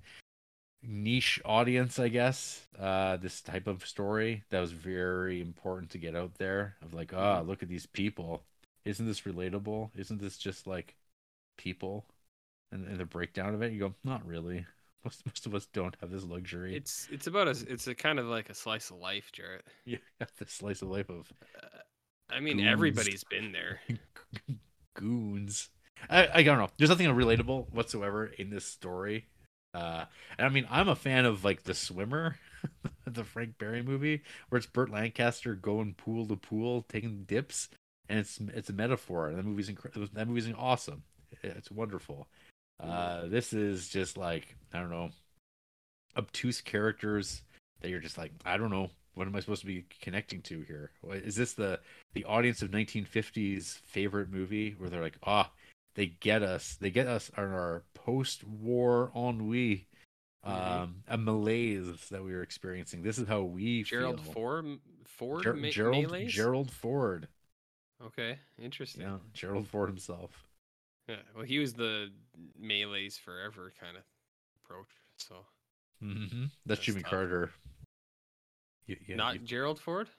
Speaker 2: niche audience, I guess. Uh, this type of story that was very important to get out there of like, ah, look at these people. Isn't this relatable? Isn't this just like people? And, and the breakdown of it, you go, not really. Most, most of us don't have this luxury.
Speaker 3: It's it's about a s- it's a kind of like a slice of life, Jarrett.
Speaker 2: you have this slice of life of
Speaker 3: Uh, I mean,
Speaker 2: Goons.
Speaker 3: everybody's been there.
Speaker 2: goons. I, I don't know. There's nothing relatable whatsoever in this story. Uh, and I mean, I'm a fan of like The Swimmer, the Frank Berry movie, where it's Burt Lancaster going pool to pool, taking dips, and it's it's a metaphor. And that movie's incredible. That movie's awesome. It's wonderful. Uh, this is just like I don't know, obtuse characters that you're just like I don't know what am I supposed to be connecting to here? Wha- Is this the the audience of 1950s favorite movie where they're like ah they get us they get us on our post-war ennui um a malaise that we were experiencing this is how we
Speaker 3: Gerald
Speaker 2: feel.
Speaker 3: Ford Ford
Speaker 2: Ger-
Speaker 3: me-
Speaker 2: Gerald
Speaker 3: melees?
Speaker 2: Gerald Ford
Speaker 3: Okay, interesting.
Speaker 2: yeah
Speaker 3: Oh.
Speaker 2: Gerald Ford himself
Speaker 3: Yeah. Well, he was the melee's forever kind of approach. So
Speaker 2: hmm that's,
Speaker 3: That's
Speaker 2: Jimmy
Speaker 3: tough.
Speaker 2: Carter Y- yeah,
Speaker 3: not
Speaker 2: you-
Speaker 3: Gerald Ford.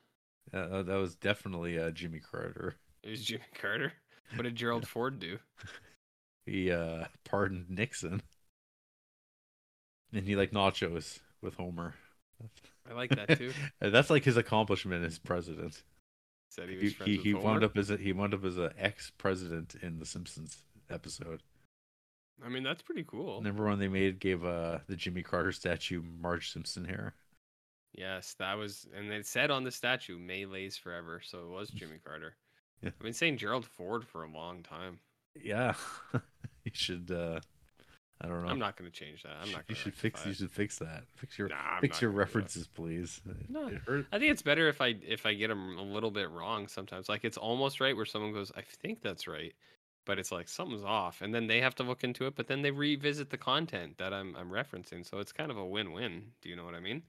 Speaker 2: uh, that was definitely uh, Jimmy Carter
Speaker 3: It was Jimmy Carter. What did Gerald Ford do?
Speaker 2: he uh pardoned Nixon and he like nachos with Homer
Speaker 3: I like that too.
Speaker 2: Uh, That's like his accomplishment as president.
Speaker 3: Said he
Speaker 2: He
Speaker 3: was friends
Speaker 2: he,
Speaker 3: with
Speaker 2: he wound
Speaker 3: Homer.
Speaker 2: up as a, he wound up as a ex president in the Simpsons episode.
Speaker 3: I mean, that's pretty cool.
Speaker 2: Number one they made gave uh, the Jimmy Carter statue Marge Simpson hair.
Speaker 3: Yes, that was, and it said on the statue "Melee's forever," so it was Jimmy Carter.
Speaker 2: Yeah.
Speaker 3: I've been saying Gerald Ford for a long time.
Speaker 2: Yeah, you should. Uh, I don't know.
Speaker 3: I'm not going to change that. I'm
Speaker 2: You
Speaker 3: not.
Speaker 2: should- you
Speaker 3: gonna
Speaker 2: should fix.
Speaker 3: rectify
Speaker 2: You
Speaker 3: it.
Speaker 2: should fix that. Fix your
Speaker 3: Nah, I'm
Speaker 2: fix
Speaker 3: not
Speaker 2: your
Speaker 3: gonna do that.
Speaker 2: references, please.
Speaker 3: No.
Speaker 2: It hurt-
Speaker 3: I think it's better if I if I get them a little bit wrong sometimes. Like it's almost right where someone goes, "I think that's right," but it's like something's off, and then they have to look into it. But then they revisit the content that I'm I'm referencing, so it's kind of a win-win. Do you know what I mean?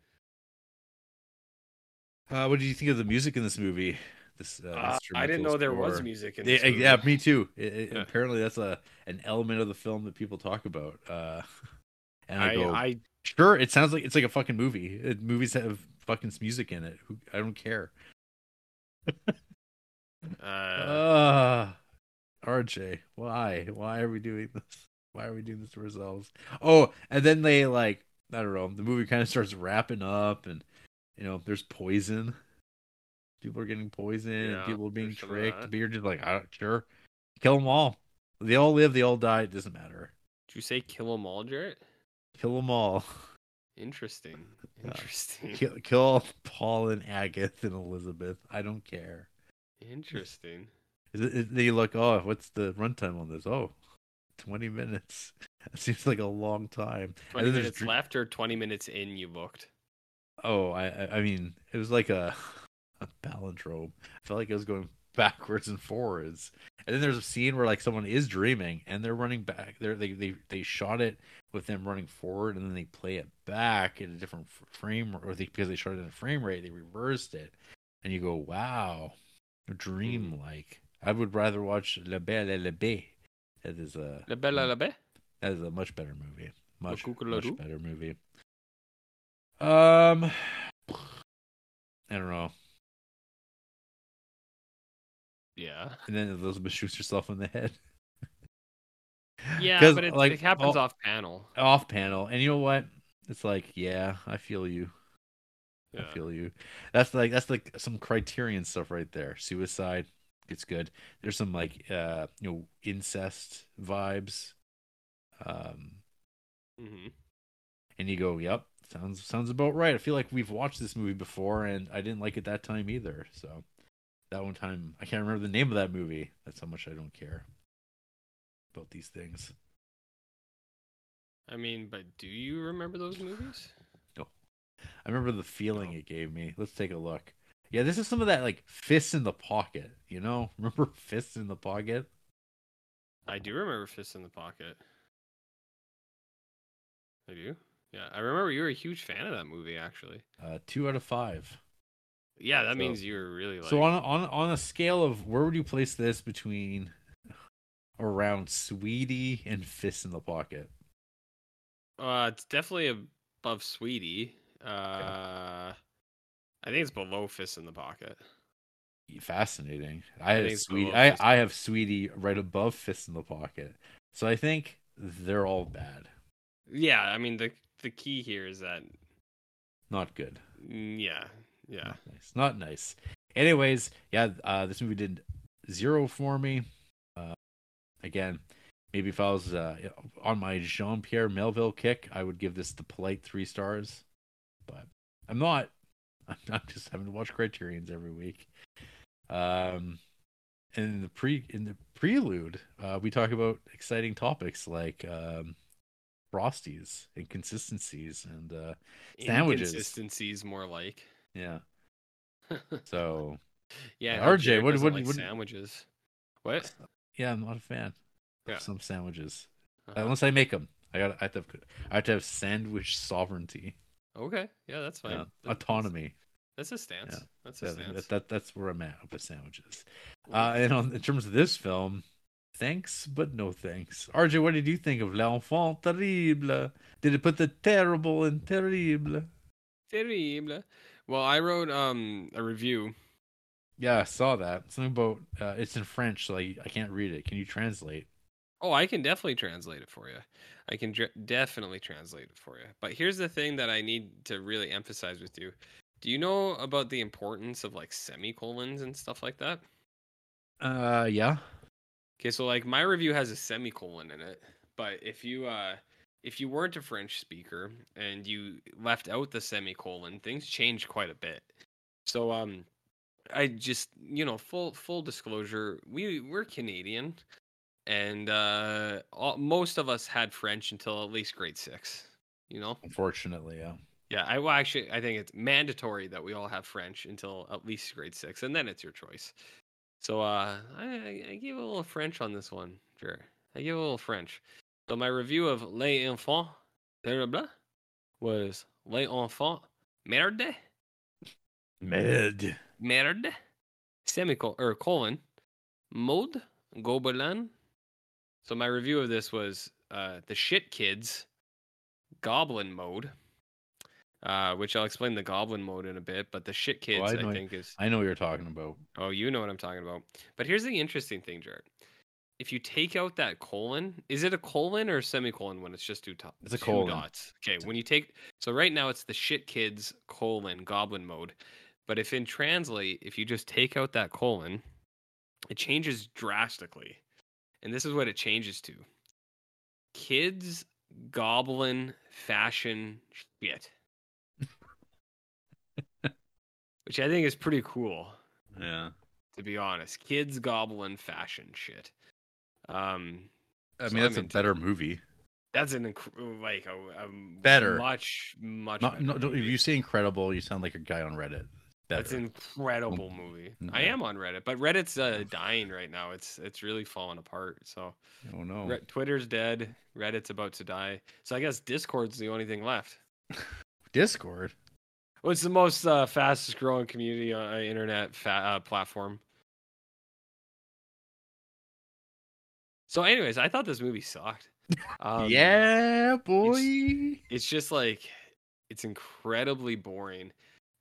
Speaker 2: Uh, what did you think of the music in this movie? This uh,
Speaker 3: I didn't
Speaker 2: instrumental
Speaker 3: know there was
Speaker 2: score.
Speaker 3: music in
Speaker 2: Yeah,
Speaker 3: this
Speaker 2: uh, yeah, me too. It- it-
Speaker 3: Yeah.
Speaker 2: Apparently, that's a an element of the film that people talk about. Uh, and I,
Speaker 3: I,
Speaker 2: go,
Speaker 3: I
Speaker 2: sure, it sounds like it's like a fucking movie. It, movies have fucking music in it. Who, I don't care.
Speaker 3: uh,
Speaker 2: Uh, RJ, why? Why are we doing this? Why are we doing this to ourselves? Oh, and then they like, I don't know, the movie kind of starts wrapping up and you know, there's poison. People are getting poisoned and
Speaker 3: Yeah,
Speaker 2: people are being
Speaker 3: there's some of that.
Speaker 2: tricked. But you're just like, I don't sure. Kill them all. They all live, they all die, it doesn't matter.
Speaker 3: did you say kill 'em all, Jarrett?
Speaker 2: Kill them all.
Speaker 3: Interesting,
Speaker 2: Yeah.
Speaker 3: interesting,
Speaker 2: Kill, kill Paul and Agatha and Elizabeth. I don't care.
Speaker 3: interesting.
Speaker 2: Is it- is- They look, oh, what's the runtime on this? Oh, 20 minutes. That seems like a long time. And
Speaker 3: Twenty
Speaker 2: then there's
Speaker 3: minutes
Speaker 2: dr-
Speaker 3: left or twenty minutes in? You looked.
Speaker 2: Oh, I, I I mean, it was like a, a palindrome. I felt like I was going backwards and forwards. And then there's a scene where like someone is dreaming and they're running back. They're, they they they shot it with them running forward and then they play it back in a different f- frame or they, because they shot it in a frame rate, they reversed it. And you go, wow, dream like. I would rather watch La Belle et la Bête. That is a
Speaker 3: La belle à la belle.
Speaker 2: that is a much better movie. Much,
Speaker 3: Cuckoo-la-doo?
Speaker 2: much better movie. Um, I don't know.
Speaker 3: Yeah.
Speaker 2: And then Elizabeth shoots herself in the head.
Speaker 3: Yeah,
Speaker 2: 'Cause,
Speaker 3: but it,
Speaker 2: like,
Speaker 3: it happens
Speaker 2: all-
Speaker 3: off panel.
Speaker 2: off panel. And you know what? It's like, yeah, I feel you. I feel you. That's like that's like some criterion stuff right there. Suicide, it's good. There's some like uh you know incest vibes. Um,
Speaker 3: hmm
Speaker 2: and you go, "Yep, sounds sounds about right." I feel like we've watched this movie before, and I didn't like it that time either. So that one time, I can't remember the name of that movie. That's how much I don't care about these things.
Speaker 3: I mean, but do you remember those movies?
Speaker 2: I remember the feeling it gave me. Let's take a look. Yeah, this is some of that like fists in the pocket. You know, remember fists in the pocket?
Speaker 3: I do remember Fist in the Pocket. I do. Yeah, I remember you were a huge fan of that movie, actually.
Speaker 2: Uh, two out of five.
Speaker 3: Yeah, that
Speaker 2: So-
Speaker 3: means you were really like.
Speaker 2: So on a, on a- on a scale of where would you place this between around Sweetie and Fist in the Pocket?
Speaker 3: uh, it's definitely above Sweetie. Uh, I think it's below Fist in the Pocket.
Speaker 2: Fascinating. I,
Speaker 3: think
Speaker 2: have
Speaker 3: it's
Speaker 2: sweetie.
Speaker 3: below
Speaker 2: I,
Speaker 3: Fist.
Speaker 2: I have sweetie right above fist in the pocket. So I think they're all bad.
Speaker 3: Yeah, I mean the the key here is that
Speaker 2: Not good.
Speaker 3: mm, yeah, yeah.
Speaker 2: Not nice. Not nice. Anyways, yeah, uh, this movie did zero for me. Uh, again, maybe if I was uh, on my Jean Pierre Melville kick, I would give this the polite three stars. But I'm not. I'm, I'm just having to watch Criterion's every week. Um, and in the pre in the prelude, uh, we talk about exciting topics like um, frosties and consistencies and uh, Sandwiches.
Speaker 3: Inconsistencies more like.
Speaker 2: yeah. So
Speaker 3: yeah.
Speaker 2: Yeah,
Speaker 3: how
Speaker 2: RJ,
Speaker 3: Jared
Speaker 2: what-
Speaker 3: doesn't
Speaker 2: what- Uh,
Speaker 3: like
Speaker 2: what-
Speaker 3: sandwiches? What?
Speaker 2: Yeah, I'm not a fan.
Speaker 3: Yeah.
Speaker 2: Of some sandwiches, Uh,
Speaker 3: Uh-huh.
Speaker 2: unless I make them, I got. I have to. Have, I have to have sandwich sovereignty,
Speaker 3: Okay. Oh, Yeah, that's fine.
Speaker 2: yeah,
Speaker 3: That- that's-
Speaker 2: autonomy.
Speaker 3: That's a stance.
Speaker 2: Yeah.
Speaker 3: That's a
Speaker 2: That,
Speaker 3: stance.
Speaker 2: that, that- that's where I'm at with sandwiches. Uh, and on, in terms of this film, thanks but no thanks. RJ, what did you think of L'Enfant Terrible? Did it put the terrible in terrible?
Speaker 3: Terrible. Well, I wrote um a review.
Speaker 2: Yeah, I saw that. Something about uh, it's in French, so I, I can't read it. Can you translate?
Speaker 3: Oh, I can definitely translate it for you. I can dr- definitely translate it for you. But here's the thing that I need to really emphasize with you. Do you know about the importance of like semicolons and stuff like that?
Speaker 2: Uh, yeah.
Speaker 3: Okay, so like my review has a semicolon in it, but if you uh if you weren't a French speaker and you left out the semicolon, things change quite a bit. So um I just, you know, full full disclosure, we we're Canadian and uh, all, most of us had French until at least grade six. You know,
Speaker 2: Unfortunately, yeah.
Speaker 3: yeah. I well, actually, I think it's mandatory that we all have French until at least grade six, and then it's your choice. So uh, I, I- I give a little French on this one, sure. I give a little French. So my review of Les Enfants Terribles was Les Enfants Merde
Speaker 2: Mid.
Speaker 3: merde, semicolon or colon, mode, gobelin. So my review of this was uh, the shit kids, goblin mode, uh, which I'll explain the goblin mode in a bit. But the shit kids,
Speaker 2: I
Speaker 3: I,
Speaker 2: know-
Speaker 3: think, is
Speaker 2: I know what you're talking about.
Speaker 3: oh, you know what I'm talking about. But here's the interesting thing, Jared. If you take out that colon, is it a colon or a semicolon when it's just two dots?
Speaker 2: It's a colon.
Speaker 3: Dots. Okay, when you take so right now it's the shit kids colon goblin mode, but if in translate, if you just take out that colon, it changes drastically, and this is what it changes to: kids goblin fashion shit, which I think is pretty cool
Speaker 2: Yeah.
Speaker 3: to be honest. Kids goblin fashion shit. Um,
Speaker 2: I
Speaker 3: So
Speaker 2: mean, that's
Speaker 3: I'm
Speaker 2: a
Speaker 3: into
Speaker 2: better movie.
Speaker 3: that's an inc- like a, a
Speaker 2: Better.
Speaker 3: much much.
Speaker 2: Not,
Speaker 3: better
Speaker 2: no, don't- if
Speaker 3: movie.
Speaker 2: you say incredible, you sound like a guy on Reddit.
Speaker 3: That's
Speaker 2: That's
Speaker 3: an incredible
Speaker 2: Mm-hmm.
Speaker 3: movie. I
Speaker 2: yeah.
Speaker 3: am on Reddit, but Reddit's uh,
Speaker 2: Mm-hmm.
Speaker 3: dying right now. It's it's really falling apart. So
Speaker 2: oh no.
Speaker 3: Re- Twitter's dead. Reddit's about to die. So I guess Discord's the only thing left.
Speaker 2: Discord.
Speaker 3: Well, it's the most uh, fastest growing community on uh, internet fa- uh, platform. So, anyways, I thought this movie sucked. Um,
Speaker 2: yeah, boy.
Speaker 3: it's just like it's incredibly boring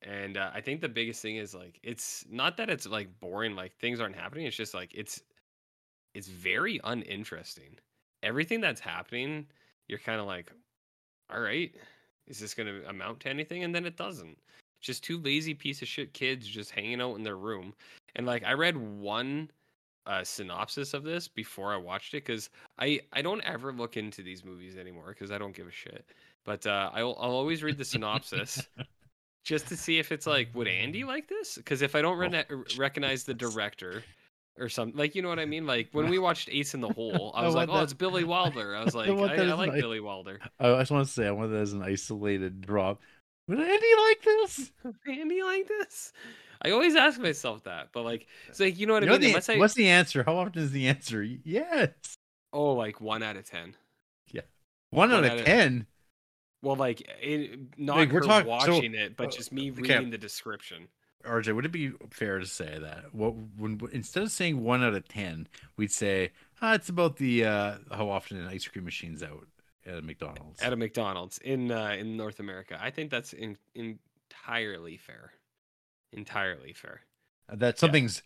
Speaker 3: and uh, i think the biggest thing is like it's not that it's like boring like things aren't happening it's just like it's it's very uninteresting everything that's happening you're kind of like all right is this going to amount to anything and then it doesn't It's just two lazy piece of shit kids just hanging out in their room and like i read one uh, synopsis of this before i watched it because i i don't ever look into these movies anymore because i don't give a shit but uh, I'll, I'll always read the synopsis just to see if it's like, would Andy like this? Because if I don't
Speaker 2: Oh,
Speaker 3: rena- recognize the
Speaker 2: Jesus.
Speaker 3: director or something, like, you know what I mean? Like, when we watched Ace in the Hole, I
Speaker 2: I
Speaker 3: was like,
Speaker 2: want
Speaker 3: oh,
Speaker 2: that-
Speaker 3: it's Billy Wilder. I was like,
Speaker 2: want
Speaker 3: I,
Speaker 2: that
Speaker 3: I
Speaker 2: as
Speaker 3: like
Speaker 2: my-
Speaker 3: Billy Wilder.
Speaker 2: I I just want to say, I want that as an isolated drop. Would Andy like this?
Speaker 3: Andy like this? I always ask myself that, but like, it's like, you know what
Speaker 2: You
Speaker 3: I
Speaker 2: know
Speaker 3: mean?
Speaker 2: the-
Speaker 3: Unless I,
Speaker 2: What's the answer? How often is the answer? Y- Yes.
Speaker 3: oh, like one out of 10.
Speaker 2: One out
Speaker 3: One out
Speaker 2: of
Speaker 3: of-
Speaker 2: ten.
Speaker 3: Well, like, it, not
Speaker 2: Like, we're
Speaker 3: we're
Speaker 2: talk- so,
Speaker 3: watching it,
Speaker 2: uh,
Speaker 3: but just me
Speaker 2: okay.
Speaker 3: reading the description.
Speaker 2: RJ, would it be fair to say that what when instead of saying one out of ten, we'd say ah, it's about the uh, how often an ice cream machine's out at a McDonald's.
Speaker 3: at a McDonald's in uh, in North America. I think that's in, entirely fair. Entirely fair.
Speaker 2: that something's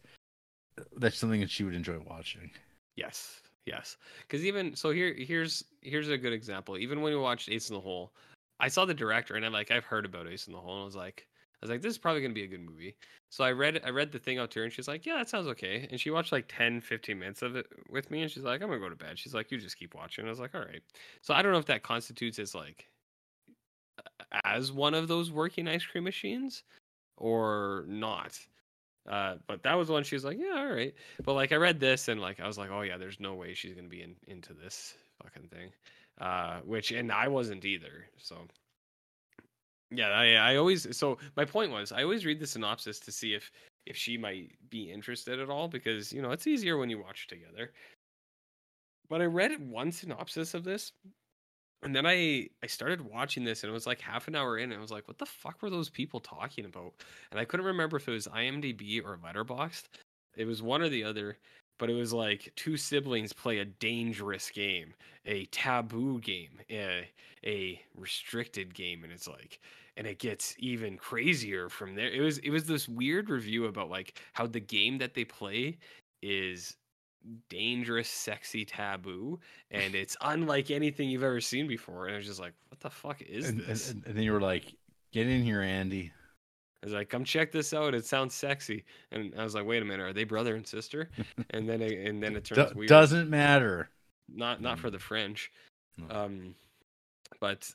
Speaker 2: that's something that she would enjoy watching.
Speaker 3: Yes. Yes. Cuz even so here here's here's a good example. Even when we watched Ace in the Hole, I saw the director and I am like I've heard about Ace in the Hole and I was like I was like this is probably going to be a good movie. So I read I read the thing out to her and she's like, "Yeah, that sounds okay." And she watched like 10 15 minutes of it with me and she's like, "I'm going to go to bed." She's like, "You just keep watching." I was like, "All right." So I don't know if that constitutes as like a- as one of those working ice cream machines or not. Uh, but that was one she was like, yeah, all right. But like I read this and like I was like, oh yeah, there's no way she's gonna be in, into this fucking thing. Uh, which and I wasn't either. So yeah, I I always so my point was I always read the synopsis to see if if she might be interested at all because you know it's easier when you watch together. But I read one synopsis of this and then I I started watching this and it was like half an hour in and I was like, what the fuck were those people talking about? And I couldn't remember if it was IMDb or Letterboxd. It was one or the other, but it was like two siblings play a dangerous game, a taboo game, a, a restricted game, and it's like and it gets even crazier from there. It was it was this weird review about like how the game that they play is dangerous, sexy taboo, and it's unlike anything you've ever seen before. And I was just like, what the fuck is
Speaker 2: and,
Speaker 3: this?
Speaker 2: and, and then you were like, "Get in here, Andy."
Speaker 3: I was like, "Come check this out. It sounds sexy." And I was like, "Wait a minute, are they brother and sister?" And then it, and then it
Speaker 2: Do-
Speaker 3: turns weird.
Speaker 2: doesn't matter.
Speaker 3: not not
Speaker 2: Mm.
Speaker 3: for the French.
Speaker 2: No.
Speaker 3: Um, but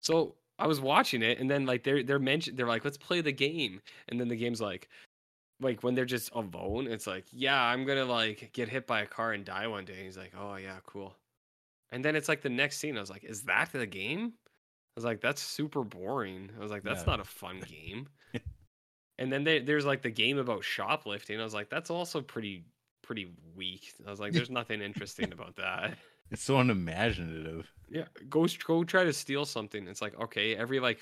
Speaker 3: so I was watching it, and then like they're they're mentioned, they're like, "Let's play the game," and then the game's like, like when they're just alone, it's like, yeah, I'm gonna like get hit by a car and die one day. And he's like, oh yeah, cool. And then it's like the next scene. I was like, is that the game? I was like, that's super boring. I was like, that's
Speaker 2: No.
Speaker 3: not a fun game. and then there, there's like the game about shoplifting. I was like, that's also pretty pretty weak. I was like, there's nothing interesting about that.
Speaker 2: It's so unimaginative.
Speaker 3: Yeah, go s- go try to steal something. It's like okay, every like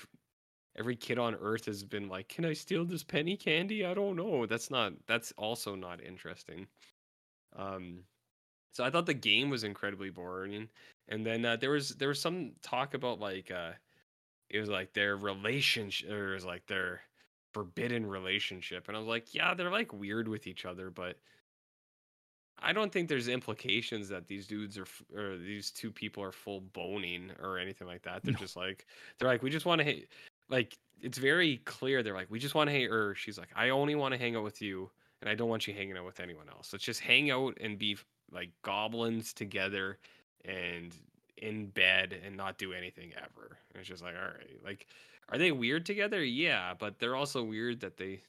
Speaker 3: every kid on earth has been like, can I steal this penny candy? I don't know. That's not. That's also not interesting. Um, so I thought the game was incredibly boring, and then uh, there was there was some talk about like uh, it was like their relationship, or it was like their forbidden relationship, and I was like, yeah, they're like weird with each other, but I don't think there's implications that these dudes are f- or these two people are full boning or anything like that. They're
Speaker 2: No.
Speaker 3: just like they're like we just want to hang like it's very clear they're like we just want to hang or she's like I only want to hang out with you and I don't want you hanging out with anyone else. Let's just hang out and be f- like goblins together and in bed and not do anything ever. And it's just like all right. Like are they weird together? Yeah, but they're also weird that they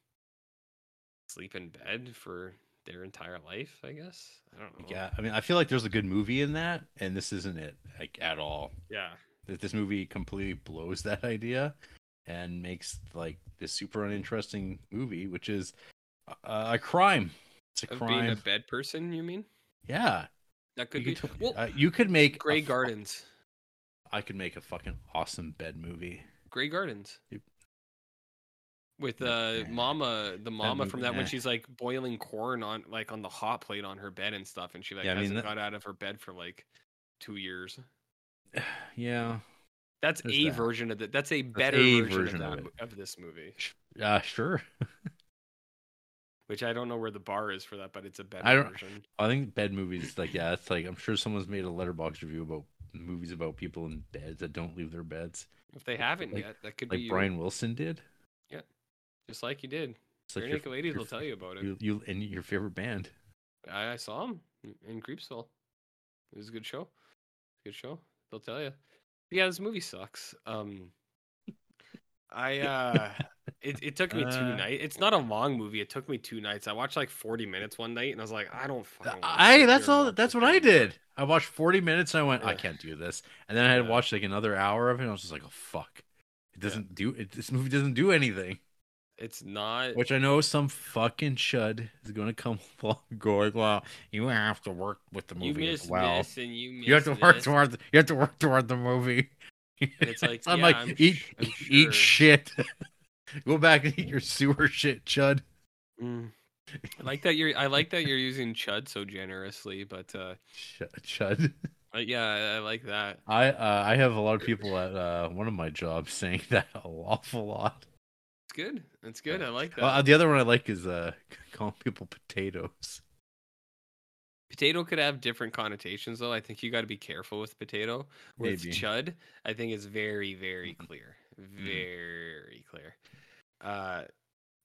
Speaker 3: sleep in bed for their entire life, I guess. I don't know.
Speaker 2: Yeah, I mean, I feel like there's a good movie in that, and this isn't it, like at all.
Speaker 3: Yeah.
Speaker 2: That this movie completely blows that idea, and makes like this super uninteresting movie, which is uh, a crime. It's a
Speaker 3: Of
Speaker 2: crime.
Speaker 3: being a bed person, you mean?
Speaker 2: yeah,
Speaker 3: That could
Speaker 2: you
Speaker 3: be.
Speaker 2: could, t-
Speaker 3: well,
Speaker 2: uh, you could make a
Speaker 3: Grey
Speaker 2: fu-
Speaker 3: Gardens.
Speaker 2: I could make a fucking awesome bed movie.
Speaker 3: Grey Gardens.
Speaker 2: Yep.
Speaker 3: With uh
Speaker 2: That-
Speaker 3: mama, the mama from
Speaker 2: movie-
Speaker 3: that when
Speaker 2: eh.
Speaker 3: she's like boiling corn on like on the hot plate on her bed and stuff, and she like
Speaker 2: Yeah, I mean,
Speaker 3: hasn't
Speaker 2: that-
Speaker 3: got out of her bed for like two years.
Speaker 2: Yeah,
Speaker 3: That's
Speaker 2: There's
Speaker 3: a
Speaker 2: that.
Speaker 3: version of that. That's a better
Speaker 2: a
Speaker 3: version,
Speaker 2: version
Speaker 3: of,
Speaker 2: of
Speaker 3: that,
Speaker 2: it.
Speaker 3: mo- of this movie.
Speaker 2: uh, sure.
Speaker 3: Which I don't know where the bar is for that, but it's a better
Speaker 2: I don't-
Speaker 3: version.
Speaker 2: I think bed movies, like yeah, it's like I'm sure someone's made a letterbox review about movies about people in beds that don't leave their beds,
Speaker 3: If they haven't
Speaker 2: Like-
Speaker 3: yet, that could be
Speaker 2: like
Speaker 3: you,
Speaker 2: Brian Wilson did.
Speaker 3: just like you did.
Speaker 2: It's like
Speaker 3: Bare
Speaker 2: your-
Speaker 3: Naked Ladies
Speaker 2: your
Speaker 3: will
Speaker 2: f-
Speaker 3: tell you about it.
Speaker 2: You, you and your favorite band.
Speaker 3: I, I saw him in Creepsville. It was a good show. Good show. They'll tell you. Yeah, this movie sucks. Um, I uh, it it took me two
Speaker 2: Uh.
Speaker 3: nights. It's not a long movie. It took me two nights. I watched like forty minutes one night, and I was like, I don't fucking. wanna
Speaker 2: I
Speaker 3: sit
Speaker 2: that's
Speaker 3: here and
Speaker 2: all
Speaker 3: watch
Speaker 2: that's
Speaker 3: this
Speaker 2: what I
Speaker 3: thing.
Speaker 2: did. I watched 40 minutes and I went, I
Speaker 3: Yeah.
Speaker 2: can't do this. And then I had
Speaker 3: Yeah.
Speaker 2: watched like another hour of it and I was just like, oh fuck. It doesn't do it this movie doesn't do anything.
Speaker 3: It's not.
Speaker 2: Which I know some fucking chud is gonna come along going, Well, you have to work with the
Speaker 3: you
Speaker 2: movie
Speaker 3: missed
Speaker 2: as well.
Speaker 3: this, and you missed
Speaker 2: you have to work
Speaker 3: this.
Speaker 2: toward the, you have to work toward the movie.
Speaker 3: And it's like,
Speaker 2: So I'm
Speaker 3: yeah,
Speaker 2: like,
Speaker 3: I'm
Speaker 2: eat
Speaker 3: sh- I'm sure."
Speaker 2: eat shit. Go back and eat your sewer shit, Chud.
Speaker 3: Mm. I like that you're. I like that you're using chud so generously, but uh,
Speaker 2: Ch- Chud.
Speaker 3: uh, yeah, I, I like that.
Speaker 2: I uh, I have a lot of people at uh, one of my jobs saying that an awful lot.
Speaker 3: It's good. It's good. I like that.
Speaker 2: Well, the other one I like is uh, calling people potatoes.
Speaker 3: potato could have different connotations, though. I think you got to be careful with potato. With
Speaker 2: Maybe.
Speaker 3: chud, I think is very, very clear. Very clear. Uh,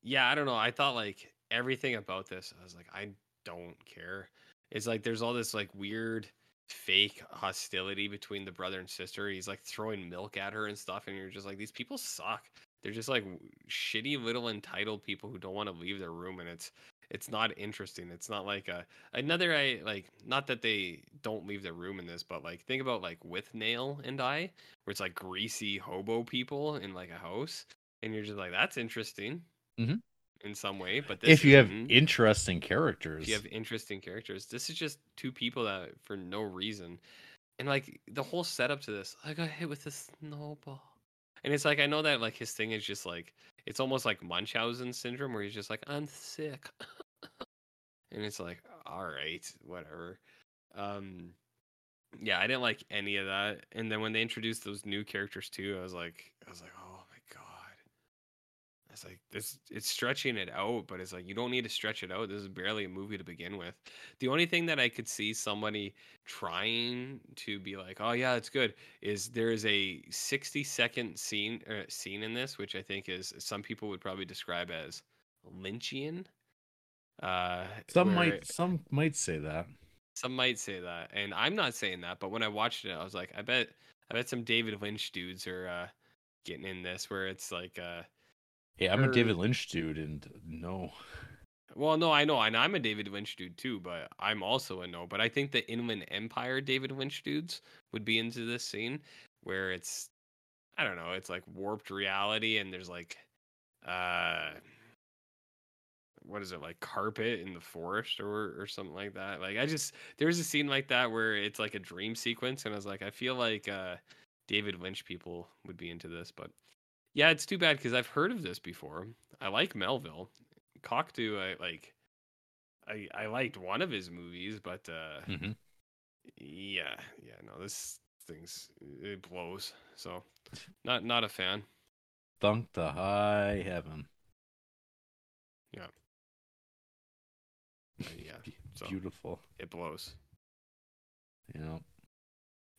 Speaker 3: yeah, I don't know. I thought like everything about this, I was like, I don't care. It's like there's all this like weird fake hostility between the brother and sister. He's like throwing milk at her and stuff, and you're just like, these people suck. They're just like w- shitty little entitled people who don't want to leave their room, and it's it's not interesting. It's not like a another I like not that they don't leave their room in this, but like think about like with nail and I, where it's like greasy hobo people in like a house, and you're just like that's interesting
Speaker 2: Mhm.
Speaker 3: in some way. But this
Speaker 2: If you have
Speaker 3: isn't.
Speaker 2: interesting characters,
Speaker 3: If you have interesting characters. This is just two people that for no reason. And like the whole setup to this, I got hit with a snowball. And it's like I know that like his thing is just like it's almost like Munchausen syndrome where he's just like, I'm sick. and it's like, all right, whatever. Um yeah, I didn't like any of that. And then when they introduced those new characters too, I was like I was like, oh my god. It's like this it's stretching it out, but it's like you don't need to stretch it out. This is barely a movie to begin with. The only thing that I could see somebody trying to be like, "Oh yeah, it's good," is there is a 60-second scene uh, scene in this which I think is some people would probably describe as lynchian. Uh
Speaker 2: some
Speaker 3: where
Speaker 2: might
Speaker 3: it-
Speaker 2: some might say that.
Speaker 3: some might say that, and I'm not saying that. But when I watched it, I was like, I bet, I bet some David Lynch dudes are uh, getting in this, where it's like, uh,
Speaker 2: Hey, I'm a
Speaker 3: Or-
Speaker 2: David Lynch dude, and no,
Speaker 3: Well, no, I know, and I'm a David Lynch dude too, but I'm also a no. But I think the Inland Empire David Lynch dudes would be into this scene where it's, I don't know, it's like warped reality, and there's like, uh, what is it like carpet in the forest or or something like that? Like I just there's a scene like that where it's like a dream sequence, and I was like, I feel like uh, David Lynch people would be into this, but yeah, it's too bad because I've heard of this before. I like Melville, Cocteau, I like I I liked one of his movies, but uh
Speaker 2: Mhm.
Speaker 3: yeah, yeah, no, this thing's it blows. So not not a fan.
Speaker 2: Thunk the high heaven.
Speaker 3: but yeah.
Speaker 2: Be-
Speaker 3: So
Speaker 2: Beautiful.
Speaker 3: it blows.
Speaker 2: You know.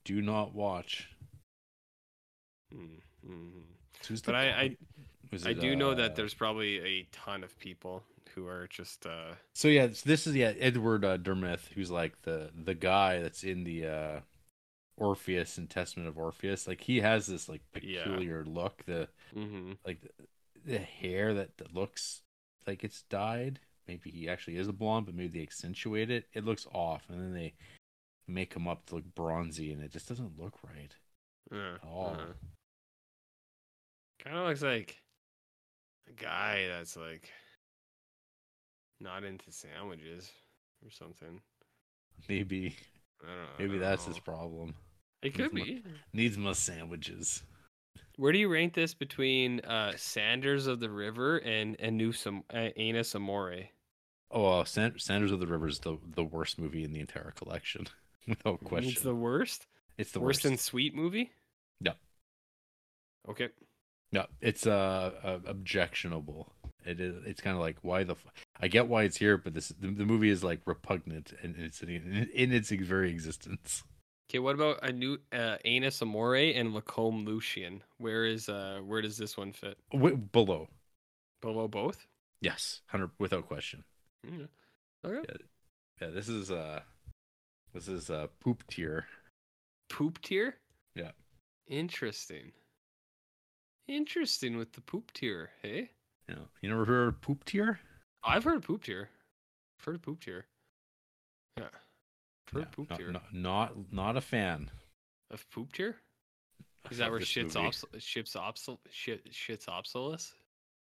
Speaker 2: Do not watch.
Speaker 3: Mm, mhm.
Speaker 2: Who's
Speaker 3: But I- I-
Speaker 2: Was
Speaker 3: I
Speaker 2: it,
Speaker 3: do know that
Speaker 2: uh,
Speaker 3: there's probably a ton of people who are just uh
Speaker 2: So yeah, it's- this is yeah Edward uh, Dermith, who's like the the guy that's in the uh Orpheus and Testament of Orpheus. Like he has this like
Speaker 3: Yeah.
Speaker 2: peculiar look, the
Speaker 3: mhm.
Speaker 2: like the, the hair that, that looks like it's dyed. Maybe he actually is a blonde, but maybe they accentuate it. It looks off, and then they make him up to look bronzy, and it just doesn't look right.
Speaker 3: Uh,
Speaker 2: Oh.
Speaker 3: Kind of looks like a guy that's like not into sandwiches or something.
Speaker 2: Maybe
Speaker 3: I don't know. I
Speaker 2: maybe
Speaker 3: don't
Speaker 2: that's
Speaker 3: know.
Speaker 2: his problem.
Speaker 3: It could
Speaker 2: It's
Speaker 3: be.
Speaker 2: Needs my sandwiches.
Speaker 3: Where do you rank this between uh, Sanders of the River and Anusam uh, Anus Amore?
Speaker 2: Oh, uh, San- Sanders of the River is the the worst movie in the entire collection, without question.
Speaker 3: It's the worst.
Speaker 2: It's the
Speaker 3: worse
Speaker 2: worst.
Speaker 3: than Sweet movie.
Speaker 2: No.
Speaker 3: Okay.
Speaker 2: No, it's uh, uh objectionable. It is. It's kind of like why the. F- I get why it's here, but this the, the movie is like repugnant in, in its in, in its very existence.
Speaker 3: Okay. What about Anu uh, Anus Amore and Lacombe Lucian? Where is uh where does this one fit?
Speaker 2: W- below,
Speaker 3: Below both.
Speaker 2: yes, hundred without question.
Speaker 3: Mm, Okay.
Speaker 2: Yeah, this is uh, this is uh poop tier.
Speaker 3: poop tier?
Speaker 2: Yeah.
Speaker 3: Interesting. Interesting with the poop tier, hey?
Speaker 2: You know, you never heard of poop tier?
Speaker 3: I've heard of poop tier. I've heard of poop tier. Yeah. I've heard
Speaker 2: Yeah,
Speaker 3: of poop
Speaker 2: not,
Speaker 3: tier.
Speaker 2: not not not a fan.
Speaker 3: Of poop tier? Is that
Speaker 2: of
Speaker 3: where
Speaker 2: this
Speaker 3: shit's
Speaker 2: movie.
Speaker 3: obs- shit's obsol shit shit's obsolescence?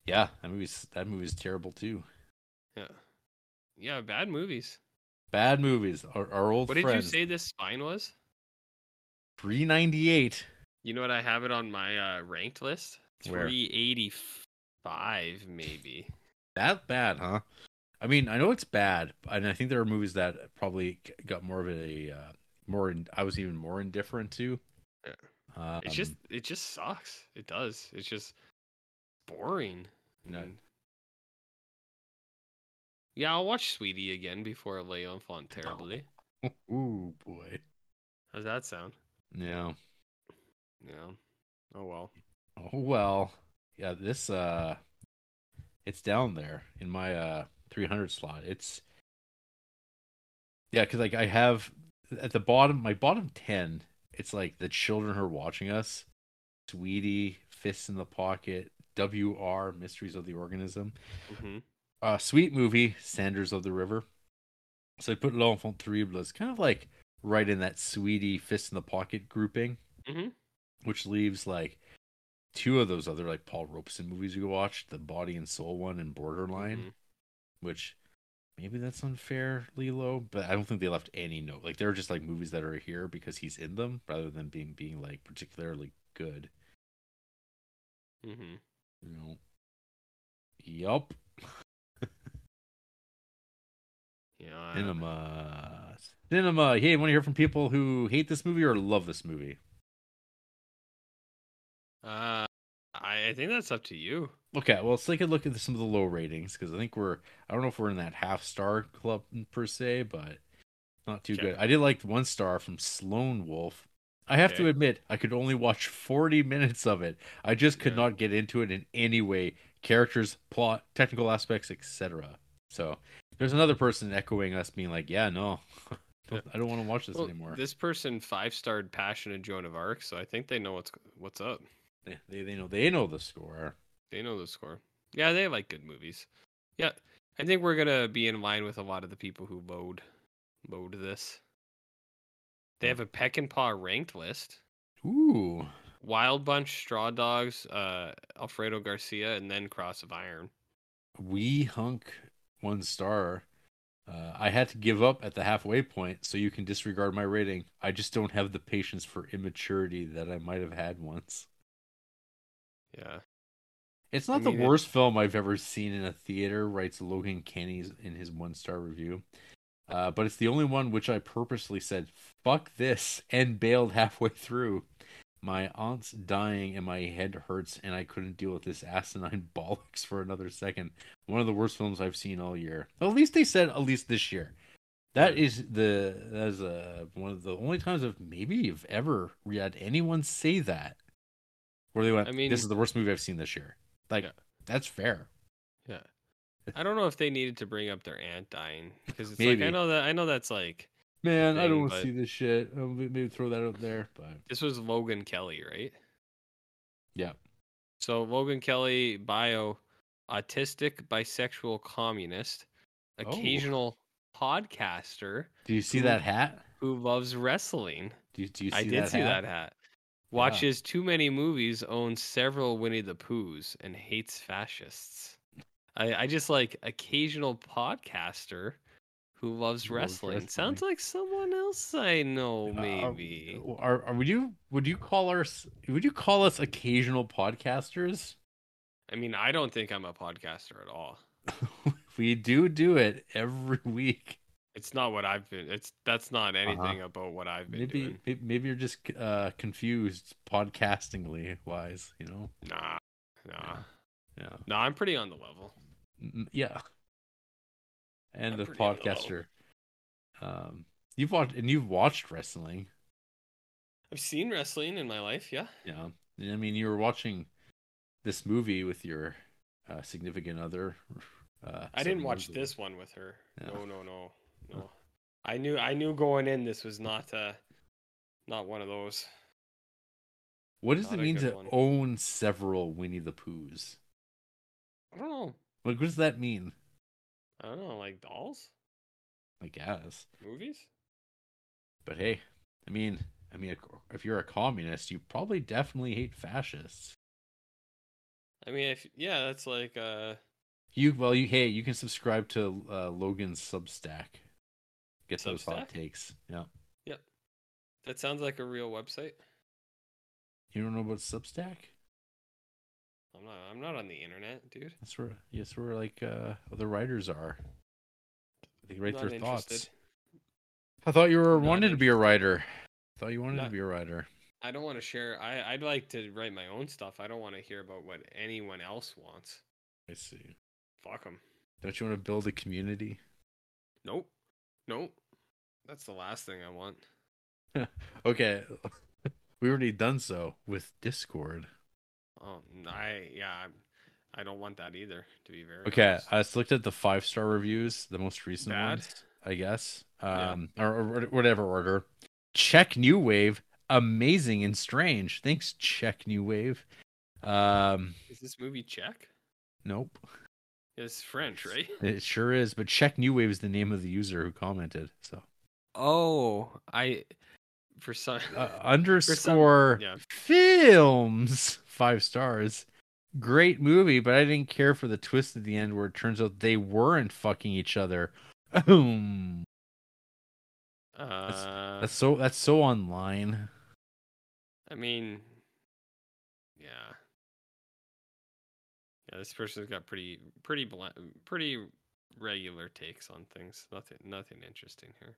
Speaker 2: Yeah, that movie's that movie's terrible too.
Speaker 3: Yeah. Yeah, bad movies.
Speaker 2: Bad movies. Our, our old
Speaker 3: What
Speaker 2: friends.
Speaker 3: did you say this spine was?
Speaker 2: Three ninety eight.
Speaker 3: You know what I have it on my uh, ranked list?
Speaker 2: Where?
Speaker 3: 385 maybe.
Speaker 2: that bad, huh? I mean, I know it's bad, and I think there are movies that probably g- got more of a uh, more. In, I was even more indifferent to.
Speaker 3: Yeah.
Speaker 2: Um,
Speaker 3: It's just it just sucks. It does. It's just boring.
Speaker 2: No.
Speaker 3: And- Yeah, I'll watch Sweetie again before I lay on Font terribly.
Speaker 2: ooh boy.
Speaker 3: How's that sound?
Speaker 2: Yeah.
Speaker 3: Yeah. Oh well.
Speaker 2: Oh well. Yeah. This uh, it's down there in my uh 300 slot. It's yeah, because like I have at the bottom, my bottom 10. It's like the children who are watching us, Sweetie, Fists in the Pocket, W.R. Mysteries of the Organism.
Speaker 3: hmm
Speaker 2: uh, sweet movie, Sanders of the River. So I put L'Enfant Terrible as kind of like right in that sweetie fist in the pocket grouping,
Speaker 3: Mhm.
Speaker 2: which leaves like two of those other like Paul Robeson movies you watched, the Body and Soul one and Borderline,
Speaker 3: Mhm.
Speaker 2: which maybe that's unfairly low, but I don't think they left any note. Like they're just like movies that are here because he's in them rather than being being like particularly good.
Speaker 3: hmm
Speaker 2: You know. Yup.
Speaker 3: Yeah. I-
Speaker 2: Cinema. Cinema. Hey, want to hear from people who hate this movie or love this movie?
Speaker 3: Uh, I, I think that's up to you.
Speaker 2: Okay, well, let's take a look at some of the low ratings because I think we're, I don't know if we're in that half star club per se, but not too
Speaker 3: Okay.
Speaker 2: good. I did like one star from Sloan Wolf. I have to
Speaker 3: Okay.
Speaker 2: admit, I could only watch 40 minutes of it. I just could
Speaker 3: Yeah.
Speaker 2: not get into it in any way characters, plot, technical aspects, etc. So there's another person echoing us being like, yeah, no,
Speaker 3: Yeah.
Speaker 2: I don't want to watch this
Speaker 3: Well,
Speaker 2: anymore.
Speaker 3: This person five starred Passion of Joan of Arc, so I think they know what's what's up.
Speaker 2: Yeah, they they know they know the score.
Speaker 3: They know the score. Yeah, they like good movies. Yeah, I think we're gonna be in line with a lot of the people who mowed mowed this.
Speaker 2: Hmm.
Speaker 3: They have a peck and paw ranked list.
Speaker 2: Ooh.
Speaker 3: Wild Bunch, Straw Dogs, uh, Alfredo Garcia, and then Cross of Iron.
Speaker 2: We hunk one star. Uh, I had to give up at the halfway point, so you can disregard my rating. I just don't have the patience for immaturity that I might have had once.
Speaker 3: Yeah.
Speaker 2: It's
Speaker 3: I
Speaker 2: not the
Speaker 3: mean, it-
Speaker 2: worst film I've ever seen in a theater, writes Logan Kenny's in his one star review. Uh, but it's the only one which I purposely said, fuck this, and bailed halfway through. My aunt's dying and my head hurts, and I couldn't deal with this asinine bollocks for another second. One of the worst films I've seen all year. Well, at least they said, at least this year. That is the that is uh one of the only times I've maybe have ever had anyone say that, where they went,
Speaker 3: I mean-
Speaker 2: "This is the worst movie I've seen this year." Like
Speaker 3: Yeah.
Speaker 2: that's fair.
Speaker 3: Yeah. I don't know if they needed to bring up their aunt dying because it's like I
Speaker 2: Maybe.
Speaker 3: know that I know that's like
Speaker 2: Man, I
Speaker 3: Thing,
Speaker 2: don't want to
Speaker 3: but-
Speaker 2: see this shit. Um, may- Maybe throw that out there, but
Speaker 3: this was Logan Kelly, right?
Speaker 2: Yeah.
Speaker 3: So Logan Kelly, bio, autistic, bisexual, communist,
Speaker 2: Oh.
Speaker 3: occasional podcaster
Speaker 2: do you see
Speaker 3: Who-
Speaker 2: that hat?
Speaker 3: who loves wrestling.
Speaker 2: Do you, do you see
Speaker 3: I did
Speaker 2: that
Speaker 3: see
Speaker 2: hat?
Speaker 3: that hat. Watches too many movies, owns several Winnie the Poohs, and hates fascists. I, I just like occasional podcaster who loves
Speaker 2: Who loves
Speaker 3: wrestling. Sounds like someone else I know,
Speaker 2: Uh, are-
Speaker 3: Oh, maybe.
Speaker 2: Are, are would you would you call us would you call us occasional podcasters?
Speaker 3: I mean, I don't think I'm a podcaster at all.
Speaker 2: we do do it every week.
Speaker 3: It's not what I've been. It's that's not anything about what I've been
Speaker 2: Uh-huh. maybe
Speaker 3: doing.
Speaker 2: may- maybe you're just uh confused podcastingly wise you know
Speaker 3: Nah, nah,
Speaker 2: Yeah. yeah
Speaker 3: nah. I'm pretty on the level.
Speaker 2: N- yeah and
Speaker 3: I'm
Speaker 2: the
Speaker 3: pretty low.
Speaker 2: podcaster um you've watched and you've watched wrestling
Speaker 3: I've seen wrestling in my life. Yeah.
Speaker 2: yeah i mean you were watching this movie with your uh significant other uh
Speaker 3: I
Speaker 2: seven
Speaker 3: didn't watch
Speaker 2: years ago.
Speaker 3: this one with her.
Speaker 2: Yeah.
Speaker 3: No, no, no,
Speaker 2: Huh.
Speaker 3: no. I knew, I knew going in, this was not, uh, not one of those.
Speaker 2: what does
Speaker 3: Not
Speaker 2: it
Speaker 3: a
Speaker 2: mean
Speaker 3: good
Speaker 2: to
Speaker 3: one.
Speaker 2: own several winnie the poohs
Speaker 3: I don't know.
Speaker 2: like what does that mean
Speaker 3: I don't know, like dolls,
Speaker 2: i guess
Speaker 3: movies.
Speaker 2: But hey, I mean, I mean, if you're a communist, you probably definitely hate fascists.
Speaker 3: I mean, if yeah, that's like, uh,
Speaker 2: You well, you hey, you can subscribe to uh, Logan's Substack. Get those hot
Speaker 3: Substack?
Speaker 2: takes. Yeah,
Speaker 3: that sounds like a real website.
Speaker 2: you don't know about Substack?
Speaker 3: I'm not, I'm not on the internet, dude.
Speaker 2: That's where yes, where like uh, other writers are. They write
Speaker 3: not
Speaker 2: their thoughts.
Speaker 3: interested.
Speaker 2: I thought you were
Speaker 3: Not
Speaker 2: wanted to be a writer. I thought you wanted to
Speaker 3: Not-
Speaker 2: be a writer.
Speaker 3: I don't want to share. I, I'd like to write my own stuff. I don't want to hear about what anyone else wants.
Speaker 2: I see.
Speaker 3: Fuck them.
Speaker 2: Don't you want to build a community?
Speaker 3: Nope. Nope. That's the last thing I want.
Speaker 2: Okay, we already done so with Discord.
Speaker 3: Oh, n- I yeah, I'm- I don't want that either. To be very
Speaker 2: Okay,
Speaker 3: honest.
Speaker 2: I just looked at the five star reviews, the most recent
Speaker 3: bad.
Speaker 2: ones, I guess,
Speaker 3: Yeah.
Speaker 2: um, or, or wh- whatever order. Check New Wave, amazing and strange. Thanks, Check New Wave. Um,
Speaker 3: Is this movie Czech?
Speaker 2: nope,
Speaker 3: It's French, right?
Speaker 2: it sure is. But Check New Wave is the name of the user who commented. So
Speaker 3: Oh, I for some
Speaker 2: uh, underscore
Speaker 3: yeah.
Speaker 2: films five stars. Great movie, but I didn't care for the twist at the end where it turns out they weren't fucking each other.
Speaker 3: uh,
Speaker 2: That's so that's so online.
Speaker 3: I mean, yeah, yeah. This person's got pretty pretty bla pretty regular takes on things. Nothing nothing interesting here.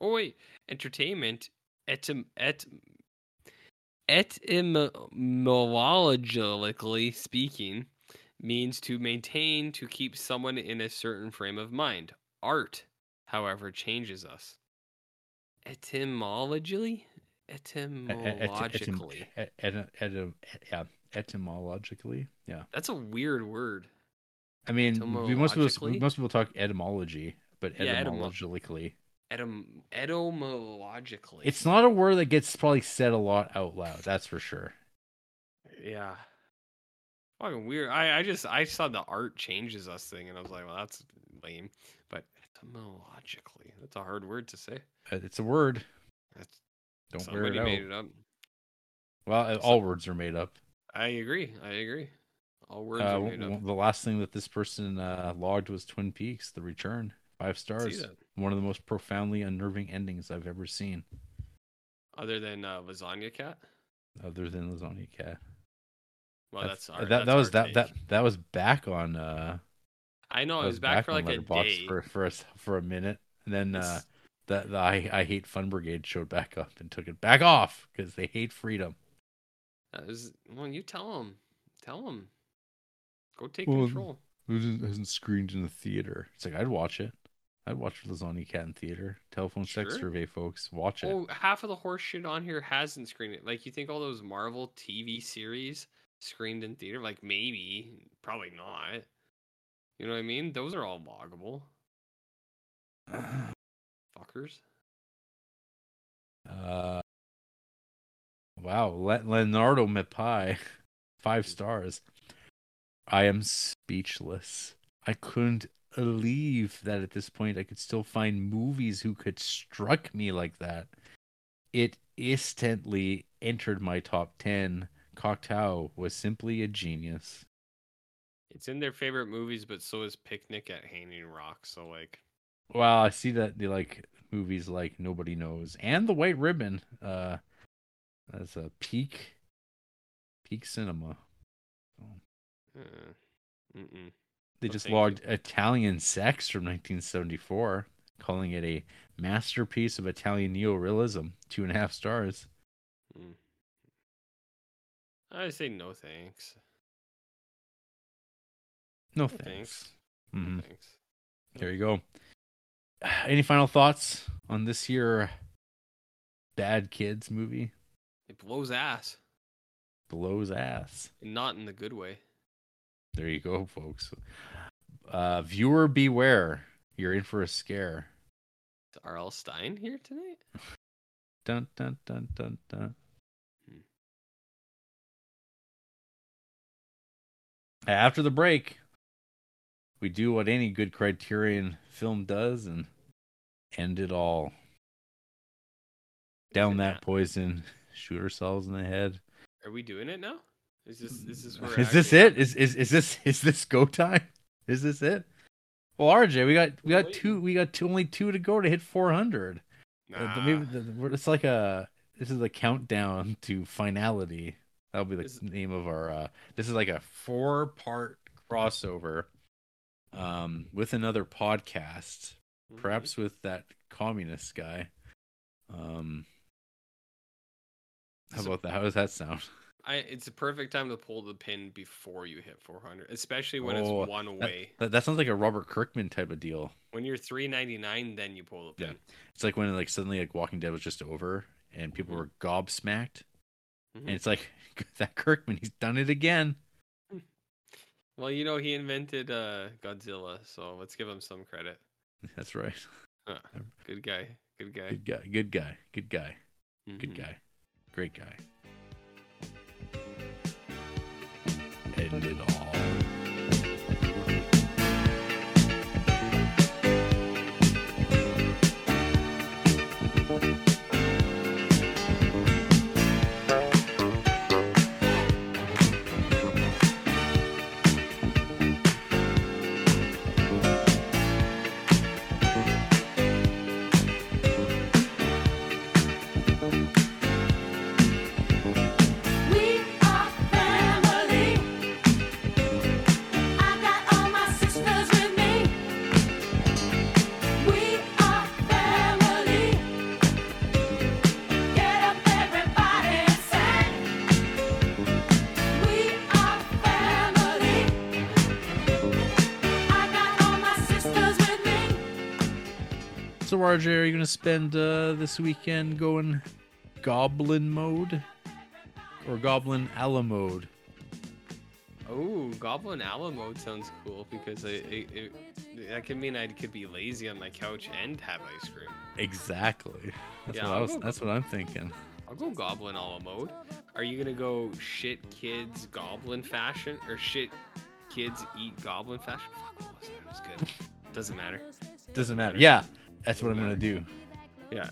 Speaker 3: Oh wait, entertainment etym et etymologically speaking means to maintain to keep someone in a certain frame of mind. Art, however, changes us. Etymologically,
Speaker 2: E- e- et- etym-
Speaker 3: etymologically.
Speaker 2: e- et- etym- et- yeah, Etymologically, yeah.
Speaker 3: That's a weird word.
Speaker 2: I mean, we most people
Speaker 3: Etymologically?
Speaker 2: most people talk etymology, but
Speaker 3: Yeah, etymo-
Speaker 2: etymologically,
Speaker 3: Etym- etymologically.
Speaker 2: it's not a word that gets probably said a lot out loud. That's for sure.
Speaker 3: Yeah. fucking weird. I, I just I saw the art changes us thing, and I was like, well, that's lame. But etymologically, that's a hard word to say.
Speaker 2: Uh, It's a word.
Speaker 3: That's
Speaker 2: Don't wear
Speaker 3: somebody
Speaker 2: it out.
Speaker 3: made it up.
Speaker 2: Well, uh, all words are made up.
Speaker 3: I agree. I agree. All words
Speaker 2: Uh,
Speaker 3: are
Speaker 2: w-
Speaker 3: made up.
Speaker 2: w- the last thing that this person uh, logged was Twin Peaks: The Return. Five
Speaker 3: See
Speaker 2: stars.
Speaker 3: that.
Speaker 2: One of the most profoundly unnerving endings I've ever seen,
Speaker 3: Other than uh, lasagna cat.
Speaker 2: other than Lasagna Cat.
Speaker 3: Well, that's, our,
Speaker 2: uh, that. that
Speaker 3: that's
Speaker 2: was
Speaker 3: our
Speaker 2: that,
Speaker 3: take.
Speaker 2: that. That was back on. Uh,
Speaker 3: I know.
Speaker 2: that
Speaker 3: I was Oh, back, for
Speaker 2: on
Speaker 3: like a
Speaker 2: Letterboxd
Speaker 3: day.
Speaker 2: for for a, s- for a minute, and then uh,
Speaker 3: It's-
Speaker 2: the, the I, I hate Fun Brigade showed back up and took it back off because they hate freedom. uh,
Speaker 3: that was, well, you tell him. Tell him. Go take
Speaker 2: Well,
Speaker 3: control.
Speaker 2: It hasn't screened in the theater. It's like I'd watch it. I'd watch Lasagna Cat in theater. Telephone sex
Speaker 3: Sure.
Speaker 2: survey, folks, watch it.
Speaker 3: Oh, half of the horse shit on here hasn't screened it. Like you think all those Marvel TV series screened in theater? Like maybe, probably not. You know what I mean? Those are all loggable. Fuckers.
Speaker 2: Uh, wow, Le- Leonardo Mapai, five stars. I am speechless. I couldn't believe that at this point I could still find movies who could struck me like that. It instantly entered my top ten. Cocteau was simply a genius.
Speaker 3: It's in their favorite movies, but so is Picnic at Hanging Rock. So like,
Speaker 2: Well, I see that they like movies like Nobody Knows and The White Ribbon. Uh, that's a peak, peak cinema.
Speaker 3: uh, mm-mm.
Speaker 2: They
Speaker 3: Well,
Speaker 2: just
Speaker 3: thank you.
Speaker 2: logged Italian Sex from 1974, calling it a masterpiece of Italian neorealism. Two and a half stars.
Speaker 3: Mm. I say no thanks.
Speaker 2: No
Speaker 3: No thanks.
Speaker 2: thanks. Mhm.
Speaker 3: No thanks.
Speaker 2: There you go. Any final thoughts on this year Bad Kids movie?
Speaker 3: It blows ass,
Speaker 2: Blows ass.
Speaker 3: and not in the good way.
Speaker 2: There you go, folks. Uh, viewer beware. You're in for a scare.
Speaker 3: Is R.L. Stein here tonight?
Speaker 2: Dun dun dun dun dun.
Speaker 3: Hmm.
Speaker 2: After the break, we do what any good Criterion film does and end it all. Down
Speaker 3: it
Speaker 2: that
Speaker 3: now?
Speaker 2: poison, shoot ourselves in the head.
Speaker 3: Are we doing it now? Is this is this where
Speaker 2: Is this
Speaker 3: actually-
Speaker 2: it? Is is is this is this go time? Is this it? Well, RJ, we got we got
Speaker 3: Wait.
Speaker 2: two. We got two, only two to go to hit four hundred. Uh,
Speaker 3: Nah.
Speaker 2: but maybe the, the- we're- it's like a this is a countdown to finality. That'll be the
Speaker 3: Is-
Speaker 2: name of our. Uh, this is like a four part crossover, um, with another podcast,
Speaker 3: Mhm.
Speaker 2: perhaps with that communist guy. Um, how
Speaker 3: So-
Speaker 2: about that? How does that sound?
Speaker 3: I, it's a perfect time to pull the pin before you hit 400, especially when
Speaker 2: Oh,
Speaker 3: it's one away.
Speaker 2: That, that sounds like a Robert Kirkman type of deal.
Speaker 3: When you're 399, then you pull the
Speaker 2: Yeah.
Speaker 3: pin.
Speaker 2: It's like when like suddenly like Walking Dead was just over and people
Speaker 3: Mhm.
Speaker 2: were gobsmacked, and
Speaker 3: Mhm.
Speaker 2: it's like that Kirkman, he's done it again.
Speaker 3: Well, you know he invented uh, Godzilla, so let's give him some credit.
Speaker 2: That's right.
Speaker 3: Good guy, good guy,
Speaker 2: Good guy. Good guy. Good guy. Good
Speaker 3: Mhm.
Speaker 2: guy. Great guy. End it all.
Speaker 1: We are family. I got all my sisters with me. We are family. Get up, everybody, and sing. We are family. I got all my sisters with me.
Speaker 2: So, RJ, are you going to spend uh, this weekend going goblin mode or goblin a la mode?
Speaker 3: Oh, Goblin Ala mode sounds cool because I, it, it, that could mean I could be lazy on my couch and have ice cream.
Speaker 2: Exactly. That's
Speaker 3: Yeah,
Speaker 2: what I
Speaker 3: I'll
Speaker 2: was.
Speaker 3: go-
Speaker 2: That's what I'm thinking.
Speaker 3: I'll I'll go goblin a la mode. Are you gonna go shit kids goblin fashion or shit kids eat goblin fashion? Fuck, what was that? It was good. Doesn't matter.
Speaker 2: Doesn't matter. Yeah, that's what I'm gonna do.
Speaker 3: Yeah.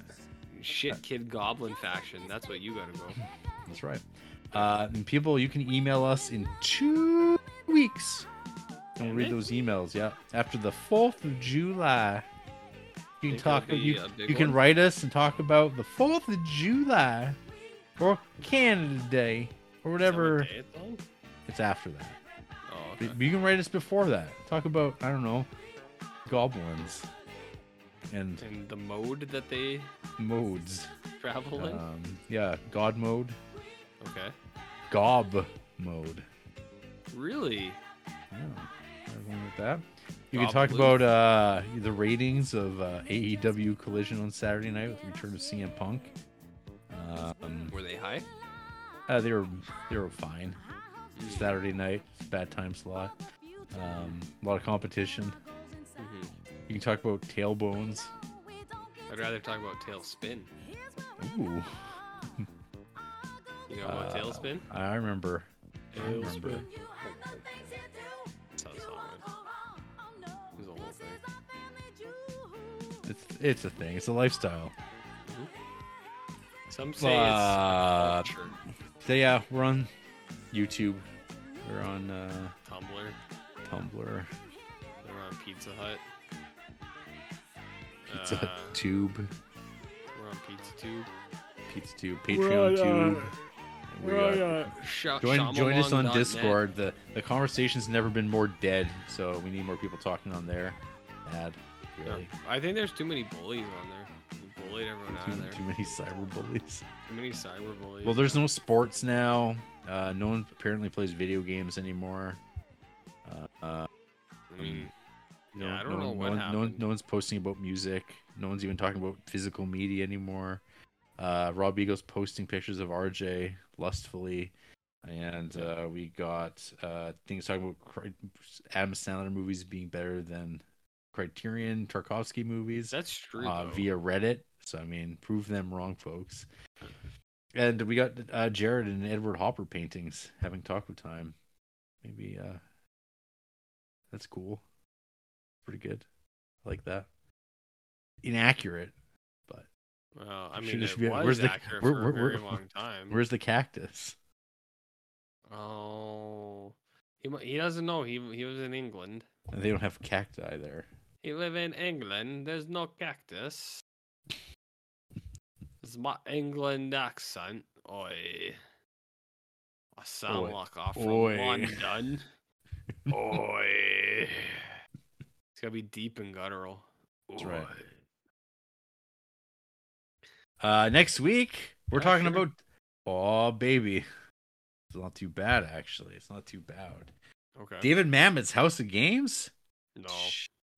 Speaker 3: Shit kid goblin fashion. That's what you gotta go.
Speaker 2: That's right. Uh, and people, you can email us in two weeks. And we'll read
Speaker 3: Okay.
Speaker 2: those emails. Yeah, after the fourth of July, you can
Speaker 3: Think that'll
Speaker 2: talk.
Speaker 3: be
Speaker 2: You,
Speaker 3: a big
Speaker 2: you can
Speaker 3: one.
Speaker 2: write us and talk about the fourth of July, or Canada Day, or
Speaker 3: Is that what
Speaker 2: whatever.
Speaker 3: day it's on?
Speaker 2: It's after that.
Speaker 3: Oh, okay.
Speaker 2: But You can write us before that. Talk about I don't know, goblins and
Speaker 3: And the mode that they
Speaker 2: modes.
Speaker 3: travel in.
Speaker 2: Um, yeah, God mode,
Speaker 3: Okay.
Speaker 2: gob mode.
Speaker 3: Really?
Speaker 2: Yeah, everything like that. You
Speaker 3: Gob
Speaker 2: can talk
Speaker 3: blue.
Speaker 2: about uh, the ratings of uh, AEW Collision on Saturday night with the return of CM Punk. Um,
Speaker 3: Were they high?
Speaker 2: uh, they were they were fine. Saturday night, bad time slot. Um, a lot of competition.
Speaker 3: hmm
Speaker 2: You can talk about tailbones.
Speaker 3: I'd rather talk about tailspin.
Speaker 2: Ooh,
Speaker 3: You know
Speaker 2: Uh,
Speaker 3: about tailspin?
Speaker 2: I remember. I remember.
Speaker 3: That's how the song went. It was a whole thing.
Speaker 2: It's it's a thing. It's a lifestyle.
Speaker 3: Some say
Speaker 2: Uh,
Speaker 3: it's culture,
Speaker 2: So yeah, we're on YouTube. We're on uh,
Speaker 3: Tumblr,
Speaker 2: Tumblr,
Speaker 3: they're on Pizza Hut.
Speaker 2: Pizza
Speaker 3: uh,
Speaker 2: Hut Tube.
Speaker 3: We're on Pizza Tube.
Speaker 2: Pizza Tube, Patreon Tube. We got-
Speaker 3: Sh-
Speaker 2: join join us on
Speaker 3: Shyamalan.net.
Speaker 2: Discord. The the conversation's never been more dead, so we need more people talking on there. Bad,
Speaker 3: Yeah.
Speaker 2: really.
Speaker 3: I think there's too many bullies on there. We bullied everyone out of
Speaker 2: Too,
Speaker 3: there.
Speaker 2: too
Speaker 3: Too
Speaker 2: many cyber bullies.
Speaker 3: many cyber bullies.
Speaker 2: Well, there's no sports now. Uh, no one apparently plays video games anymore. Uh, uh,
Speaker 3: I mean,
Speaker 2: no,
Speaker 3: Yeah, I don't
Speaker 2: no
Speaker 3: know
Speaker 2: one- no
Speaker 3: what
Speaker 2: one, no, one,
Speaker 3: happened.
Speaker 2: no one's posting about music. No one's even talking about physical media anymore. Uh, Rob Eagle's posting pictures of RJ lustfully, and uh, we got uh, things talking about Cri- Adam Sandler movies being better than Criterion Tarkovsky movies
Speaker 3: that's true.
Speaker 2: uh,
Speaker 3: though.
Speaker 2: via Reddit. So I mean, prove them wrong, folks. And we got uh, Jared and Edward Hopper paintings having taco time. Maybe uh, that's cool. Pretty good. I like that. Inaccurate.
Speaker 3: Well, I
Speaker 2: Should
Speaker 3: mean,
Speaker 2: just
Speaker 3: it
Speaker 2: be-
Speaker 3: was
Speaker 2: where's the-
Speaker 3: accurate
Speaker 2: where-
Speaker 3: for
Speaker 2: where-
Speaker 3: a very
Speaker 2: where-
Speaker 3: long time.
Speaker 2: Where's the cactus?
Speaker 3: Oh, he, mu- he doesn't know. He he was in England.
Speaker 2: And they don't have cacti there.
Speaker 3: He live in England. There's no cactus. It's my England accent. Oi. I sound
Speaker 2: Oi.
Speaker 3: like I'm from
Speaker 2: Oi.
Speaker 3: London. Oi. It's gotta be deep and guttural.
Speaker 2: That's right.
Speaker 3: Oi.
Speaker 2: Uh, next week we're
Speaker 3: Yeah,
Speaker 2: talking
Speaker 3: sure.
Speaker 2: about. Oh baby, it's not too bad actually. It's not too bad.
Speaker 3: Okay.
Speaker 2: David Mamet's House of Games.
Speaker 3: No.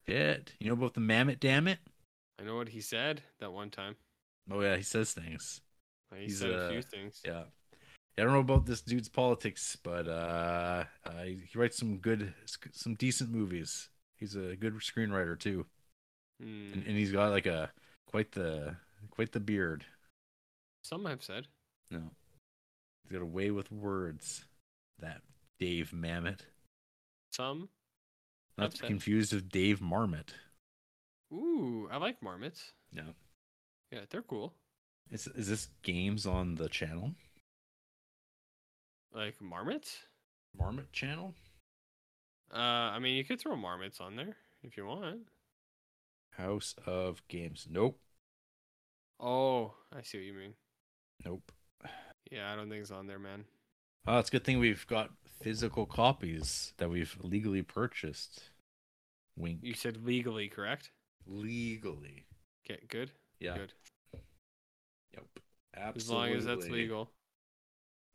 Speaker 2: Shit. You know about the mammoth damn it?
Speaker 3: I know what he said that one time.
Speaker 2: Oh yeah, he says things.
Speaker 3: He
Speaker 2: He's,
Speaker 3: said a,
Speaker 2: uh,
Speaker 3: few things.
Speaker 2: Yeah. I don't know about this dude's politics, but uh, uh he he writes some good some decent movies. He's a good screenwriter too.
Speaker 3: Hmm,
Speaker 2: And, and he's got like a quite the quite the beard.
Speaker 3: Some have said.
Speaker 2: No. He's got a way with words. That Dave Mamet.
Speaker 3: Some.
Speaker 2: Not to
Speaker 3: Upset.
Speaker 2: be confused with Dave Marmot.
Speaker 3: Ooh, I like marmots.
Speaker 2: No.
Speaker 3: Yeah, they're cool.
Speaker 2: Is is this games on the channel?
Speaker 3: Like marmots?
Speaker 2: Marmot channel?
Speaker 3: Uh, I mean, you could throw marmots on there if you want.
Speaker 2: House of Games. Nope.
Speaker 3: Oh, I see what you mean.
Speaker 2: Nope.
Speaker 3: Yeah, I don't think it's on there, man.
Speaker 2: Oh, it's a good thing we've got physical copies that we've legally purchased. Wink.
Speaker 3: You said legally, correct?
Speaker 2: Legally.
Speaker 3: Okay, good.
Speaker 2: Yeah.
Speaker 3: Good.
Speaker 2: Yep.
Speaker 3: As
Speaker 2: Absolutely.
Speaker 3: long as that's legal.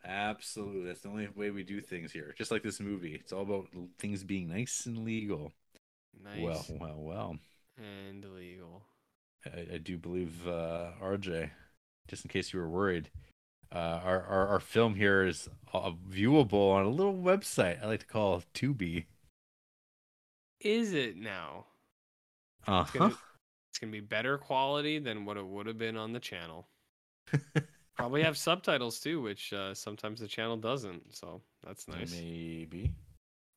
Speaker 2: Absolutely. That's the only way we do things here. Just like this movie. It's all about l- things being nice and legal.
Speaker 3: Nice.
Speaker 2: Well, well, well.
Speaker 3: And legal.
Speaker 2: I, I do believe uh, RJ, just in case you were worried, uh, our, our, our film here is uh, viewable on a little website I like to call Tubi.
Speaker 3: Is it now?
Speaker 2: Uh
Speaker 3: It's gonna,
Speaker 2: huh.
Speaker 3: it's gonna be better quality than what it would have been on the channel. Probably have subtitles too, which uh, sometimes the channel doesn't. So that's nice.
Speaker 2: Maybe.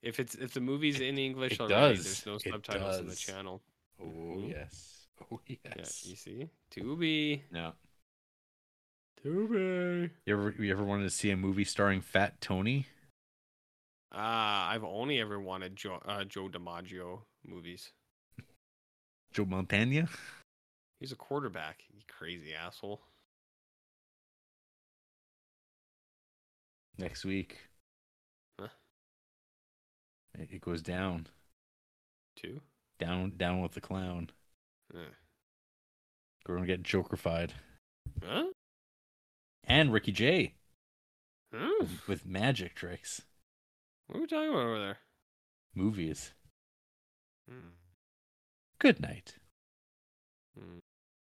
Speaker 3: If it's if the movie's in English
Speaker 2: it
Speaker 3: already,
Speaker 2: does.
Speaker 3: there's no
Speaker 2: It
Speaker 3: subtitles in the
Speaker 2: does.
Speaker 3: channel.
Speaker 2: Oh
Speaker 3: Mhm.
Speaker 2: yes. Oh yes.
Speaker 3: Yeah, you see, Tubi,
Speaker 2: No.
Speaker 3: Tubi.
Speaker 2: You ever you ever wanted to see a movie starring Fat Tony?
Speaker 3: Ah, I've only ever wanted Joe uh, Joe DiMaggio movies.
Speaker 2: Joe Montana?
Speaker 3: He's a quarterback. You crazy asshole.
Speaker 2: Next week.
Speaker 3: Huh?
Speaker 2: It it goes down.
Speaker 3: Two.
Speaker 2: Down down with the clown.
Speaker 3: Uh,
Speaker 2: We're gonna get Jokerfied.
Speaker 3: Huh?
Speaker 2: And Ricky Jay
Speaker 3: Huh?
Speaker 2: with, with magic tricks.
Speaker 3: Hmm? What are we talking about over there?
Speaker 2: Movies.
Speaker 3: Hmm.
Speaker 2: Good night.